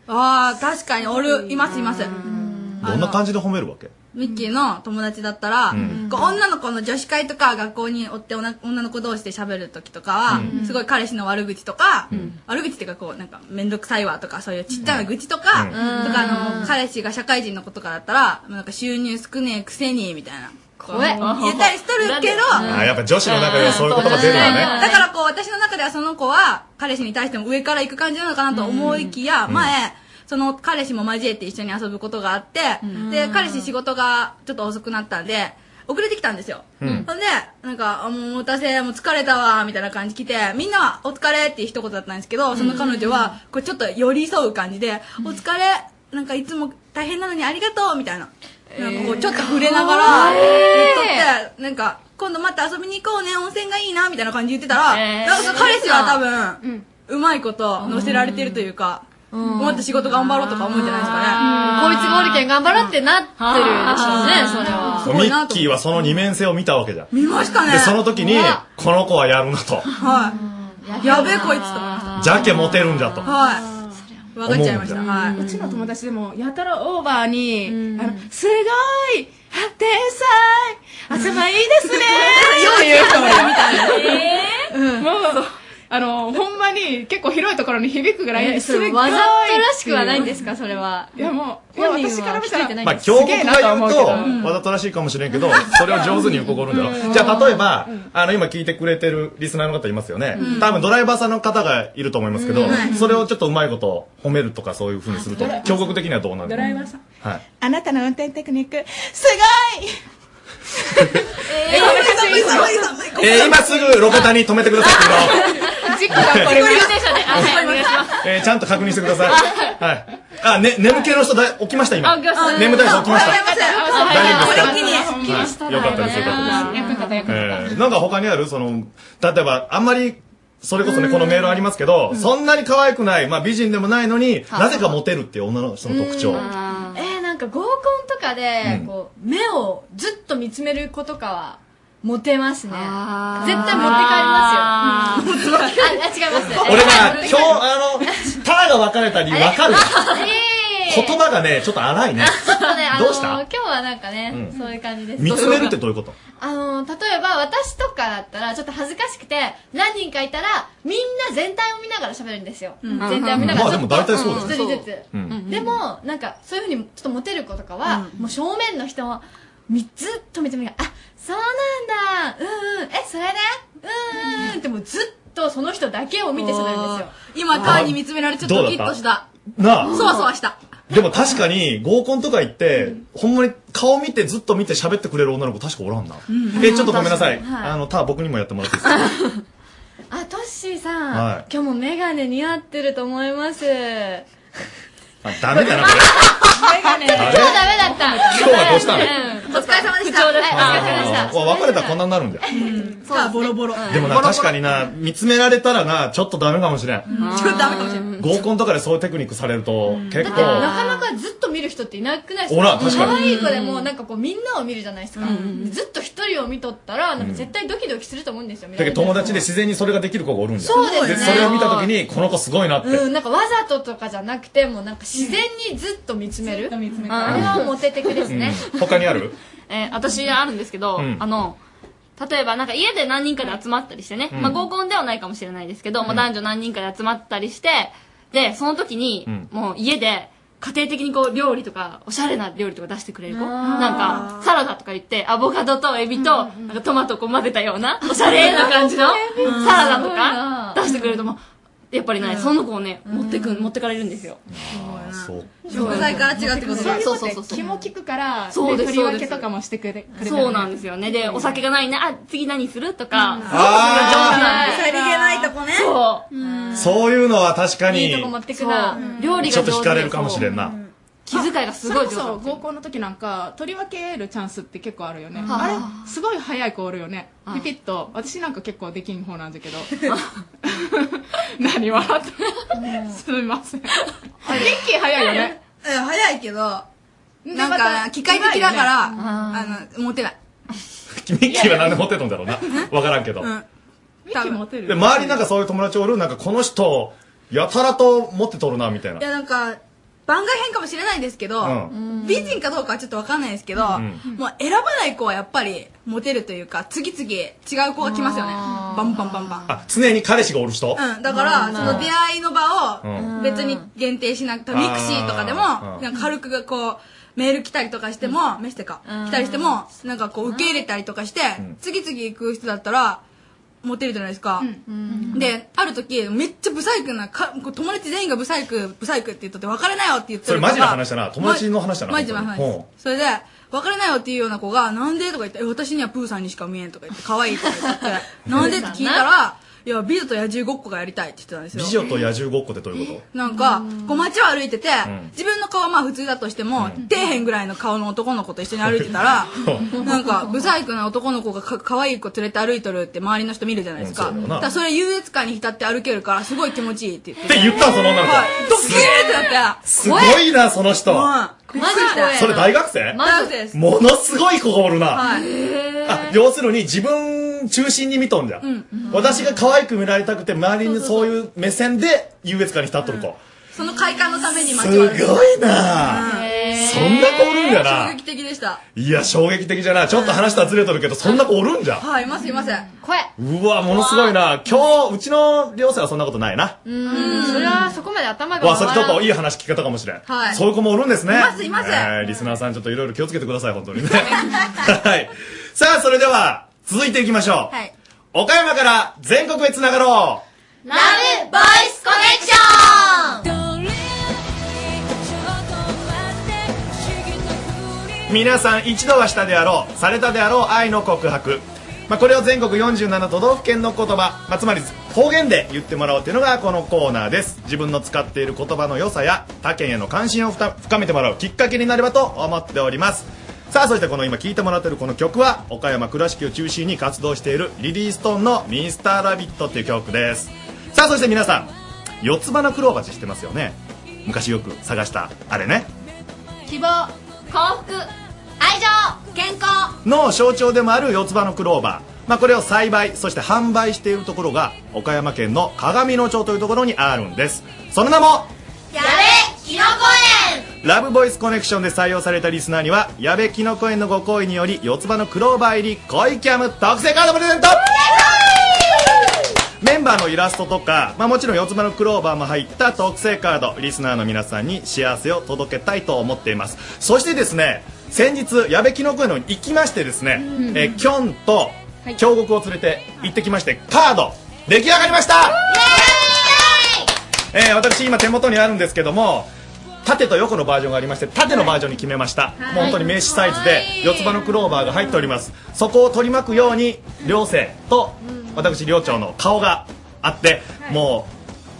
[SPEAKER 21] あー、確かにおる、いますいます。
[SPEAKER 9] どんな感じで褒めるわけ
[SPEAKER 21] ミッキーの友達だったら、
[SPEAKER 9] うん
[SPEAKER 21] こう女の子の女子会とか学校におっておな女の子同士で喋る時とかは、
[SPEAKER 9] うん
[SPEAKER 21] すごい彼氏の悪口とか、悪口っていうかこうなんか面倒くさいわとかそういうちっちゃな愚痴とか、
[SPEAKER 9] うん
[SPEAKER 21] とかあの彼氏が社会人の子とかだったらなんか収入少ねえくせにみたいな。こう
[SPEAKER 18] 怖
[SPEAKER 21] 言
[SPEAKER 18] い
[SPEAKER 21] えたりしとるけど、
[SPEAKER 9] あーやっぱ女子の中ではそういう言葉出るわね。
[SPEAKER 21] だからこう私の中ではその子は彼氏に対しても上から行く感じなのかなと思いきや、
[SPEAKER 9] うん
[SPEAKER 21] 前その彼氏も交えて一緒に遊ぶことがあって、で彼氏仕事がちょっと遅くなったんで遅れてきたんですよ、
[SPEAKER 9] うん
[SPEAKER 21] ほんでなんか「あもうお待たせもう疲れたわ」みたいな感じ来てみんなは「お疲れ」っていう一言だったんですけどその彼女はこうちょっと寄り添う感じで「お疲れなんかいつも大変なのにありがとう」みたいななんかこうちょっと触れながら
[SPEAKER 18] えー
[SPEAKER 21] 言っとって、なんか今度また遊びに行こうね温泉がいいなみたいな感じ言ってたら、
[SPEAKER 18] えー
[SPEAKER 21] なんかその彼氏は多分、うまいこと乗せられてるというか、もっと仕事頑張ろうとか思うんじゃないですかね、
[SPEAKER 18] こいつがおるけん頑張ろうってなってるでしょうね、
[SPEAKER 21] うん
[SPEAKER 18] それは。
[SPEAKER 9] ミッキーはその二面性を見たわけじゃん。
[SPEAKER 21] 見ましたね
[SPEAKER 9] で、その時に、この子はやるなと。
[SPEAKER 21] はいやべえこいつと
[SPEAKER 9] じゃけモテるんじゃと。
[SPEAKER 21] はい
[SPEAKER 9] 分かっちゃいました思うんだ
[SPEAKER 20] はいうちの友達でもやたらオーバーに「あのすごい天才頭いいですね」っていう人もいるみたいなもうあのほんまに結構広いところに響くぐら
[SPEAKER 18] え
[SPEAKER 20] い
[SPEAKER 18] そ
[SPEAKER 20] す
[SPEAKER 18] れ
[SPEAKER 20] ごい
[SPEAKER 18] わざとらしくはないんですか、それは。
[SPEAKER 20] いやもういや
[SPEAKER 18] 本人
[SPEAKER 20] 私から
[SPEAKER 18] は
[SPEAKER 20] 見
[SPEAKER 18] 気
[SPEAKER 20] た
[SPEAKER 18] づい
[SPEAKER 20] ら
[SPEAKER 18] てないん
[SPEAKER 9] まあ、
[SPEAKER 18] です
[SPEAKER 9] 教
[SPEAKER 18] か
[SPEAKER 9] 育が言うと、
[SPEAKER 18] うん
[SPEAKER 9] わざとらしいかもしれんけど、それを上手に動るんだろ。じゃあ、例えば、あの、今聞いてくれてるリスナーの方いますよね。多分、ドライバーさんの方がいると思いますけど、それをちょっとうまいこと褒めるとかそういう風にすると
[SPEAKER 20] ドライバー、さ
[SPEAKER 9] 教育的にはどうなる
[SPEAKER 20] ドライバーさん
[SPEAKER 9] はい。
[SPEAKER 20] あなたの運転テクニックすごい
[SPEAKER 21] えー寒い寒い寒い
[SPEAKER 9] えー今すぐ路肩に止めてくださいっていうのを
[SPEAKER 18] 事故が起こりましたね。あはい、お願いし ます。
[SPEAKER 9] えーちゃんと確認してください。はい。あ、ね、眠気の人だ、起きました、今。
[SPEAKER 18] あ起きました
[SPEAKER 9] 眠たい人起きました。
[SPEAKER 18] あ
[SPEAKER 9] 大丈夫ですかはいよかったです、よかったです。
[SPEAKER 20] 役立た役立
[SPEAKER 9] えーなんか他にあるその、例えば、あんまり、それこそね、このメールありますけど、そんなに可愛くない、まあ美人でもないのに、
[SPEAKER 18] はい
[SPEAKER 9] なぜかモテるっていう女の人の特徴
[SPEAKER 18] う。んえー、なんか合コンとかで
[SPEAKER 9] うん
[SPEAKER 18] こう目をずっと見つめる子とかはモテますね絶対持って帰りますよ、うん、ああ違います
[SPEAKER 9] 俺な、
[SPEAKER 18] えー
[SPEAKER 9] 今日、あの、ターが別れた理由わかる。
[SPEAKER 18] えー
[SPEAKER 9] 言葉がね、ちょっと荒いね。
[SPEAKER 18] ちょっとねあの
[SPEAKER 9] どうした
[SPEAKER 18] 今日はなんかね、
[SPEAKER 9] うん
[SPEAKER 18] そういう感じです
[SPEAKER 9] 見つめるってどういうこと
[SPEAKER 18] あの例えば私とかだったらちょっと恥ずかしくて何人かいたらみんな全体を見ながら喋るんですよ、
[SPEAKER 9] ん
[SPEAKER 18] 全体を見ながら
[SPEAKER 9] まあでも大体そうだよね
[SPEAKER 18] 一人ずつ、
[SPEAKER 9] うんうん
[SPEAKER 18] でもなんかそういうふうにちょっとモテる子とかは、もう正面の人をみずっと見てみるあそうなんだうんうんえそれねうんうんってもうずっとその人だけを見て喋るんですよ
[SPEAKER 21] 今ターに見つめられてちょっとドキッとした
[SPEAKER 9] なあ。
[SPEAKER 21] そわそわした
[SPEAKER 9] でも確かに合コンとか行って、ほんまに顔見てずっと見て喋ってくれる女の子確かおらんな。
[SPEAKER 18] ん
[SPEAKER 9] え、ちょっとごめんなさい。
[SPEAKER 18] 確かにはい
[SPEAKER 9] あの、ター僕にもやってもらっていいですか
[SPEAKER 18] あトッシーさん、
[SPEAKER 9] はい
[SPEAKER 18] 今日もメガネ似合ってると思います
[SPEAKER 9] あ、ダメだな、これ。
[SPEAKER 18] 今日ダメだった
[SPEAKER 9] 今日はどうしたの
[SPEAKER 18] ん、お疲れ様でしたお疲れ様でした
[SPEAKER 9] あーわ別れたらこんなになるんだよ。
[SPEAKER 21] そうだボロボロ
[SPEAKER 9] でもな、確かにな、見つめられたらな、ちょっとダメかもしれん。
[SPEAKER 21] ちょっとダメかもしれない
[SPEAKER 9] 合コンとかでそういうテクニックされると、結
[SPEAKER 18] だってな
[SPEAKER 9] 構、
[SPEAKER 18] かなかずっと見る人っていなくないです
[SPEAKER 9] おら確かに
[SPEAKER 18] 可愛い子でもなんかこうみんなを見るじゃないですか、ずっと一人を見とったらなんか絶対ドキドキすると思うんですよ、見ら
[SPEAKER 9] だけ
[SPEAKER 18] れ
[SPEAKER 9] ど
[SPEAKER 18] ても
[SPEAKER 9] 友達で自然にそれができる子がおるんじゃん。
[SPEAKER 18] そうですね
[SPEAKER 9] それを見た時に、この子すごいなって。
[SPEAKER 18] うん、なんかわざととかじゃなくてもうなんか自然にずっと見つめる、あれはモテテクですね、
[SPEAKER 9] うん他にある
[SPEAKER 22] えー私あるんですけど、
[SPEAKER 9] うん
[SPEAKER 22] あの
[SPEAKER 24] 例えばなんか家で何人かで集まったりしてね、
[SPEAKER 1] うん
[SPEAKER 24] まあ合コンではないかもしれないですけど、まあ男女何人かで集まったりして、で、その時に、
[SPEAKER 1] うん
[SPEAKER 24] もう家で、家庭的にこう料理とか、おしゃれな料理とか出してくれる子。
[SPEAKER 18] あー
[SPEAKER 24] なんか、サラダとか言って、アボカドとエビと、なんかトマトをこう混ぜたような、おしゃれな感じの
[SPEAKER 18] うん
[SPEAKER 24] サラダと
[SPEAKER 18] うん
[SPEAKER 24] か出してくれると、もう、やっぱりね、
[SPEAKER 18] うん
[SPEAKER 24] その子をね、持ってくん、持ってかれるんですよ。
[SPEAKER 9] そう
[SPEAKER 24] 食材から違うってことだ
[SPEAKER 20] そう
[SPEAKER 24] そう
[SPEAKER 20] そう
[SPEAKER 24] そうそう
[SPEAKER 20] 気も利くから、
[SPEAKER 24] そうです
[SPEAKER 20] 取り分けとかもしてくれくれたりね
[SPEAKER 24] そうなんですよね。で、お酒がないね、あ、次何するとか、すごく上
[SPEAKER 9] あ
[SPEAKER 24] 手なんです
[SPEAKER 21] さりげないとこね
[SPEAKER 24] そう
[SPEAKER 9] そういうのは確かに、
[SPEAKER 20] って
[SPEAKER 24] くな料理が
[SPEAKER 9] ちょっと
[SPEAKER 24] 上
[SPEAKER 9] 惹
[SPEAKER 24] 手
[SPEAKER 9] か
[SPEAKER 24] で
[SPEAKER 9] れるかもしれんな。
[SPEAKER 24] 気遣いがすごい上手
[SPEAKER 20] それこそ合コンの時なんか取り分けるチャンスって結構あるよね
[SPEAKER 24] はあ
[SPEAKER 20] あれすごい早い子おるよねピピッと私なんか結構できん方なんだけど 何笑ってすみませんリッキー早いよね
[SPEAKER 21] え早いけどな
[SPEAKER 20] ま
[SPEAKER 21] んか
[SPEAKER 20] た
[SPEAKER 21] 機械的だから
[SPEAKER 20] う
[SPEAKER 21] あのモテない
[SPEAKER 9] ミッキーはなんで持ってたんだろうな。わからんけど。
[SPEAKER 21] うん
[SPEAKER 20] ミッキーモテる
[SPEAKER 9] で、周りなんかそういう友達おるなんかこの人、やたらと持ってとるな、みたい
[SPEAKER 21] いや
[SPEAKER 9] な。
[SPEAKER 21] なんか番外編かもしれないですけど、
[SPEAKER 9] う
[SPEAKER 21] 美人かどうかはちょっとわかんないですけど、
[SPEAKER 9] うん
[SPEAKER 21] もう選ばない子はやっぱりモテるというか次々違う子が来ますよねバンバンバンバン
[SPEAKER 9] あ、常に彼氏がおる人
[SPEAKER 21] うん、だから、
[SPEAKER 9] うん
[SPEAKER 21] その出会いの場
[SPEAKER 9] うん
[SPEAKER 21] を別に限定しなくて、ミクシーとかでも
[SPEAKER 9] あ、ー
[SPEAKER 21] なんか軽くこう、メール来たりとかしても、メッセか、
[SPEAKER 18] ん
[SPEAKER 21] 来たりしても、なんかこう受け入れたりとかして
[SPEAKER 18] ん、
[SPEAKER 21] 次々行く人だったら、モテるじゃないですか。で、ある時、めっちゃブサイクな、かこう友達全員がブサイク、ブサイクって言っとって、別れなよって言って
[SPEAKER 9] そ
[SPEAKER 21] る
[SPEAKER 9] れ
[SPEAKER 21] 子が
[SPEAKER 9] マジな話だな。友達の話だな。
[SPEAKER 21] まマジな
[SPEAKER 9] 本当に
[SPEAKER 21] 話。それで、別れなよっていうような子が、なんでとか言って、え私にはプーさんにしか見えんとか言って、可愛いとか言って、 なんでって聞いたら、いや、美女と野獣ごっこがやりたいって言ってたんです
[SPEAKER 9] うん
[SPEAKER 21] よ。
[SPEAKER 9] 美女と野獣ごっこってどういうこ
[SPEAKER 21] なんか、こう街を歩いてて
[SPEAKER 9] うん、
[SPEAKER 21] 自分の顔はまあ普通だとしても、底辺ぐらいの顔の男の子と一緒に歩いてた ら、なんか、ブサイクな男の子がか可愛い子連れて歩いとるって周りの人見るじゃないですか。
[SPEAKER 9] うんそうだよ
[SPEAKER 21] だ
[SPEAKER 9] な
[SPEAKER 21] からそれ優越感に浸って歩けるから、すごい気持ちいいって言って。
[SPEAKER 9] って言ったのその女の子
[SPEAKER 21] はい。ドッキリってなって。
[SPEAKER 9] すごいな、その人。
[SPEAKER 21] マジで
[SPEAKER 9] それ大学生
[SPEAKER 21] 大学生です。
[SPEAKER 9] ものすごい子がおるな。
[SPEAKER 21] はい
[SPEAKER 9] あ要するに自分中心に見とんじゃん、私が可愛く見られたくて周りにそういう目線で優越感に浸っとる子、
[SPEAKER 21] その快感のために
[SPEAKER 9] す
[SPEAKER 21] 街を
[SPEAKER 9] ご
[SPEAKER 21] 歩く。
[SPEAKER 9] いな、そんな子おるんやな
[SPEAKER 21] 衝撃的でした。
[SPEAKER 9] いや衝撃的じゃないちょっと話とはずれとるけどそんな子おるんじゃん、
[SPEAKER 21] はい、いますいます。
[SPEAKER 18] 声。
[SPEAKER 9] うわものすごいな今日うちの両親はそんなことないな
[SPEAKER 18] うーん。それはそこまで頭が
[SPEAKER 9] わそれちょっといい
[SPEAKER 18] よ。
[SPEAKER 9] 話聞けたかもしれん、
[SPEAKER 18] はい
[SPEAKER 9] そういう子もおるんですね
[SPEAKER 18] いますいます
[SPEAKER 9] えーリスナーさんちょっといろいろ気をつけてください本当にね はいさあそれでは続いていきましょう、
[SPEAKER 18] はい
[SPEAKER 9] 岡山から全国へつながろう
[SPEAKER 18] ラブボイスコネクション
[SPEAKER 9] 皆さん一度はしたであろうされたであろう愛の告白、まあ、これを全国47都道府県の言葉、まあ、つまり方言で言ってもらおうというのがこのコーナーです自分の使っている言葉の良さや他県への関心をふた深めてもらうきっかけになればと思っておりますさあそしてこの今聴いてもらってるこの曲は岡山倉敷を中心に活動しているリリー・ストーンの「ミスター・ラビット」っていう曲ですさあそして皆さん四つ葉のクローバチしてますよね昔よく探したあれね
[SPEAKER 18] 希望、幸福、愛情、健康。
[SPEAKER 9] の象徴でもある四つ葉のクローバー、まあ、これを栽培そして販売しているところが岡山県の鏡野町というところにあるんですその名も
[SPEAKER 18] やべ、キノコ園
[SPEAKER 9] ラブボイスコネクションで採用されたリスナーには矢部きのこ園のご好意により四つ葉のクローバー入り恋キャム特製カードプレゼントメンバーのイラストとか、まあ、もちろん四つ葉のクローバーも入った特製カードリスナーの皆さんに幸せを届けたいと思っていますそしてですね先日矢部きのこ園のに行きましてですね、
[SPEAKER 1] うん
[SPEAKER 9] えーキョンと京極を連れて行ってきましてカード出来上がりましたえー私今手元にあるんですけども縦と横のバージョンがありまして縦のバージョンに決めました、
[SPEAKER 1] はい
[SPEAKER 9] もう本当に名刺サイズで四つ葉のクローバーが入っておりますそこを取り巻くように両生と私寮長の顔があって、も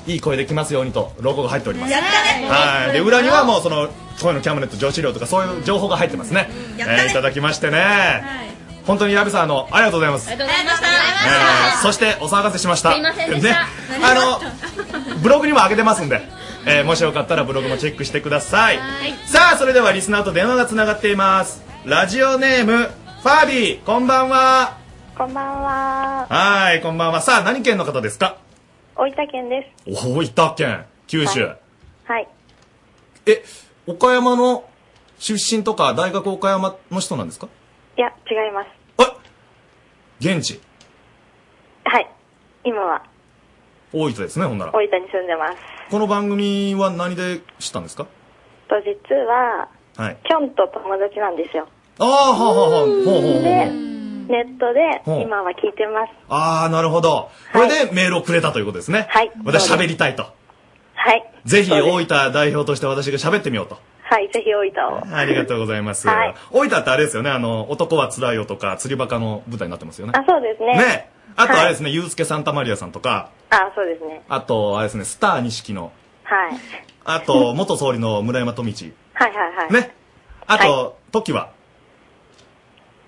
[SPEAKER 9] ういい声できますようにとロゴが入っております
[SPEAKER 21] やったね
[SPEAKER 9] はいで裏にはもうその声のキャムネット女子寮とかそういう情報が入ってますね、
[SPEAKER 21] やったね
[SPEAKER 9] えーいただきましてね、本当に矢部さんあのありがとうございます
[SPEAKER 18] ありがとうございました。
[SPEAKER 9] えーそしてお騒がせしました
[SPEAKER 18] すいませんでした
[SPEAKER 9] ね。ブログにも上げてますんで、えーもしよかったらブログもチェックしてくださいさあそれではリスナーと電話がつながっていますラジオネームファービーこんばんは
[SPEAKER 25] こんばんは。
[SPEAKER 9] はいこんばんはさあ何県の方ですか
[SPEAKER 25] 大分県で
[SPEAKER 9] 大分県九州、
[SPEAKER 25] す。はい。
[SPEAKER 9] え岡山の出身とか大学岡山の人なんですか
[SPEAKER 25] いや、違います。
[SPEAKER 9] 現地
[SPEAKER 25] はい。今は
[SPEAKER 9] 大分ですねほんなら
[SPEAKER 25] 大分に住んでます。
[SPEAKER 9] この番組は何で知ったんですか
[SPEAKER 25] と実は、
[SPEAKER 9] はい
[SPEAKER 25] キョンと友達なんですよ。
[SPEAKER 9] ああはあはあはあほうほうほう
[SPEAKER 25] で、ネット
[SPEAKER 9] ほう
[SPEAKER 25] で今は聞いてます。
[SPEAKER 9] ああなるほどこれでメールをくれたということですねはい私喋りたいと
[SPEAKER 25] はい。
[SPEAKER 9] ぜひ大分代表として私が喋ってみようと
[SPEAKER 25] はい、ぜひ大分を。
[SPEAKER 9] ありがとうございます
[SPEAKER 25] はい
[SPEAKER 9] 大分ってあれですよねあの男はつらいよとか釣りバカの舞台になってますよね
[SPEAKER 25] あ、そうですね。
[SPEAKER 9] ねあとあれですね、ゆうすけサンタマリアさんとか
[SPEAKER 25] あ、そうですね。
[SPEAKER 9] あとあれですねスター錦の
[SPEAKER 25] はい。
[SPEAKER 9] あと元総理の村山富一
[SPEAKER 25] はいはいはい。
[SPEAKER 9] ね。あと、時は、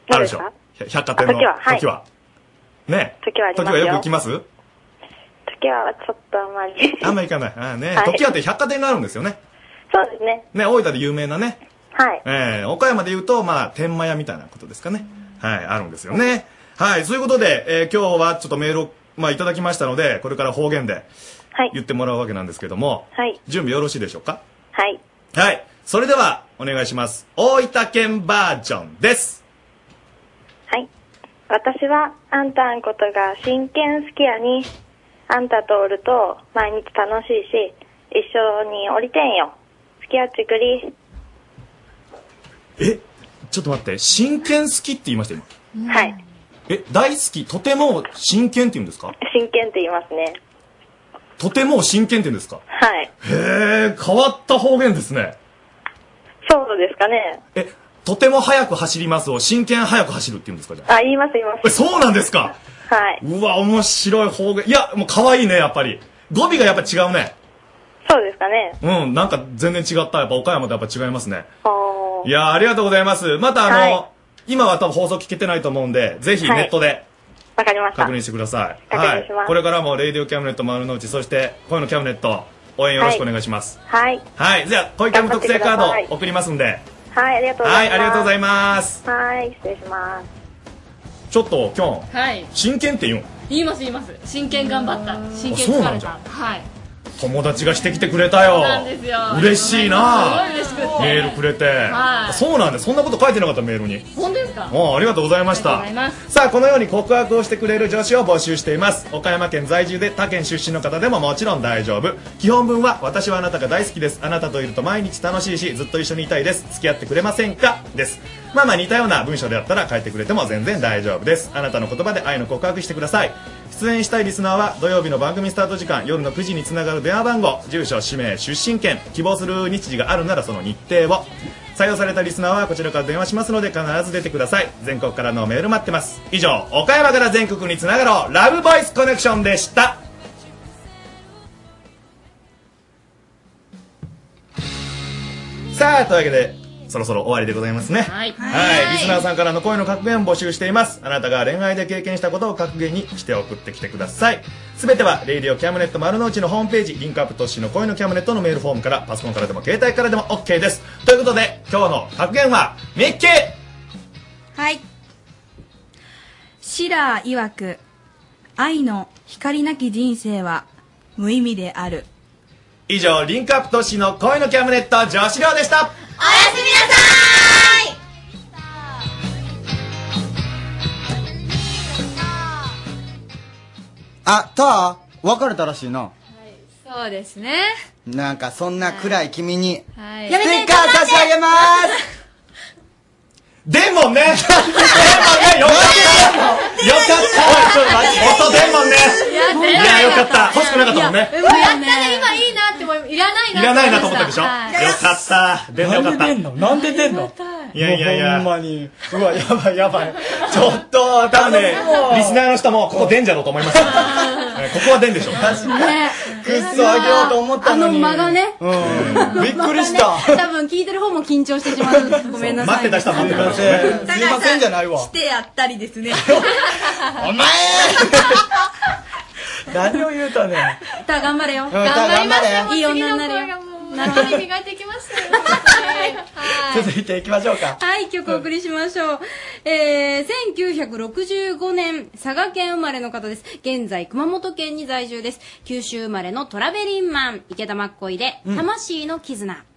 [SPEAKER 9] あるでしょ。ひゃ百貨店
[SPEAKER 25] あ
[SPEAKER 9] の
[SPEAKER 25] 時ははい
[SPEAKER 9] 時は。ね。
[SPEAKER 25] 時はあり
[SPEAKER 9] 時
[SPEAKER 25] ます
[SPEAKER 9] は
[SPEAKER 25] よ。
[SPEAKER 9] よく行きます
[SPEAKER 25] 時はちょっとあんまり。
[SPEAKER 9] あんま行かない。ああね
[SPEAKER 25] は。い
[SPEAKER 9] 時はって百貨店があるんですよね。
[SPEAKER 25] そうですね。
[SPEAKER 9] ね、大分で有名なね。
[SPEAKER 25] はい。
[SPEAKER 9] ええ、岡山で言うと、まあ、天満屋みたいなことですかね。はい、あるんですよね。はい、そういうことで、えー今日はちょっとメールを、まあ、いただきましたので、これから方言で
[SPEAKER 25] はい。
[SPEAKER 9] 言ってもらうわけなんですけども、
[SPEAKER 25] はい。
[SPEAKER 9] 準備よろしいでしょうか
[SPEAKER 25] はい。
[SPEAKER 9] はい。それでは、お願いします。大分県バージョンです。
[SPEAKER 25] 私は、あんたんことが真剣好きやに、あんたとおると毎日楽しいし、一緒に降りてんよ。付き合ってくり。
[SPEAKER 9] えちょっと待って真剣好きって言いました今
[SPEAKER 25] はい。
[SPEAKER 9] え大好きとても真剣って言うんですか
[SPEAKER 25] 真剣って言いますね。
[SPEAKER 9] とても真剣って言うんですか
[SPEAKER 25] はい。
[SPEAKER 9] へえ変わった方言ですね
[SPEAKER 25] そうですかね。
[SPEAKER 9] えとても早く走りますを真剣早く走るって言うんですかじゃあ
[SPEAKER 25] あ、言います言いま
[SPEAKER 9] え
[SPEAKER 25] す。
[SPEAKER 9] そうなんですか
[SPEAKER 25] はい。
[SPEAKER 9] うわ面白い方言いやもう可愛いねやっぱり語尾がやっぱ違うね
[SPEAKER 25] そうですかね。
[SPEAKER 9] うんなんか全然違ったやっぱ岡山とやっぱ違いますね
[SPEAKER 25] おー
[SPEAKER 9] いやーありがとうございますまたあの、
[SPEAKER 25] は
[SPEAKER 9] 今は多分放送聞けてないと思うんでぜひ
[SPEAKER 25] はい
[SPEAKER 9] ネットで、
[SPEAKER 25] わかりました。
[SPEAKER 9] 確認してください。
[SPEAKER 25] 確認します
[SPEAKER 9] はい。これからも、レイディオキャムネット丸の内、そして、声のキャムネット、応援よろしくお願いします。
[SPEAKER 25] はい。
[SPEAKER 9] はい。じゃあ、恋キャム特製カ
[SPEAKER 25] 頑張ってく
[SPEAKER 9] ー
[SPEAKER 25] ださ
[SPEAKER 9] ド、送りますんで。
[SPEAKER 25] はい、ありがとうござ
[SPEAKER 9] はい
[SPEAKER 25] ます。
[SPEAKER 9] い、ありがとうございます。
[SPEAKER 25] はい、失礼します。
[SPEAKER 9] ちょっと、きょん、
[SPEAKER 24] はい
[SPEAKER 9] 真剣って言うん
[SPEAKER 24] 言います言います真剣頑張った真剣
[SPEAKER 9] あそうな
[SPEAKER 24] 疲
[SPEAKER 9] ん
[SPEAKER 24] れ
[SPEAKER 9] じ
[SPEAKER 24] た
[SPEAKER 9] ゃ
[SPEAKER 24] はい
[SPEAKER 9] 友達がしてきてくれた
[SPEAKER 24] そう
[SPEAKER 9] よ。
[SPEAKER 24] なんですよ
[SPEAKER 9] 嬉しいな
[SPEAKER 24] すごい嬉しくって
[SPEAKER 9] メールくれて、
[SPEAKER 24] はい
[SPEAKER 9] そうなんですそんなこと書いてなかったメールに
[SPEAKER 24] 本当ですか
[SPEAKER 9] おうありがとうございました
[SPEAKER 24] ありがとうございます
[SPEAKER 9] さあこのように告白をしてくれる女子を募集しています岡山県在住で他県出身の方でももちろん大丈夫基本文は「私はあなたが大好きですあなたといると毎日楽しいしずっと一緒にいたいです付き合ってくれませんか?」ですまあまあ似たような文章であったら書いてくれても全然大丈夫ですあなたの言葉で愛の告白してください出演したいリスナーは土曜日の番組スタート時間夜の9時につながる電話番号住所氏名出身県希望する日時があるならその日程を採用されたリスナーはこちらから電話しますので必ず出てください全国からのメール待ってます以上岡山から全国につながろうラブボイスコネクションでしたさあというわけでそろそろ終わりでございますね
[SPEAKER 24] はい
[SPEAKER 9] はい、リスナーさんからの恋の格言を募集していますあなたが恋愛で経験したことを格言にして送ってきてくださいすべては「レイディオキャムネット丸の内」のホームページリンクアップ都市の恋のキャムネットのメールフォームからパソコンからでも携帯からでも OK ですということで今日の格言はミッキー
[SPEAKER 21] はい。シラー曰く、愛の光なき人生は無意味である。
[SPEAKER 9] 以上リンクアップ都市の恋のキャムネット女子寮でした
[SPEAKER 2] あ、とは別れたらしいな。
[SPEAKER 18] そうですね
[SPEAKER 2] なんか、そんな暗い君に、
[SPEAKER 18] はい
[SPEAKER 2] ステッカー差し上げます
[SPEAKER 9] でもねでもねよかったよかったおいちょっと待って音でもね
[SPEAKER 24] い
[SPEAKER 9] い
[SPEAKER 24] や
[SPEAKER 9] やよかった欲しくなかったもんね
[SPEAKER 24] やったね今いいなって思いいらない
[SPEAKER 9] い
[SPEAKER 24] な
[SPEAKER 9] らないなと思ったでしょよ
[SPEAKER 24] はい
[SPEAKER 9] かった出てよかった
[SPEAKER 8] なんで出んの
[SPEAKER 9] いやいやい
[SPEAKER 8] もう
[SPEAKER 9] や
[SPEAKER 8] ほんまに。うわ、やばいやばい。
[SPEAKER 9] ちょっと、多分ね、リスナーの人も、ここ出んじゃろうと思います。えここは出んでしょ。確
[SPEAKER 5] ね
[SPEAKER 9] くっそあげようと思ったのに
[SPEAKER 5] あの間がね
[SPEAKER 9] びっくりした。
[SPEAKER 5] 多分聞いてる方も緊張してしま うごめんなさい
[SPEAKER 9] 待ってた人は待ってた人ね。
[SPEAKER 2] すいませんじゃないわ。
[SPEAKER 21] してやったりですね。
[SPEAKER 9] お前
[SPEAKER 2] 何を言うたねん。
[SPEAKER 5] た頑張れよ、
[SPEAKER 2] た頑張りましょう
[SPEAKER 5] いい女になるよなるほど
[SPEAKER 18] 磨いていきましたよ
[SPEAKER 2] 続いていきましょうか。
[SPEAKER 5] はい、曲をお送りしましょう。えー、1965年、佐賀県生まれの方です。現在、熊本県に在住です。九州生まれのトラベリンマン、池田真っ恋で、
[SPEAKER 1] うん
[SPEAKER 5] 魂の絆。
[SPEAKER 1] 「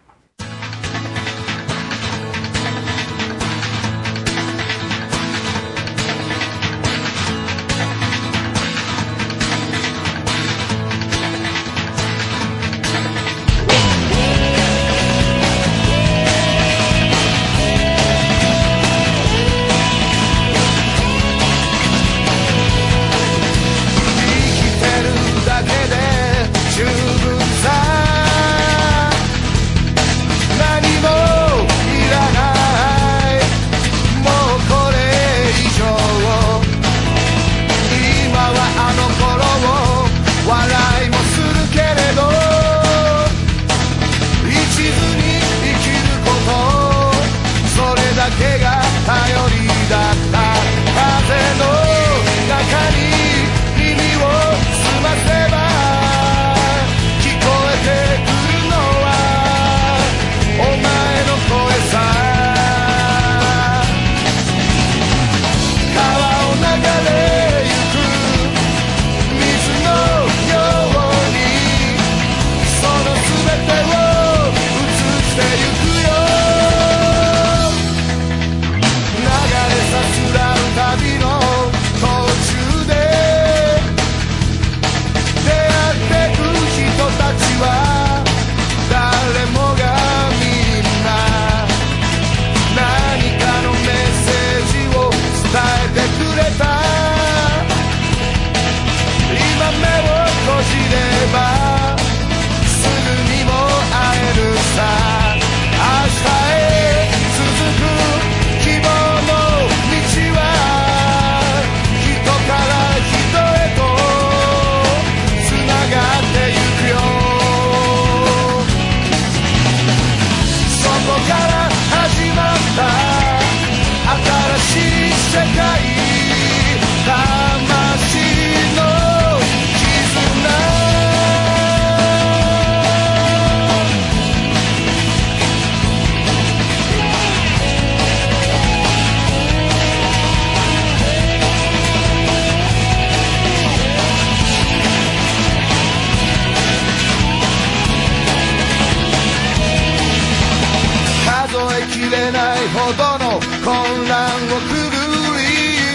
[SPEAKER 12] えきれないほどの混乱をくぐり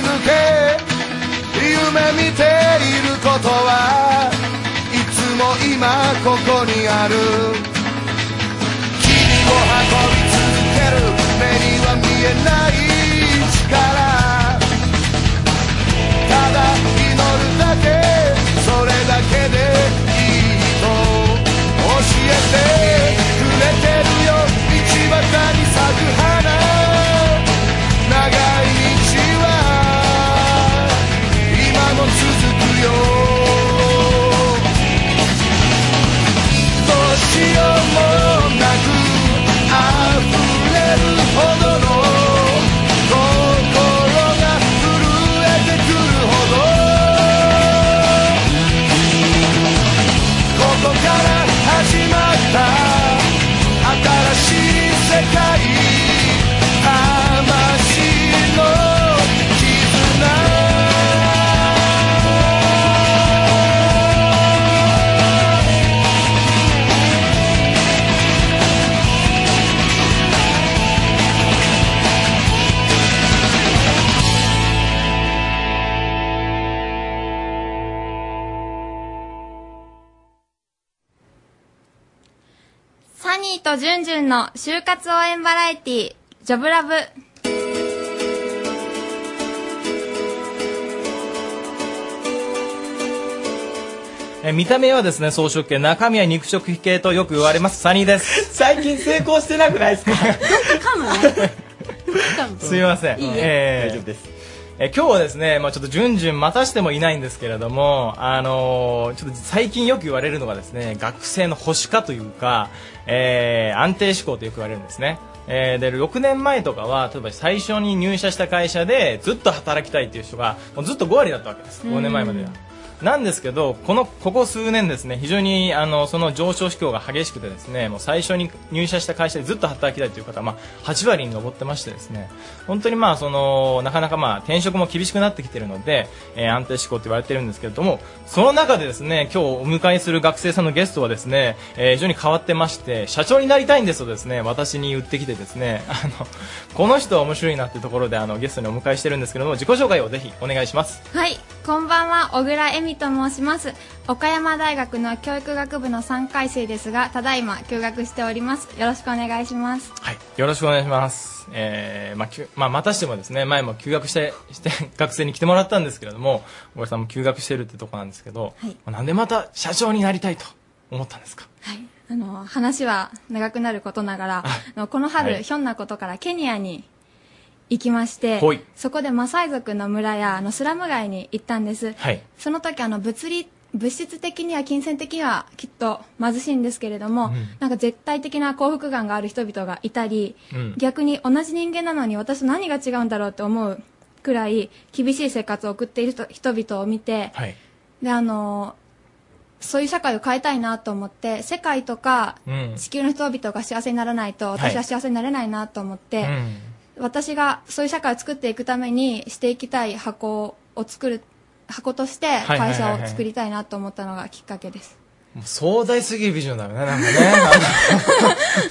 [SPEAKER 12] 抜け夢見ていることはいつも今ここにある君を運び続ける目には見えない力ただ祈るだけそれだけでいいと教えてくれてるよ道端に咲く花長い道は今も続くよどうしようもなく溢れるほどの心が震えてくるほどここから始まった新しい世界魂の絆
[SPEAKER 26] サニーとジュンジュンの就活応援バラエティー、ジョブラブ。
[SPEAKER 6] えー見た目はですね、草食系、中身は肉食系とよく言われます、サニーです。最近成功してなくないですかすいません。
[SPEAKER 4] いいよ
[SPEAKER 6] 大丈夫です。えー今日はですね、まあちょっとじゅんじゅんまたしてもいないんですけれども、あのーちょっと最近よく言われるのがですね、学生の保守化というか、えー安定志向とよく言われるんですね。えーで6年前とかは例えば最初に入社した会社でずっと働きたいっていう人がもうずっと5割だったわけです5年前まではなんですけどこのここ数年ですね非常にあのその上昇志向が激しくてですねもう最初に入社した会社でずっと働きたいという方は、まあ、8割に上ってましてですね本当にまあそのなかなかまあ転職も厳しくなってきているので、えー安定志向と言われているんですけれどもその中でですね今日お迎えする学生さんのゲストはですね、えー非常に変わってまして社長になりたいんですとですね私に言ってきてですね あのこの人は面白いなってところであのゲストにお迎えしてるんですけれども自己紹介をぜひお願いします。
[SPEAKER 26] はい、こんばんは、小倉恵美と申します。岡山大学の教育学部の3回生ですが、ただいま休学しております。よろしくお願いします。
[SPEAKER 6] よろしくお願いします。えー、まあ、きゅまあ、またしてもですね、前も休学して、して、学生に来てもらったんですけれども、小倉さんも休学してるってとこなんですけど、まあなんでまた社長になりたいと思ったんですか
[SPEAKER 26] あの、話は長くなることながら、あのこの春、
[SPEAKER 6] はい
[SPEAKER 26] ひょんなことからケニアに行きまして
[SPEAKER 6] ほい、
[SPEAKER 26] そこでマサイ族の村やあのスラム街に行ったんです。
[SPEAKER 6] はい。
[SPEAKER 26] その時あの物理物質的には金銭的にはきっと貧しいんですけれども、
[SPEAKER 18] うん
[SPEAKER 26] なんか絶対的な幸福感がある人々がいたり、
[SPEAKER 18] うん
[SPEAKER 26] 逆に同じ人間なのに私と何が違うんだろうって思うくらい厳しい生活を送っている人人々を見て、
[SPEAKER 6] はい。
[SPEAKER 26] であのそういう社会を変えたいなと思って世界とか
[SPEAKER 18] うん
[SPEAKER 26] 地球の人々が幸せにならないと私は幸せになれないなと思って、私がそういう社会を作っていくためにしていきたい箱を作る箱として
[SPEAKER 6] はいは
[SPEAKER 26] 会
[SPEAKER 6] いはいは
[SPEAKER 27] 社
[SPEAKER 6] い
[SPEAKER 26] を作りたいなと思ったのがきっかけです。
[SPEAKER 6] もう壮大すぎるビジョンだよね、なんかね。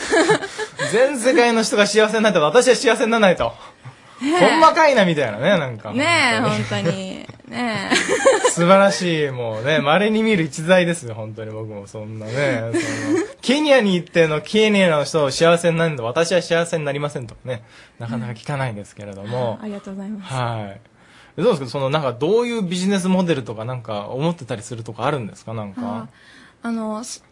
[SPEAKER 6] あの全世界の人が幸せになって、私は幸せにならないと。ほんまかいな、みたいなね、なんか。
[SPEAKER 26] ねえ、本当に。ね
[SPEAKER 6] 素晴らしい、もうね、稀に見る逸材ですよ、本当に僕も、そんなね。そのケニアに行っての、ケニアの人を幸せになると、私は幸せになりませんとかね、なかなか聞かないですけれど
[SPEAKER 26] え。
[SPEAKER 6] も
[SPEAKER 26] あ。りがとうございます。
[SPEAKER 6] はい。どうですかその、なんか、どういうビジネスモデルとか、なんか、思ってたりするとかあるんですかなんか
[SPEAKER 26] あ。あの、そ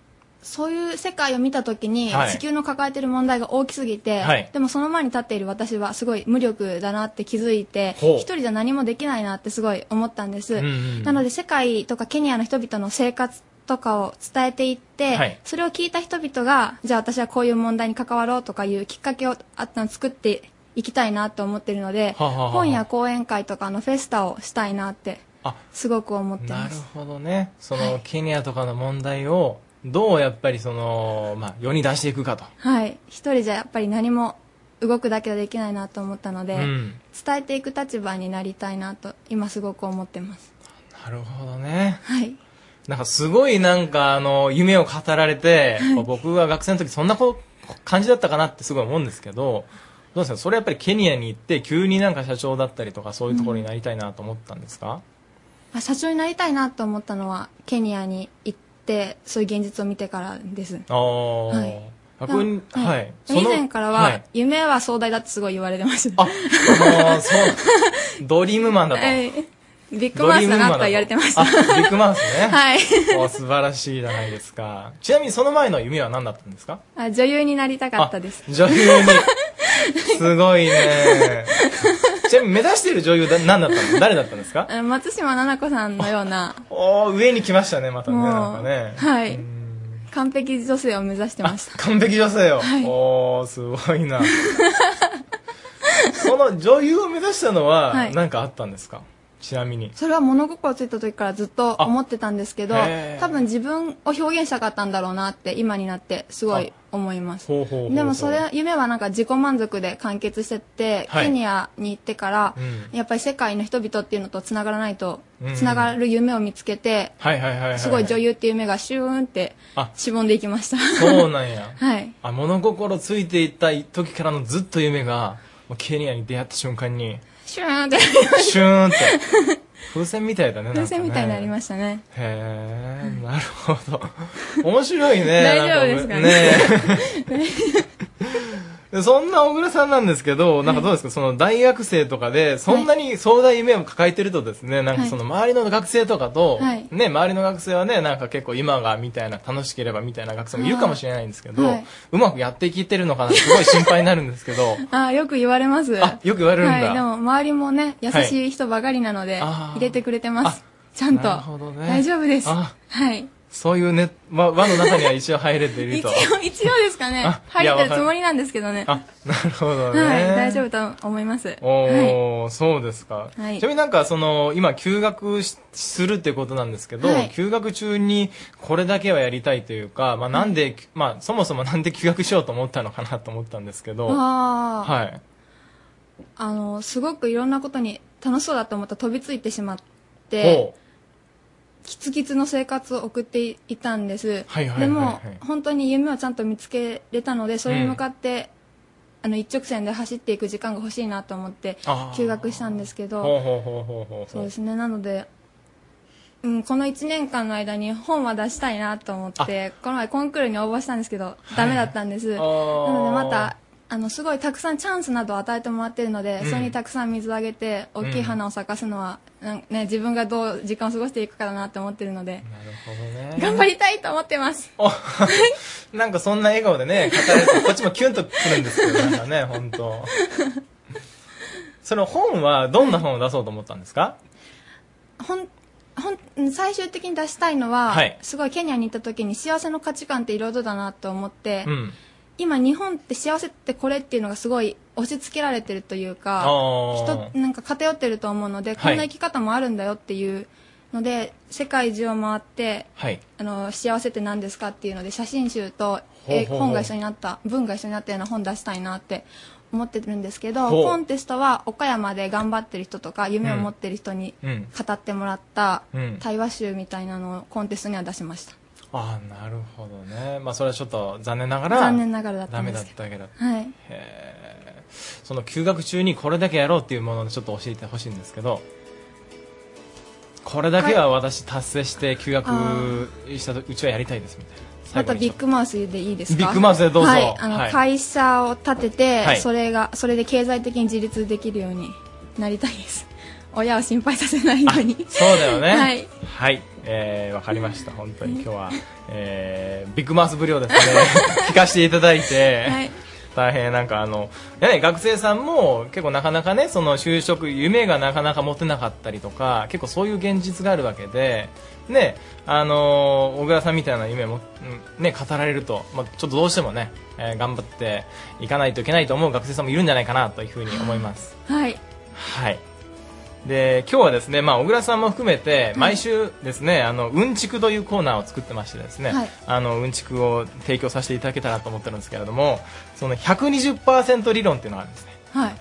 [SPEAKER 26] そういう世界を見たときに、
[SPEAKER 6] はい
[SPEAKER 26] 地球の抱えている問題が大きすぎて、
[SPEAKER 6] はい
[SPEAKER 26] でもその前に立っている私はすごい無力だなって気づいて、
[SPEAKER 6] ほう
[SPEAKER 26] 一人じゃ何もできないなってすごい思ったんです。
[SPEAKER 6] うんうん
[SPEAKER 26] なので世界とかケニアの人々の生活とかを伝えていって、
[SPEAKER 18] はい
[SPEAKER 26] それを聞いた人々が、じゃあ私はこういう問題に関わろうとかいうきっかけをあったの作っていきたいなと思ってるので、
[SPEAKER 6] はあはあはあ
[SPEAKER 26] 本や講演会とかあのフェスタをしたいなって
[SPEAKER 6] あ、
[SPEAKER 26] すごく思って
[SPEAKER 6] な
[SPEAKER 26] ま
[SPEAKER 6] る
[SPEAKER 26] す。
[SPEAKER 6] ほどね。その、ケニアとかの問題を、どうやっぱりその、まあ、世に出していくかと。
[SPEAKER 26] はい、一人じゃやっぱり何も動くだけはできないなと思ったので、
[SPEAKER 6] うん
[SPEAKER 26] 伝えていく立場になりたいなと今すごく思ってます
[SPEAKER 6] なるほどね。
[SPEAKER 26] はい
[SPEAKER 6] なんかすごいなんかあの、夢を語られて、僕は学生の時そんなこ感じだったかなってすごい思うんですけど、どうですかそれやっぱりケニアに行って急になんか社長だったりとかそういうところになりたいなと思ったんですか、
[SPEAKER 26] あ社長になりたいなと思ったのはケニアに行ってそういう現実を見てからです
[SPEAKER 6] ああ、はい、
[SPEAKER 26] な
[SPEAKER 6] 逆に、はい。そ
[SPEAKER 26] 以
[SPEAKER 6] の
[SPEAKER 26] 前からは、
[SPEAKER 6] はい
[SPEAKER 26] 夢は壮大だってすごい言われてましたあ
[SPEAKER 6] もうそう、ドリーム マンだと。
[SPEAKER 26] ビッグマウスだなとは言われてました
[SPEAKER 6] ドリームマンだとあビッグマウスね。
[SPEAKER 26] はい
[SPEAKER 6] お素晴らしいじゃないですか。ちなみにその前の夢は何だったんですか
[SPEAKER 26] あ女優になりたかったです
[SPEAKER 6] 女 優に。すごいね。ちなみに目指している女優だ何だったの誰だったんですか
[SPEAKER 26] うん松島菜々子さんのような
[SPEAKER 6] おー、上に来ましたね、またね。
[SPEAKER 26] もう
[SPEAKER 6] なんかね。
[SPEAKER 26] はい完璧女性を目指してました
[SPEAKER 6] 完璧女性よ。
[SPEAKER 26] はい
[SPEAKER 6] おー、すご いな。その女優を目指したの
[SPEAKER 26] は
[SPEAKER 6] はい何かあったんですか、ちなみに。
[SPEAKER 26] それは物心ついた時からずっと思ってたんですけど
[SPEAKER 6] あへー
[SPEAKER 26] 多分自分を表現したかったんだろうなって今になってすごい思います
[SPEAKER 6] ほうほうほうほう
[SPEAKER 26] でもそれ夢はなんか自己満足で完結してって、
[SPEAKER 6] はい
[SPEAKER 26] ケニアに行ってから、やっぱり世界の人々っていうのとつながらないと
[SPEAKER 6] うん
[SPEAKER 26] つながる夢を見つけて、
[SPEAKER 6] はいはいはい、はい。
[SPEAKER 26] すごい女優っていう夢がシューンって
[SPEAKER 6] あ
[SPEAKER 26] しぼんでいきました
[SPEAKER 6] そうなんや。
[SPEAKER 26] はい
[SPEAKER 6] あ、物心ついていた時からのずっと夢が、もうケニアに出会った瞬間に、
[SPEAKER 26] シューンって
[SPEAKER 6] シューンって、風船みたいだね、なんかね
[SPEAKER 26] 風船みたいになりましたね
[SPEAKER 6] へえ、なるほど。面白いね。
[SPEAKER 26] 大丈夫ですかね
[SPEAKER 6] なんかねえ そんな小倉さんなんですけど、なんかどうですか、その大学生とかで、そんなに壮大夢を抱えてるとですね、なんかその周りの学生とかと、
[SPEAKER 26] はい
[SPEAKER 6] ね、周りの学生はね、なんか結構今がみたいな、楽しければみたいな学生もいるかもしれないんですけど、
[SPEAKER 26] はいう
[SPEAKER 6] まくやっていけてるのかなってすごい心配になるんですけ ど、
[SPEAKER 26] あーよく言われます
[SPEAKER 6] あよく言われるんだ
[SPEAKER 26] はい、でも周りもね優しい人ばかりなので、入れてくれてますちゃんと
[SPEAKER 6] なるほどね
[SPEAKER 26] 大丈夫です
[SPEAKER 6] あ
[SPEAKER 26] はい
[SPEAKER 6] そういうね、輪輪の中には一応入れている
[SPEAKER 26] 一
[SPEAKER 6] と
[SPEAKER 26] 応。一応ですかね
[SPEAKER 6] あ
[SPEAKER 26] 入
[SPEAKER 6] いや
[SPEAKER 26] ってるつもりなんですけどね
[SPEAKER 6] あ、なるほどね。
[SPEAKER 26] はい大丈夫と思いますはい
[SPEAKER 6] おお、そうですか。
[SPEAKER 26] はい
[SPEAKER 6] ちなみになんかその今休学しするってことなんですけど、
[SPEAKER 26] はい
[SPEAKER 6] 休学中にこれだけはやりたいというか、まあなんで、まあそもそ もなんで休学しようと思ったのかなと思ったんですけど、
[SPEAKER 26] あー
[SPEAKER 6] はい。
[SPEAKER 26] あのすごくいろんなことに楽しそうだと思ったら飛びついてしまっ
[SPEAKER 6] ほ
[SPEAKER 26] てキツキツの生活を送っていたんです、
[SPEAKER 6] はいはいはいはい
[SPEAKER 26] でも本当に夢をちゃんと見つけれたのでそれに向かって、あの一直線で走っていく時間が欲しいなと思って
[SPEAKER 6] あー
[SPEAKER 26] 休学したんですけ
[SPEAKER 6] う
[SPEAKER 26] ど
[SPEAKER 6] ほうほうほうほうほう。
[SPEAKER 26] そうですねなので、うん、この1年間の間に本は出したいなと思ってこの前コンクールに応募したんですけどダメだったんです、なのでまたあのすごいたくさんチャンスなどを与えてもらってるので、
[SPEAKER 6] うん
[SPEAKER 26] それにたくさん水をあげて大きい花を咲かすのは、なんね、自分がどう時間を過ごしていくかなって思ってるので頑張りたいと思ってます
[SPEAKER 6] なんかそんな笑顔でね、語られて、こっちもキュンとくるんですけど、なんかね、本 当。その本はどんな本を出そうと思ったんですか、
[SPEAKER 26] ほんほんうん最終的に出したいのは、
[SPEAKER 6] はい
[SPEAKER 26] すごいケニアに行った時に幸せの価値観って彩りだなと思って、
[SPEAKER 6] うん。
[SPEAKER 26] 今日本って幸せってこれっていうのがすごい押し付けられてるというか
[SPEAKER 6] あー
[SPEAKER 26] 人なんか偏ってると思うので、
[SPEAKER 6] はい
[SPEAKER 26] こんな生き方もあるんだよっていうので世界中を回って
[SPEAKER 6] はい。
[SPEAKER 26] あの幸せって何ですかっていうので写真集と
[SPEAKER 6] ほうほうほう
[SPEAKER 26] え本が一緒になった文が一緒になったような本出したいなって思ってるんですけど
[SPEAKER 6] ほう
[SPEAKER 26] コンテストは岡山で頑張ってる人とか夢を持ってる人に
[SPEAKER 6] うん。
[SPEAKER 26] 語ってもらった
[SPEAKER 6] うん
[SPEAKER 26] 対話集みたいなのをコンテストには出しました
[SPEAKER 6] ああなるほどねまあそれはちょっと残念ながら
[SPEAKER 26] 残念ながらだった
[SPEAKER 6] ダ
[SPEAKER 26] んで
[SPEAKER 6] メ
[SPEAKER 26] す
[SPEAKER 6] だっ
[SPEAKER 26] けど
[SPEAKER 6] たわけだ
[SPEAKER 26] はい
[SPEAKER 6] へーその休学中にこれだけやろうっていうものをちょっと教えてほしいんですけどこれだけは私達成して休
[SPEAKER 26] あ
[SPEAKER 6] 学したとうちはやりたいですみたいな
[SPEAKER 26] ま
[SPEAKER 6] 最後
[SPEAKER 26] た
[SPEAKER 6] にち
[SPEAKER 26] ビ
[SPEAKER 6] ょっ
[SPEAKER 26] ッグマウスでいいですか
[SPEAKER 6] ビッグマウスでどうぞ
[SPEAKER 26] はい、あの、
[SPEAKER 6] はい
[SPEAKER 26] 会社を立てて、
[SPEAKER 6] はい
[SPEAKER 26] それがそれで経済的に自立できるようになりたいです 親を心配させないように
[SPEAKER 6] とそうだよね
[SPEAKER 26] はい、
[SPEAKER 6] はいえー、わかりました本当に今日は、えー、ビッグマウス不良ですね 聞かせていただいて、
[SPEAKER 26] はい
[SPEAKER 6] 大変なんかあの、ね、学生さんも結構なかなかねその就職夢がなかなか持てなかったりとか結構そういう現実があるわけで、ねあのー小倉さんみたいな夢も、うんね、語られると、まあ、ちょっとどうしてもね、えー頑張っていかないといけないと思う学生さんもいるんじゃないかなというふうに思います。
[SPEAKER 26] はい
[SPEAKER 6] はい。で、今日はですね、まあ、小倉さんも含めて、毎週ですね、あの、うんちくというコーナーを作ってましてですね、
[SPEAKER 26] はい
[SPEAKER 6] あの、うんちくを提供させていただけたらと思ってるんですけれども、その120%理論っていうのがあるんですね。
[SPEAKER 26] はい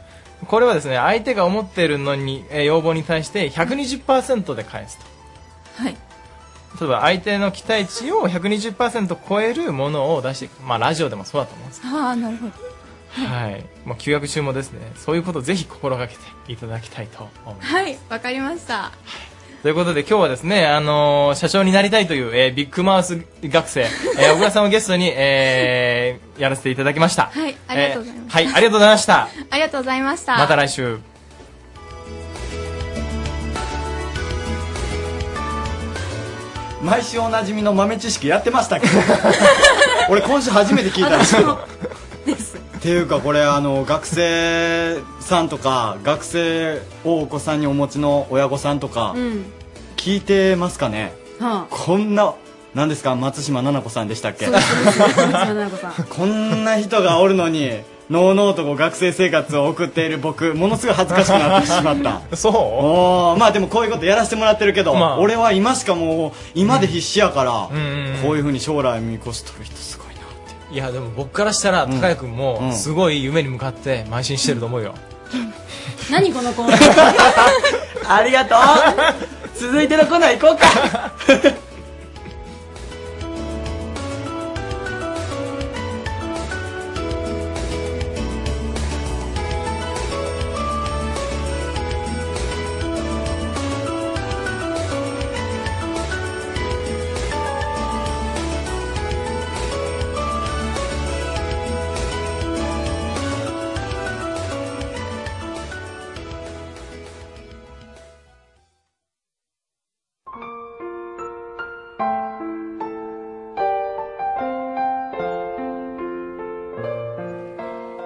[SPEAKER 6] これはですね、相手が思っているのに、えー要望に対して120%で返すと。
[SPEAKER 26] はい。
[SPEAKER 6] 例えば相手の期待値を120%超えるものを出していく、まあ、ラジオでもそうだと思うんです
[SPEAKER 26] ああなるほど
[SPEAKER 6] はい、まあ、休学中もですねそういうことをぜひ心がけていただきたいと思います
[SPEAKER 26] はいわかりました
[SPEAKER 6] ということで今日はですね、あのー社長になりたいという、えービッグマウス学生、えー、小倉さんをゲストに、えーやらせていただきました。
[SPEAKER 26] はいありがとうございます、
[SPEAKER 6] えーはい、ありがとうございました。
[SPEAKER 26] ありがとうございました
[SPEAKER 6] また来週。
[SPEAKER 12] 毎週おなじみの豆知識やってましたっけど俺今週初めて聞いたんですけどっていうかこれあの学生さんとか学生をお子さんにお持ちの親御さんとか
[SPEAKER 3] うん
[SPEAKER 12] 聞いてますかね、
[SPEAKER 3] は
[SPEAKER 12] こんな何ですか松島菜々子さんでしたっけ
[SPEAKER 3] あ、な子さん。
[SPEAKER 12] こんな人がおるのにのうのうとこう学生生活を送っている僕ものすごい恥ずかしくなってしまった
[SPEAKER 6] そう
[SPEAKER 12] まあでもこういうことやらせてもらってるけど、
[SPEAKER 6] まあ
[SPEAKER 12] 俺は今しかもう今で必死やから、
[SPEAKER 6] んうん
[SPEAKER 12] こういうふうに将来見越しとる人すごい
[SPEAKER 6] いやでも僕からしたら高谷君もすごい夢に向かって邁進してると思うよ。
[SPEAKER 3] 何このコーナ
[SPEAKER 2] ー ありがと う続いてのコーナー行こうか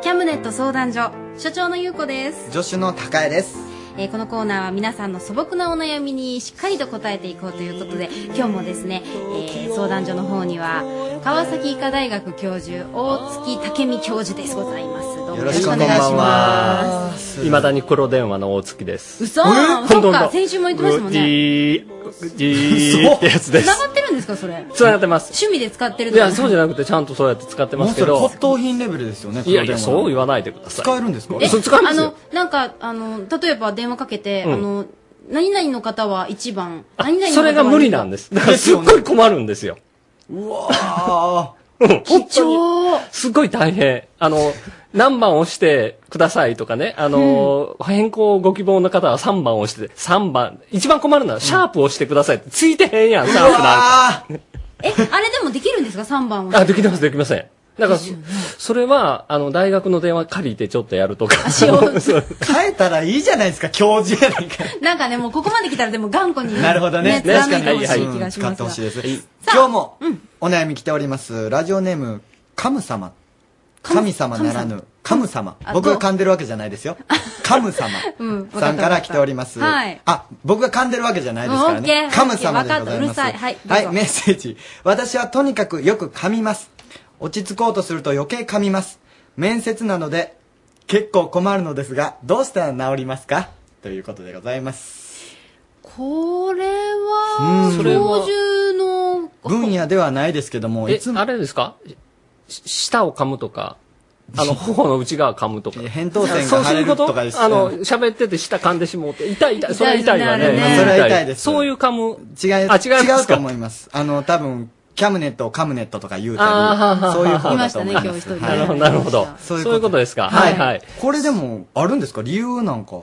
[SPEAKER 3] キャムネット相談所所長の優子です、
[SPEAKER 2] 助手の高江です
[SPEAKER 3] えーこのコーナーは皆さんの素朴なお悩みにしっかりと答えていこうということで今日もですね、えー相談所の方には川崎医科大学教授大月武美教授ですございますどうもよろしくお願いします
[SPEAKER 28] いまだに黒電話の大月です。
[SPEAKER 3] 嘘
[SPEAKER 28] ほんと
[SPEAKER 3] そ
[SPEAKER 28] ほ
[SPEAKER 3] っ
[SPEAKER 28] ん
[SPEAKER 3] か
[SPEAKER 28] と
[SPEAKER 3] 先週も言ってましたもん
[SPEAKER 28] じ
[SPEAKER 3] ね
[SPEAKER 28] ー、じーってやつで
[SPEAKER 3] 繋
[SPEAKER 28] す。
[SPEAKER 3] がってるんですかそれ
[SPEAKER 28] 繋がってます。
[SPEAKER 3] 趣味で使ってる
[SPEAKER 28] いや、そうじゃ
[SPEAKER 3] ない
[SPEAKER 28] なくて、ちゃんとそうやって使ってますけど。
[SPEAKER 12] もうそれ
[SPEAKER 28] 当品レベルですよねいやい
[SPEAKER 12] 黒電
[SPEAKER 28] や、
[SPEAKER 12] 話
[SPEAKER 28] そう言わないでください。
[SPEAKER 12] 使えるんですか
[SPEAKER 3] え
[SPEAKER 28] そう使えま
[SPEAKER 3] あ
[SPEAKER 28] すよ
[SPEAKER 3] のなんかあの例えば電話かけて、
[SPEAKER 28] うん
[SPEAKER 3] あの何々の方は1番
[SPEAKER 28] あ
[SPEAKER 3] 何々の方は二番
[SPEAKER 28] それが無理なんです。だからすっごい困るんですよ。
[SPEAKER 2] うわ
[SPEAKER 28] うん
[SPEAKER 3] 貴重
[SPEAKER 28] すっごい大変。あの、何番押してくださいとかね、あの、変更ご希望の方は3番押してて、3番、一番困るのは、シャープ押してくださいって、ついてへんやん、シャープなんか。
[SPEAKER 3] えあれでもできるんですか3番を
[SPEAKER 28] あ、できてます、できません。だから、そそれは、あの、大学の電話借りてちょっとやるとか。 そう
[SPEAKER 2] 変えたらいいじゃないですか、教授やないか。
[SPEAKER 3] なんかね、もうここまで来たらでも頑固に。
[SPEAKER 2] なるほどね。
[SPEAKER 3] 貫いてほしい気がし
[SPEAKER 2] 使
[SPEAKER 3] ま
[SPEAKER 2] っ
[SPEAKER 3] す
[SPEAKER 2] て
[SPEAKER 3] が。
[SPEAKER 2] ほしいです。今日も、お悩み来ております。ラジオネーム、カム様。神様ならぬ、カム様
[SPEAKER 3] あ。
[SPEAKER 2] 僕が
[SPEAKER 3] どう
[SPEAKER 2] 噛んでるわけじゃないですよ。 カム様。
[SPEAKER 3] うん
[SPEAKER 2] さ
[SPEAKER 3] わか
[SPEAKER 2] ん
[SPEAKER 3] った
[SPEAKER 2] から来ております。
[SPEAKER 3] はい
[SPEAKER 2] あ、僕が噛んでるわけじゃないですから
[SPEAKER 3] オッケー
[SPEAKER 2] ね。噛む様でございます。
[SPEAKER 3] わかったうるさいはいどうぞ
[SPEAKER 2] メッセージ。私はとにかくよく噛みます。落ち着こうとすると余計噛みます。面接なので、結構困るのですが、どうしたら治りますかということでございます。
[SPEAKER 3] これ
[SPEAKER 2] う
[SPEAKER 3] は
[SPEAKER 2] ん、それは
[SPEAKER 3] 教授の、
[SPEAKER 2] 分野ではないですけども、
[SPEAKER 28] え
[SPEAKER 2] いつも、
[SPEAKER 28] あれですかし舌を噛むとか、あの、頬の内側噛むとか。
[SPEAKER 2] 扁桃腺
[SPEAKER 28] そう
[SPEAKER 2] が腫
[SPEAKER 28] す
[SPEAKER 2] れ
[SPEAKER 28] る
[SPEAKER 2] る
[SPEAKER 28] ことと
[SPEAKER 2] か
[SPEAKER 28] あ
[SPEAKER 2] です
[SPEAKER 28] の、喋ってて舌噛んでしもうて、痛い痛い、それは痛いわね。
[SPEAKER 2] それは痛いです。
[SPEAKER 28] そういう噛む。
[SPEAKER 2] 違い、
[SPEAKER 28] あ違いますか
[SPEAKER 2] 違うと思います。あの、多分、キャムネットをカムネットとか言うたり
[SPEAKER 28] あーはーはーはー、
[SPEAKER 2] そういう方だと思います。
[SPEAKER 28] いましたね
[SPEAKER 2] はい
[SPEAKER 28] 今日一人なるほどなるほどそういうことですかはいはい。
[SPEAKER 2] これでも、あるんですか理由なんか。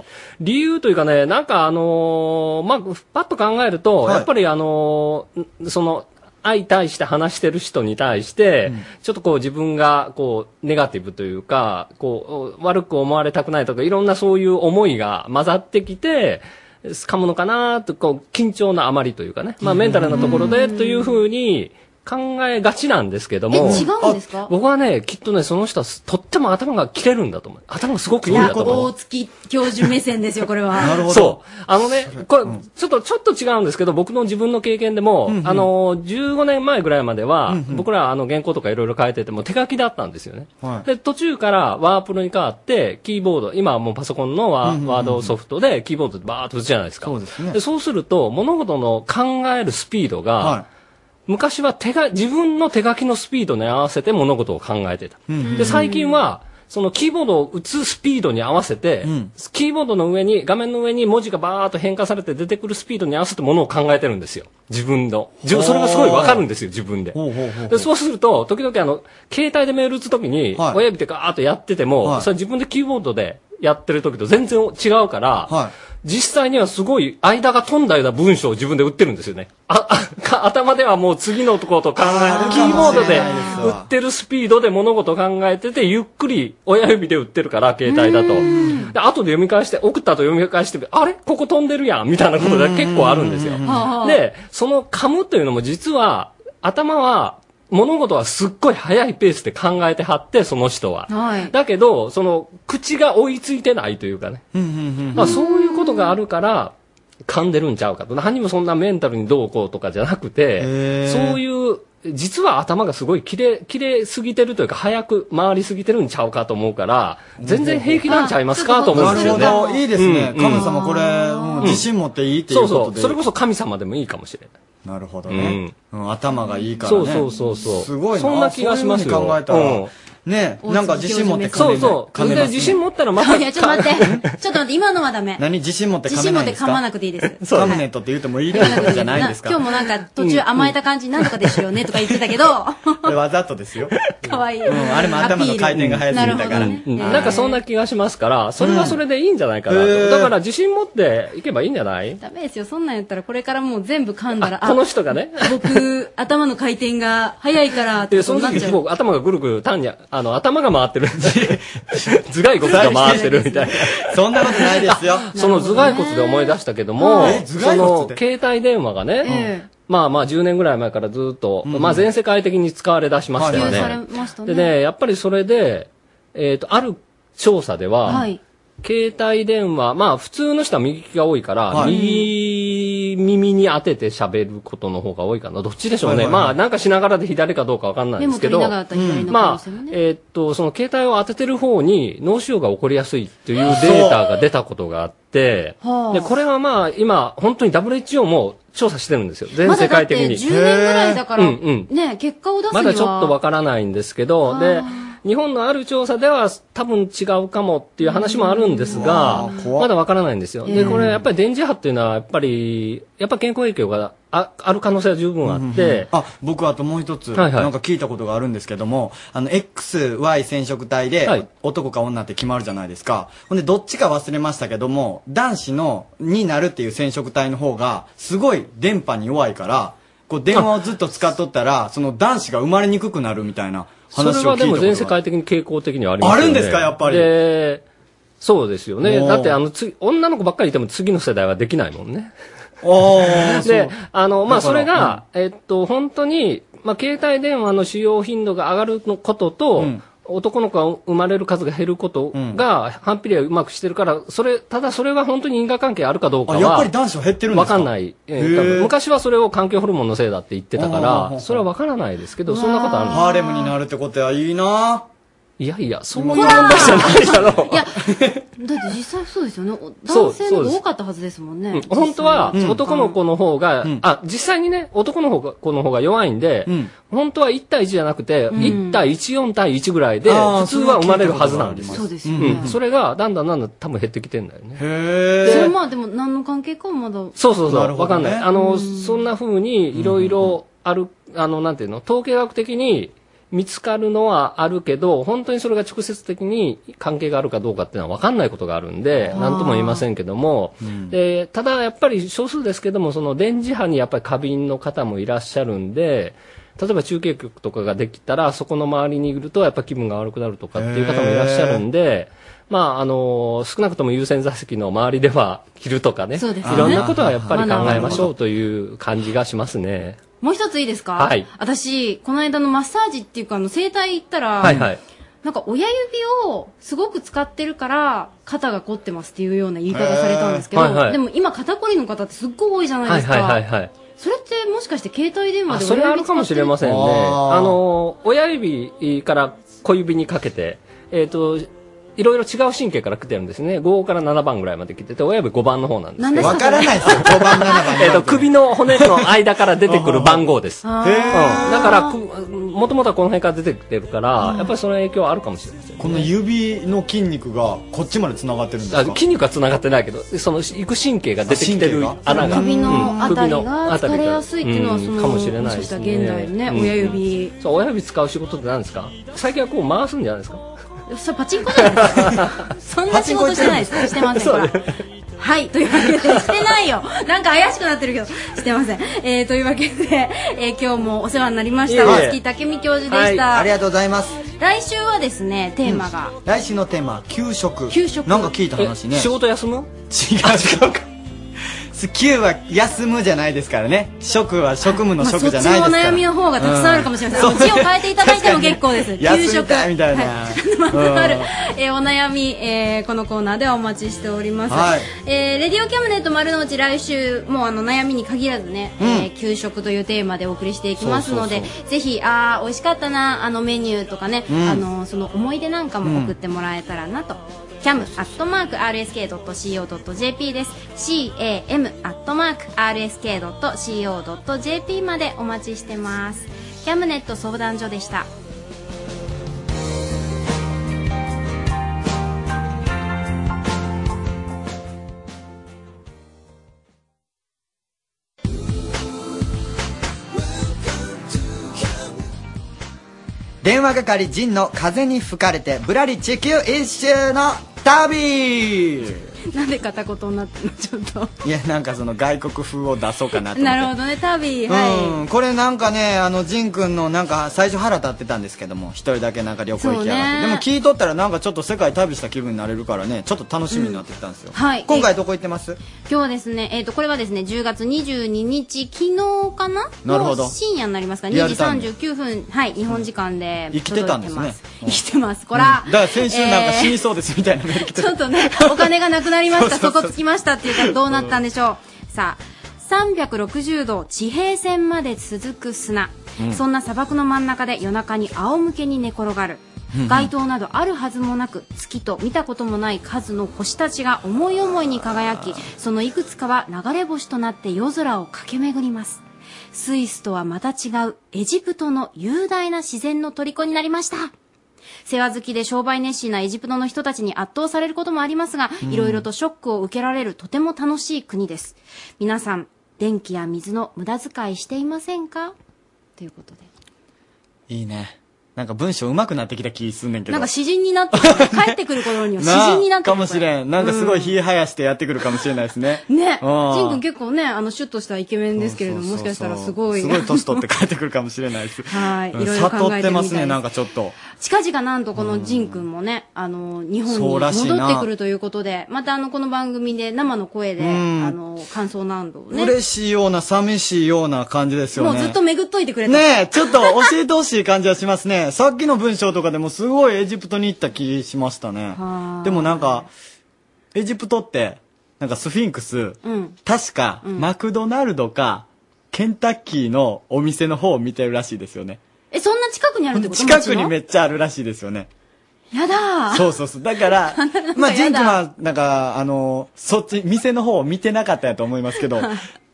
[SPEAKER 28] 理由というかね、なんかあのーまあ、パッと考えると、やっぱりあのーんその、相対して話してる人に対して、ちょっとこう自分がこうネガティブというか、こう悪く思われたくないとか、いろんなそういう思いが混ざってきて、噛むのかなと、こう緊張のあまりというかね、まあメンタルなところでというふうに考えがちなんですけども。
[SPEAKER 3] え違うんですか
[SPEAKER 28] あ僕はね、きっとね、その人はすとっても頭が切れるんだと思う。頭がすごくい
[SPEAKER 3] い
[SPEAKER 28] いんだ
[SPEAKER 3] や、
[SPEAKER 28] と思う
[SPEAKER 3] 大。月教授目線ですよ、これは。
[SPEAKER 28] そう。あのね、これ、ちょっと、ちょっと違うんですけど、僕の自分の経験でも、あの、15年前ぐらいまでは、僕ら、あの、原稿とかいろいろ変えてても、手書きだったんですよね。で、途中からワープロに変わって、キーボード、今はもうパソコンのワ,、
[SPEAKER 6] うんうんうんうん
[SPEAKER 28] ワードソフトで、キーボードでバーっと打つじゃないですか。そうです
[SPEAKER 6] ね
[SPEAKER 28] そうすると、物事の考えるスピードが、昔は手が、自分の手書きのスピードに合わせて物事を考えてた。
[SPEAKER 6] うんうん
[SPEAKER 28] で、最近は、そのキーボードを打つスピードに合わせて、キーボードの上に、画面の上に文字がバーッと変化されて出てくるスピードに合わせてものを考えてるんですよ。自分の。自分それがすごいわかるんですよ、自分で。でそうすると、時々あの、携帯でメール打つときに、親指でガーッとやってても、それ自分でキーボードでやってる時と全然違うから、実際にはすごい間が飛んだような文章を自分で打ってるんですよね。あ あか頭ではもう次のことを考えて、キーボードで打ってるスピードで物事を考えてて、ゆっくり親指で打ってるから、携帯だと。で、後で読み返して、送ったと読み返してみて、あれここ飛んでるやんみたいなことが結構あるんですよ
[SPEAKER 10] うんうんう。ん
[SPEAKER 28] で、その噛むというのも実は、頭は、物事はすっごい早いペースで考えてはって、その人は。
[SPEAKER 10] はい
[SPEAKER 28] だけど、その、口が追いついてないというかね。まあ、そういうことがあるから、噛んでるんちゃうかと。何もそんなメンタルにどうこうとかじゃなくて、そういう、実は頭がすごい切れ、切れすぎてるというか、早く回りすぎてるんちゃうかと思うから、全然平気なんちゃいますかと思うんですよね。
[SPEAKER 2] なるほどいいですね
[SPEAKER 28] うんうん
[SPEAKER 2] 神様これうん自信持っていいっていうことで
[SPEAKER 28] そうそう。それこそ神様でもいいかもしれない。
[SPEAKER 2] なるほどね、うん頭がいいから
[SPEAKER 28] そ
[SPEAKER 2] ね
[SPEAKER 28] うそうそうそう。
[SPEAKER 2] すごいな
[SPEAKER 28] そんな気がしますよ。
[SPEAKER 2] そういうふうに考えたら、ねなんか自信持って
[SPEAKER 28] そうそう。
[SPEAKER 2] 金
[SPEAKER 28] で自信持ったらまた。
[SPEAKER 3] いや、ちょっと待って。ちょっと待って、今のはダメ。
[SPEAKER 2] 何自信持って噛めないんですか
[SPEAKER 3] 自信持って噛まなくていいです
[SPEAKER 2] そうカムネットって言ってもいいってことじゃないんですか
[SPEAKER 3] 今日もなんか途中甘えた感じ、なんとかですよねとか言ってたけど、
[SPEAKER 2] これわざとですよ
[SPEAKER 3] かわいい。
[SPEAKER 2] うんあれも頭の回転が速すぎたから
[SPEAKER 3] なる
[SPEAKER 28] うんなんかそんな気がしますから、それはそれでいいんじゃないかな
[SPEAKER 2] うんへー
[SPEAKER 28] と。だから自信持っていけばいいんじゃない
[SPEAKER 3] ダメですよ。そんなんやったらこれからもう全部噛んだら、
[SPEAKER 28] この人がね。
[SPEAKER 3] 僕、頭の回転が早いからって
[SPEAKER 28] で、
[SPEAKER 3] こと
[SPEAKER 28] そ
[SPEAKER 3] にな
[SPEAKER 28] の
[SPEAKER 3] っち
[SPEAKER 28] 時
[SPEAKER 3] ゃう。
[SPEAKER 28] 僕頭がぐるぐる単に、あの、頭が回ってるんで、頭蓋骨が回ってるみたいな。
[SPEAKER 2] そんなことないですよ。
[SPEAKER 28] その頭蓋骨で思い出したけども
[SPEAKER 2] え、頭
[SPEAKER 28] そ
[SPEAKER 2] 蓋骨
[SPEAKER 28] の携帯電話がね、まあまあ10年ぐらい前からずっと、
[SPEAKER 2] うん
[SPEAKER 28] まあ全世界的に使われ出しましたよ
[SPEAKER 3] 普及さ
[SPEAKER 28] ね
[SPEAKER 3] れ。ましたね。
[SPEAKER 28] でね、やっぱりそれで、えっ、と、ある調査では、
[SPEAKER 3] はい。
[SPEAKER 28] 携帯電話、まあ普通の人は右利きが多いから、
[SPEAKER 2] はい
[SPEAKER 28] 右耳に当てて喋ることの方が多いかな。どっちでしょうね。
[SPEAKER 2] はいはいはい
[SPEAKER 28] まあなんかしながらで左かどうかわかんないんですけど、
[SPEAKER 3] メモ取りながらだったら左の可能
[SPEAKER 28] まあ
[SPEAKER 3] 性も、
[SPEAKER 28] えーっと、その携帯を当ててる方に脳腫瘍が起こりやすいというデータが出たことがあって、
[SPEAKER 3] はあ
[SPEAKER 28] で、これはまあ今、本当に WHO も調査してるんですよ。全世界的に。
[SPEAKER 3] まだだって10年ぐらいだから、
[SPEAKER 28] うんうん
[SPEAKER 3] ね、結果を出すには。
[SPEAKER 28] まだちょっとわからないんですけど、で、日本のある調査では多分違うかもっていう話もあるんですが、まだわからないんですよ。
[SPEAKER 10] ええ
[SPEAKER 28] で、これやっぱり電磁波っていうのはやっぱり、やっぱ健康影響があある可能性は十分あって、
[SPEAKER 2] あ僕あともう一つ、
[SPEAKER 28] はいはい
[SPEAKER 2] なんか聞いたことがあるんですけどもあの XY 染色体で、
[SPEAKER 28] はい
[SPEAKER 2] 男か女って決まるじゃないですかほんでどっちか忘れましたけども男子のになるっていう染色体の方がすごい電波に弱いからこう電話をずっと使っとったらその男子が生まれにくくなるみたいな
[SPEAKER 28] それ
[SPEAKER 2] 話を聞
[SPEAKER 28] はい
[SPEAKER 2] た
[SPEAKER 28] で
[SPEAKER 2] こ
[SPEAKER 28] も
[SPEAKER 2] とが
[SPEAKER 28] 全世界的に傾向的にはありますよね。
[SPEAKER 2] あるんですかやっぱり
[SPEAKER 28] で、そうですよね。
[SPEAKER 2] おー
[SPEAKER 28] だってあの、次女の子ばっかりいても次の世代はできないもんね。
[SPEAKER 2] ーそう、
[SPEAKER 28] であの、
[SPEAKER 2] だ
[SPEAKER 28] まあ、
[SPEAKER 2] か
[SPEAKER 28] そ
[SPEAKER 2] ら
[SPEAKER 28] れが、えっと、本当に、まあ、携帯電話の使用頻度が上がるのことと、男の子が生まれる数が減ることが、反比例をうまくしてるから、それ、ただそれは本当に因果関係あるかどうか
[SPEAKER 2] あ
[SPEAKER 28] は、
[SPEAKER 2] やっぱり男子は減ってるんで
[SPEAKER 28] わ
[SPEAKER 2] すか
[SPEAKER 28] かんない。え
[SPEAKER 2] へ
[SPEAKER 28] ー
[SPEAKER 2] ー
[SPEAKER 28] 多分昔はそれを環境ホルモンのせいだって言ってたか
[SPEAKER 2] あーほうほうほ
[SPEAKER 28] ら、それはわからないですけど、そんなことある
[SPEAKER 2] ハーレムになるってことはいいない
[SPEAKER 28] やいやそういう問題じゃないだろう
[SPEAKER 3] だって実際そうですよね。お
[SPEAKER 28] そう
[SPEAKER 3] 男性の
[SPEAKER 28] そう
[SPEAKER 3] 方
[SPEAKER 28] で
[SPEAKER 3] が
[SPEAKER 28] す
[SPEAKER 3] 多かったはずですもん
[SPEAKER 28] うん
[SPEAKER 3] ね。
[SPEAKER 28] 本当は
[SPEAKER 3] 実際
[SPEAKER 28] 男の子の方が、あ、実際にね、男の方が子の方が弱いんで、本当は1対1じゃなくて、
[SPEAKER 3] うん
[SPEAKER 28] 1対1、4対1ぐらいで、
[SPEAKER 3] あー
[SPEAKER 28] 普通は生まれるはずなんですよ。
[SPEAKER 3] それは聞いたことがありますそうですよね
[SPEAKER 28] んそれが、だんだんだんだん多分減ってきてんだよね。
[SPEAKER 2] へ
[SPEAKER 3] それはまあでも何の関係かはまだ。
[SPEAKER 28] そうそうそ
[SPEAKER 3] な
[SPEAKER 28] う。
[SPEAKER 3] るほ
[SPEAKER 28] わ
[SPEAKER 3] ど
[SPEAKER 28] か
[SPEAKER 3] ね
[SPEAKER 28] んない。あの、そんな風に、いろいろある、あの、なんていうの、統計学的に見つかるのはあるけど、本当にそれが直接的に関係があるかどうかっていうのはわかんないことがあるんで、
[SPEAKER 10] あー
[SPEAKER 28] なんとも言えませんけども、で、ただやっぱり少数ですけども、その電磁波にやっぱり過敏の方もいらっしゃるんで、例えば中継局とかができたら、そこの周りにいるとやっぱ気分が悪くなるとかっていう方もいらっしゃるんで、まあ、あの、少なくとも優先座席の周りでは着るとかね、
[SPEAKER 3] そうですね
[SPEAKER 28] いろんなことはやっぱり考えまし
[SPEAKER 3] マナー
[SPEAKER 28] ょうという感じがしますね。
[SPEAKER 3] もう一ついいですか
[SPEAKER 28] はい
[SPEAKER 3] 私、この間のマッサージっていうか、あの、整体行ったら、
[SPEAKER 28] はいはい。
[SPEAKER 3] なんか親指をすごく使ってるから、肩が凝ってますっていうような言い方されたんですけど、
[SPEAKER 28] へーはいはい
[SPEAKER 3] でも今肩こりの方ってすっごい多いじゃない
[SPEAKER 28] は
[SPEAKER 3] で
[SPEAKER 28] い
[SPEAKER 3] すか。
[SPEAKER 28] はいはいはい。
[SPEAKER 3] それってもしかして携帯電話
[SPEAKER 28] あ
[SPEAKER 3] で
[SPEAKER 28] それあるかもしれませんね。
[SPEAKER 3] あ
[SPEAKER 28] あの、親指から小指にかけて、えっ、と、いろいろ違う神経から来てるんですね。5から7番ぐらいまで来てて、親指5番の方なんですけど。
[SPEAKER 2] わからない ですよ、5番、7番。
[SPEAKER 28] えっと、首の骨の間から出てくる番号です。うん、だから、もともとはこの辺から出てきてるから、やっぱりその影響はあるかもしれないです
[SPEAKER 4] この指の筋肉がこっちまで繋がってるんです
[SPEAKER 28] あ
[SPEAKER 4] か
[SPEAKER 28] 筋肉は繋がってないけど、その行く神経が出てきてる
[SPEAKER 4] あ神経が
[SPEAKER 28] 穴が。
[SPEAKER 4] 首
[SPEAKER 28] の
[SPEAKER 3] あたりが
[SPEAKER 28] あたり
[SPEAKER 3] 疲れ
[SPEAKER 28] が
[SPEAKER 3] やすいっていうのは
[SPEAKER 28] ん
[SPEAKER 3] その
[SPEAKER 28] かもしれない
[SPEAKER 3] もし
[SPEAKER 28] です
[SPEAKER 3] かしたら現代ね親指
[SPEAKER 28] そう、親指使う仕事って何ですか最近はこう回すんじゃないですか
[SPEAKER 3] それパチンコじゃ ないですかそんな仕事してないですしてません
[SPEAKER 28] そ
[SPEAKER 3] か
[SPEAKER 28] う
[SPEAKER 3] ら
[SPEAKER 28] ね
[SPEAKER 3] はい、というわけで、してないよ。なんか怪しくなってるけど、してません。えー、というわけで、えー、今日もお世話になりました。
[SPEAKER 2] いえいえ
[SPEAKER 3] 大月武美教授でした、
[SPEAKER 2] ありがとうございます。
[SPEAKER 3] 来週はですね、テーマが、
[SPEAKER 2] うん来週のテーマは給食なんか聞いた話ね
[SPEAKER 28] え仕事休む違う
[SPEAKER 2] 違うか給は休むじゃないですからね職は職務の
[SPEAKER 3] まあ、そ
[SPEAKER 2] 職
[SPEAKER 3] っち
[SPEAKER 2] じ
[SPEAKER 3] の
[SPEAKER 2] ゃないです
[SPEAKER 3] お
[SPEAKER 2] から、
[SPEAKER 3] 悩みの方がたくさんあるかもしれません。
[SPEAKER 2] う
[SPEAKER 3] そっちを変えていただいても結構です。給
[SPEAKER 2] 休み
[SPEAKER 3] 食。
[SPEAKER 2] たいみたいな、
[SPEAKER 3] まつ
[SPEAKER 2] うん
[SPEAKER 3] わる、えー、お悩み、えー、このコーナーではお待ちしております、
[SPEAKER 2] はい
[SPEAKER 3] えーレディオキャムネット丸の内来週もうあの悩みに限らずね、
[SPEAKER 26] うん
[SPEAKER 3] えー給食というテーマでお送りしていきますので
[SPEAKER 26] そうそうそう
[SPEAKER 3] ぜひあー美味しかったなあのメニューとかね、
[SPEAKER 26] うん
[SPEAKER 3] あのその思い出なんかも送ってもらえたらなと、キャムアットマーク RSK.CO.JP です CAM アットマーク RSK.CO.JP までお待ちしてますキャムネット相談所で した
[SPEAKER 2] 電話係陣の風に吹かれてぶらり地球一周の旅
[SPEAKER 3] なんで片言に なってんのちょっと
[SPEAKER 2] いやなんかその外国風を出そうかなと思って
[SPEAKER 3] なるほどね、旅、は
[SPEAKER 2] うん、これなんかねあの仁君のなんか最初腹立ってたんですけども一人だけなんか旅行行きやがって、
[SPEAKER 3] そうね
[SPEAKER 2] でも聞いとったらなんかちょっと世界旅した気分になれるからねちょっと楽しみになってきたんですよ、
[SPEAKER 3] んはい
[SPEAKER 2] 今回どこ行ってます
[SPEAKER 3] い。今日はですね、えっ、と、これはですね、10月22日、昨日かな
[SPEAKER 2] なるほど
[SPEAKER 3] の深夜になりますか、
[SPEAKER 2] リアルタイ
[SPEAKER 3] 2
[SPEAKER 2] ム
[SPEAKER 3] 時39分、はい、日本時間で
[SPEAKER 2] 生きてたんです
[SPEAKER 3] 届い
[SPEAKER 2] ね
[SPEAKER 3] てます。生きてます、こら、
[SPEAKER 2] だから先週なんか死に
[SPEAKER 3] え
[SPEAKER 2] そうですみたいなメール来
[SPEAKER 3] ー
[SPEAKER 2] て
[SPEAKER 3] ち
[SPEAKER 2] る
[SPEAKER 3] ょっとね、お金がなくなりました、
[SPEAKER 2] そ
[SPEAKER 3] そう
[SPEAKER 2] そうそう
[SPEAKER 3] こつきましたっていうからどうなったんでしょう。さあ、360度地平線まで続く砂、
[SPEAKER 26] うん
[SPEAKER 3] そんな砂漠の真ん中で夜中に仰向けに寝転がる。
[SPEAKER 26] うん
[SPEAKER 3] 街灯などあるはずもなく月と見たこともない数の星たちが思い思いに輝きそのいくつかは流れ星となって夜空を駆け巡りますスイスとはまた違うエジプトの雄大な自然の虜になりました世話好きで商売熱心なエジプトの人たちに圧倒されることもありますが
[SPEAKER 26] うん
[SPEAKER 3] いろいろとショックを受けられるとても楽しい国です皆さん電気や水の無駄遣いしていませんかということで
[SPEAKER 2] いいねなんか文章上手くなってきた気すんねんけど
[SPEAKER 3] なんか詩人になってる帰ってくる頃には詩
[SPEAKER 2] なあ
[SPEAKER 3] 人になって
[SPEAKER 2] か
[SPEAKER 3] る
[SPEAKER 2] もしれんなんかすごい火生やしてやってくるかもしれないですね
[SPEAKER 3] ね、
[SPEAKER 2] うん
[SPEAKER 3] ジン君結構ね、あのシュッとしたイケメンですけれども、もしかしたらすごい。
[SPEAKER 2] すごい年取って帰ってくるかもしれないです
[SPEAKER 3] はい
[SPEAKER 2] うん
[SPEAKER 3] いろいろ考えてみた
[SPEAKER 2] 悟
[SPEAKER 3] い
[SPEAKER 2] っ
[SPEAKER 3] です
[SPEAKER 2] てますねなんかちょっと
[SPEAKER 3] 近々なんとこのジン君もね、あの、日本に
[SPEAKER 2] そうらしいな
[SPEAKER 3] 戻ってくるということで、またあの、この番組で生の声で、
[SPEAKER 2] うん
[SPEAKER 3] あの、感想なんどをね。
[SPEAKER 2] 嬉しいような寂しいような感じですよね
[SPEAKER 3] もうずっと巡っといてくれた。
[SPEAKER 2] ねえ、ちょっと教えてほしい感じはしますね。 さっきの文章とかでもすごいエジプトに行った気しましたね。
[SPEAKER 3] はーい
[SPEAKER 2] でもなんか、エジプトって、なんかスフィンクス、
[SPEAKER 3] うん。
[SPEAKER 2] 確か、マクドナルドか、ケンタッキーのお店の方を見てるらしいですよね。
[SPEAKER 3] え、そんな近くにあるってこと
[SPEAKER 2] 近くにめ
[SPEAKER 3] っ
[SPEAKER 2] っちゃあるらしいですよね。
[SPEAKER 3] やだー
[SPEAKER 2] そうそうそう。だから、まあ、ジンクは、なんか、あの、そっち、店の方を見てなかったんやと思いますけど
[SPEAKER 3] はい、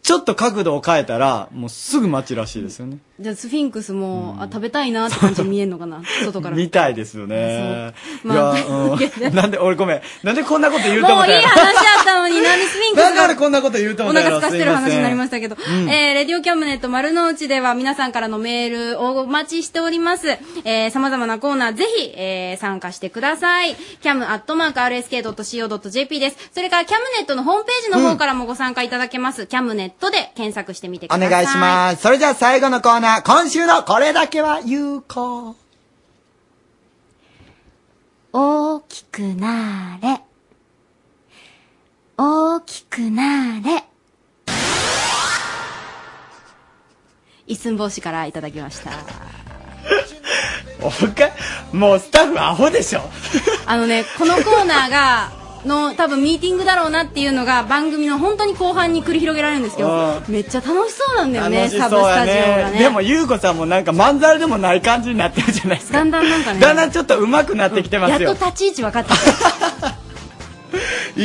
[SPEAKER 2] ちょっと角度を変えたら、もうすぐ街らしいですよね。
[SPEAKER 3] じゃあスフィンクスも、あ、食べたいなって感じに見えるのかな外から。
[SPEAKER 2] みたいですよね。い
[SPEAKER 3] そうまあ
[SPEAKER 2] や、
[SPEAKER 3] というわけで
[SPEAKER 2] うん。なんで、俺ごめん。なんでこんなこと言うと思
[SPEAKER 3] も
[SPEAKER 2] っ
[SPEAKER 3] うい
[SPEAKER 2] た
[SPEAKER 3] い話やったのに、なんでスフィンクスが
[SPEAKER 2] だからこんなこと言うと思
[SPEAKER 3] お
[SPEAKER 2] ったや
[SPEAKER 3] 腹
[SPEAKER 2] ろ
[SPEAKER 3] 空かしてる話になりまし
[SPEAKER 2] すい
[SPEAKER 3] たけど、
[SPEAKER 2] うん
[SPEAKER 3] えー、レディオキャムネット丸の内では皆さんからのメールをお待ちしております。えー、様々なコーナーぜひ、えー、参加してください。cam.rsk.co.jp です。それからキャムネットのホームページの方からもご参加いただけます。キャムネットで検索してみてくだ
[SPEAKER 2] ませ
[SPEAKER 3] さい。
[SPEAKER 2] んお願いします。それじゃあ最後のコーナー、今週のこれだけは有効。
[SPEAKER 29] 大きくなれ。大きくなれ。
[SPEAKER 3] 一寸法師からいただきました。
[SPEAKER 2] おかもうスタッフアホでしょ。
[SPEAKER 3] あのね、このコーナーが、の多分ミーティングだろうなっていうのが番組の本当に後半に繰り広げられるんですけどめっちゃ楽しそうなんだよね
[SPEAKER 2] 楽し
[SPEAKER 3] サブス
[SPEAKER 2] そうや
[SPEAKER 3] タジオが
[SPEAKER 2] ね。
[SPEAKER 3] ね
[SPEAKER 2] でも、ゆうこさんもなんかまんざらでもない感じになってるじゃないですか。
[SPEAKER 3] だんだんなんかね
[SPEAKER 2] だんだんちょっと上手くなってきてます
[SPEAKER 3] や
[SPEAKER 2] よ
[SPEAKER 3] っ。と立ち位置分かって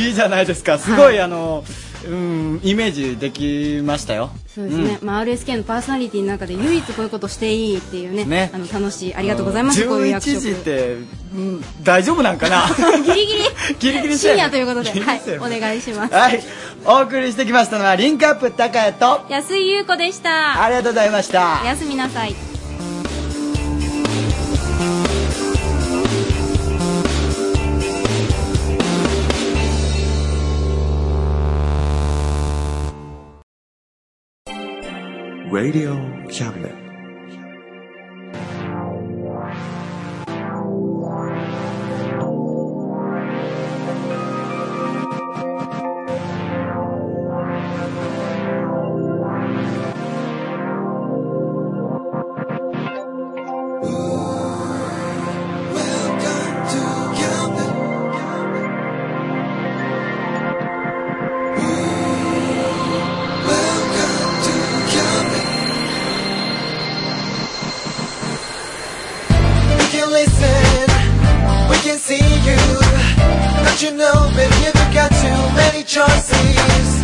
[SPEAKER 3] き
[SPEAKER 2] いいじゃないですか。すごい、あの、うん、イメージできましたよ。
[SPEAKER 3] そうですね、まあ、RSK のパーソナリティの中で唯一こういうことしていいっていうね
[SPEAKER 2] ね
[SPEAKER 3] あの楽しいありがとうございます、こういう役
[SPEAKER 2] 11時っ
[SPEAKER 3] 職
[SPEAKER 2] て、うん大丈夫なんかな
[SPEAKER 3] ギリギリ
[SPEAKER 2] ギリギリセーフ
[SPEAKER 3] 深夜ということで、
[SPEAKER 2] ギリギ
[SPEAKER 3] は
[SPEAKER 2] リ
[SPEAKER 3] い
[SPEAKER 2] セー、
[SPEAKER 3] お
[SPEAKER 2] フ
[SPEAKER 3] 願いします、
[SPEAKER 2] はい。お送りしてきましたのは、リンクアップ高谷と、
[SPEAKER 3] 安井優子でした
[SPEAKER 2] ありがとうございました
[SPEAKER 3] お。やすみなさい
[SPEAKER 5] Radio Cabinet.
[SPEAKER 12] We can listen, we can see you. Don't you know, baby, you've got too many choices.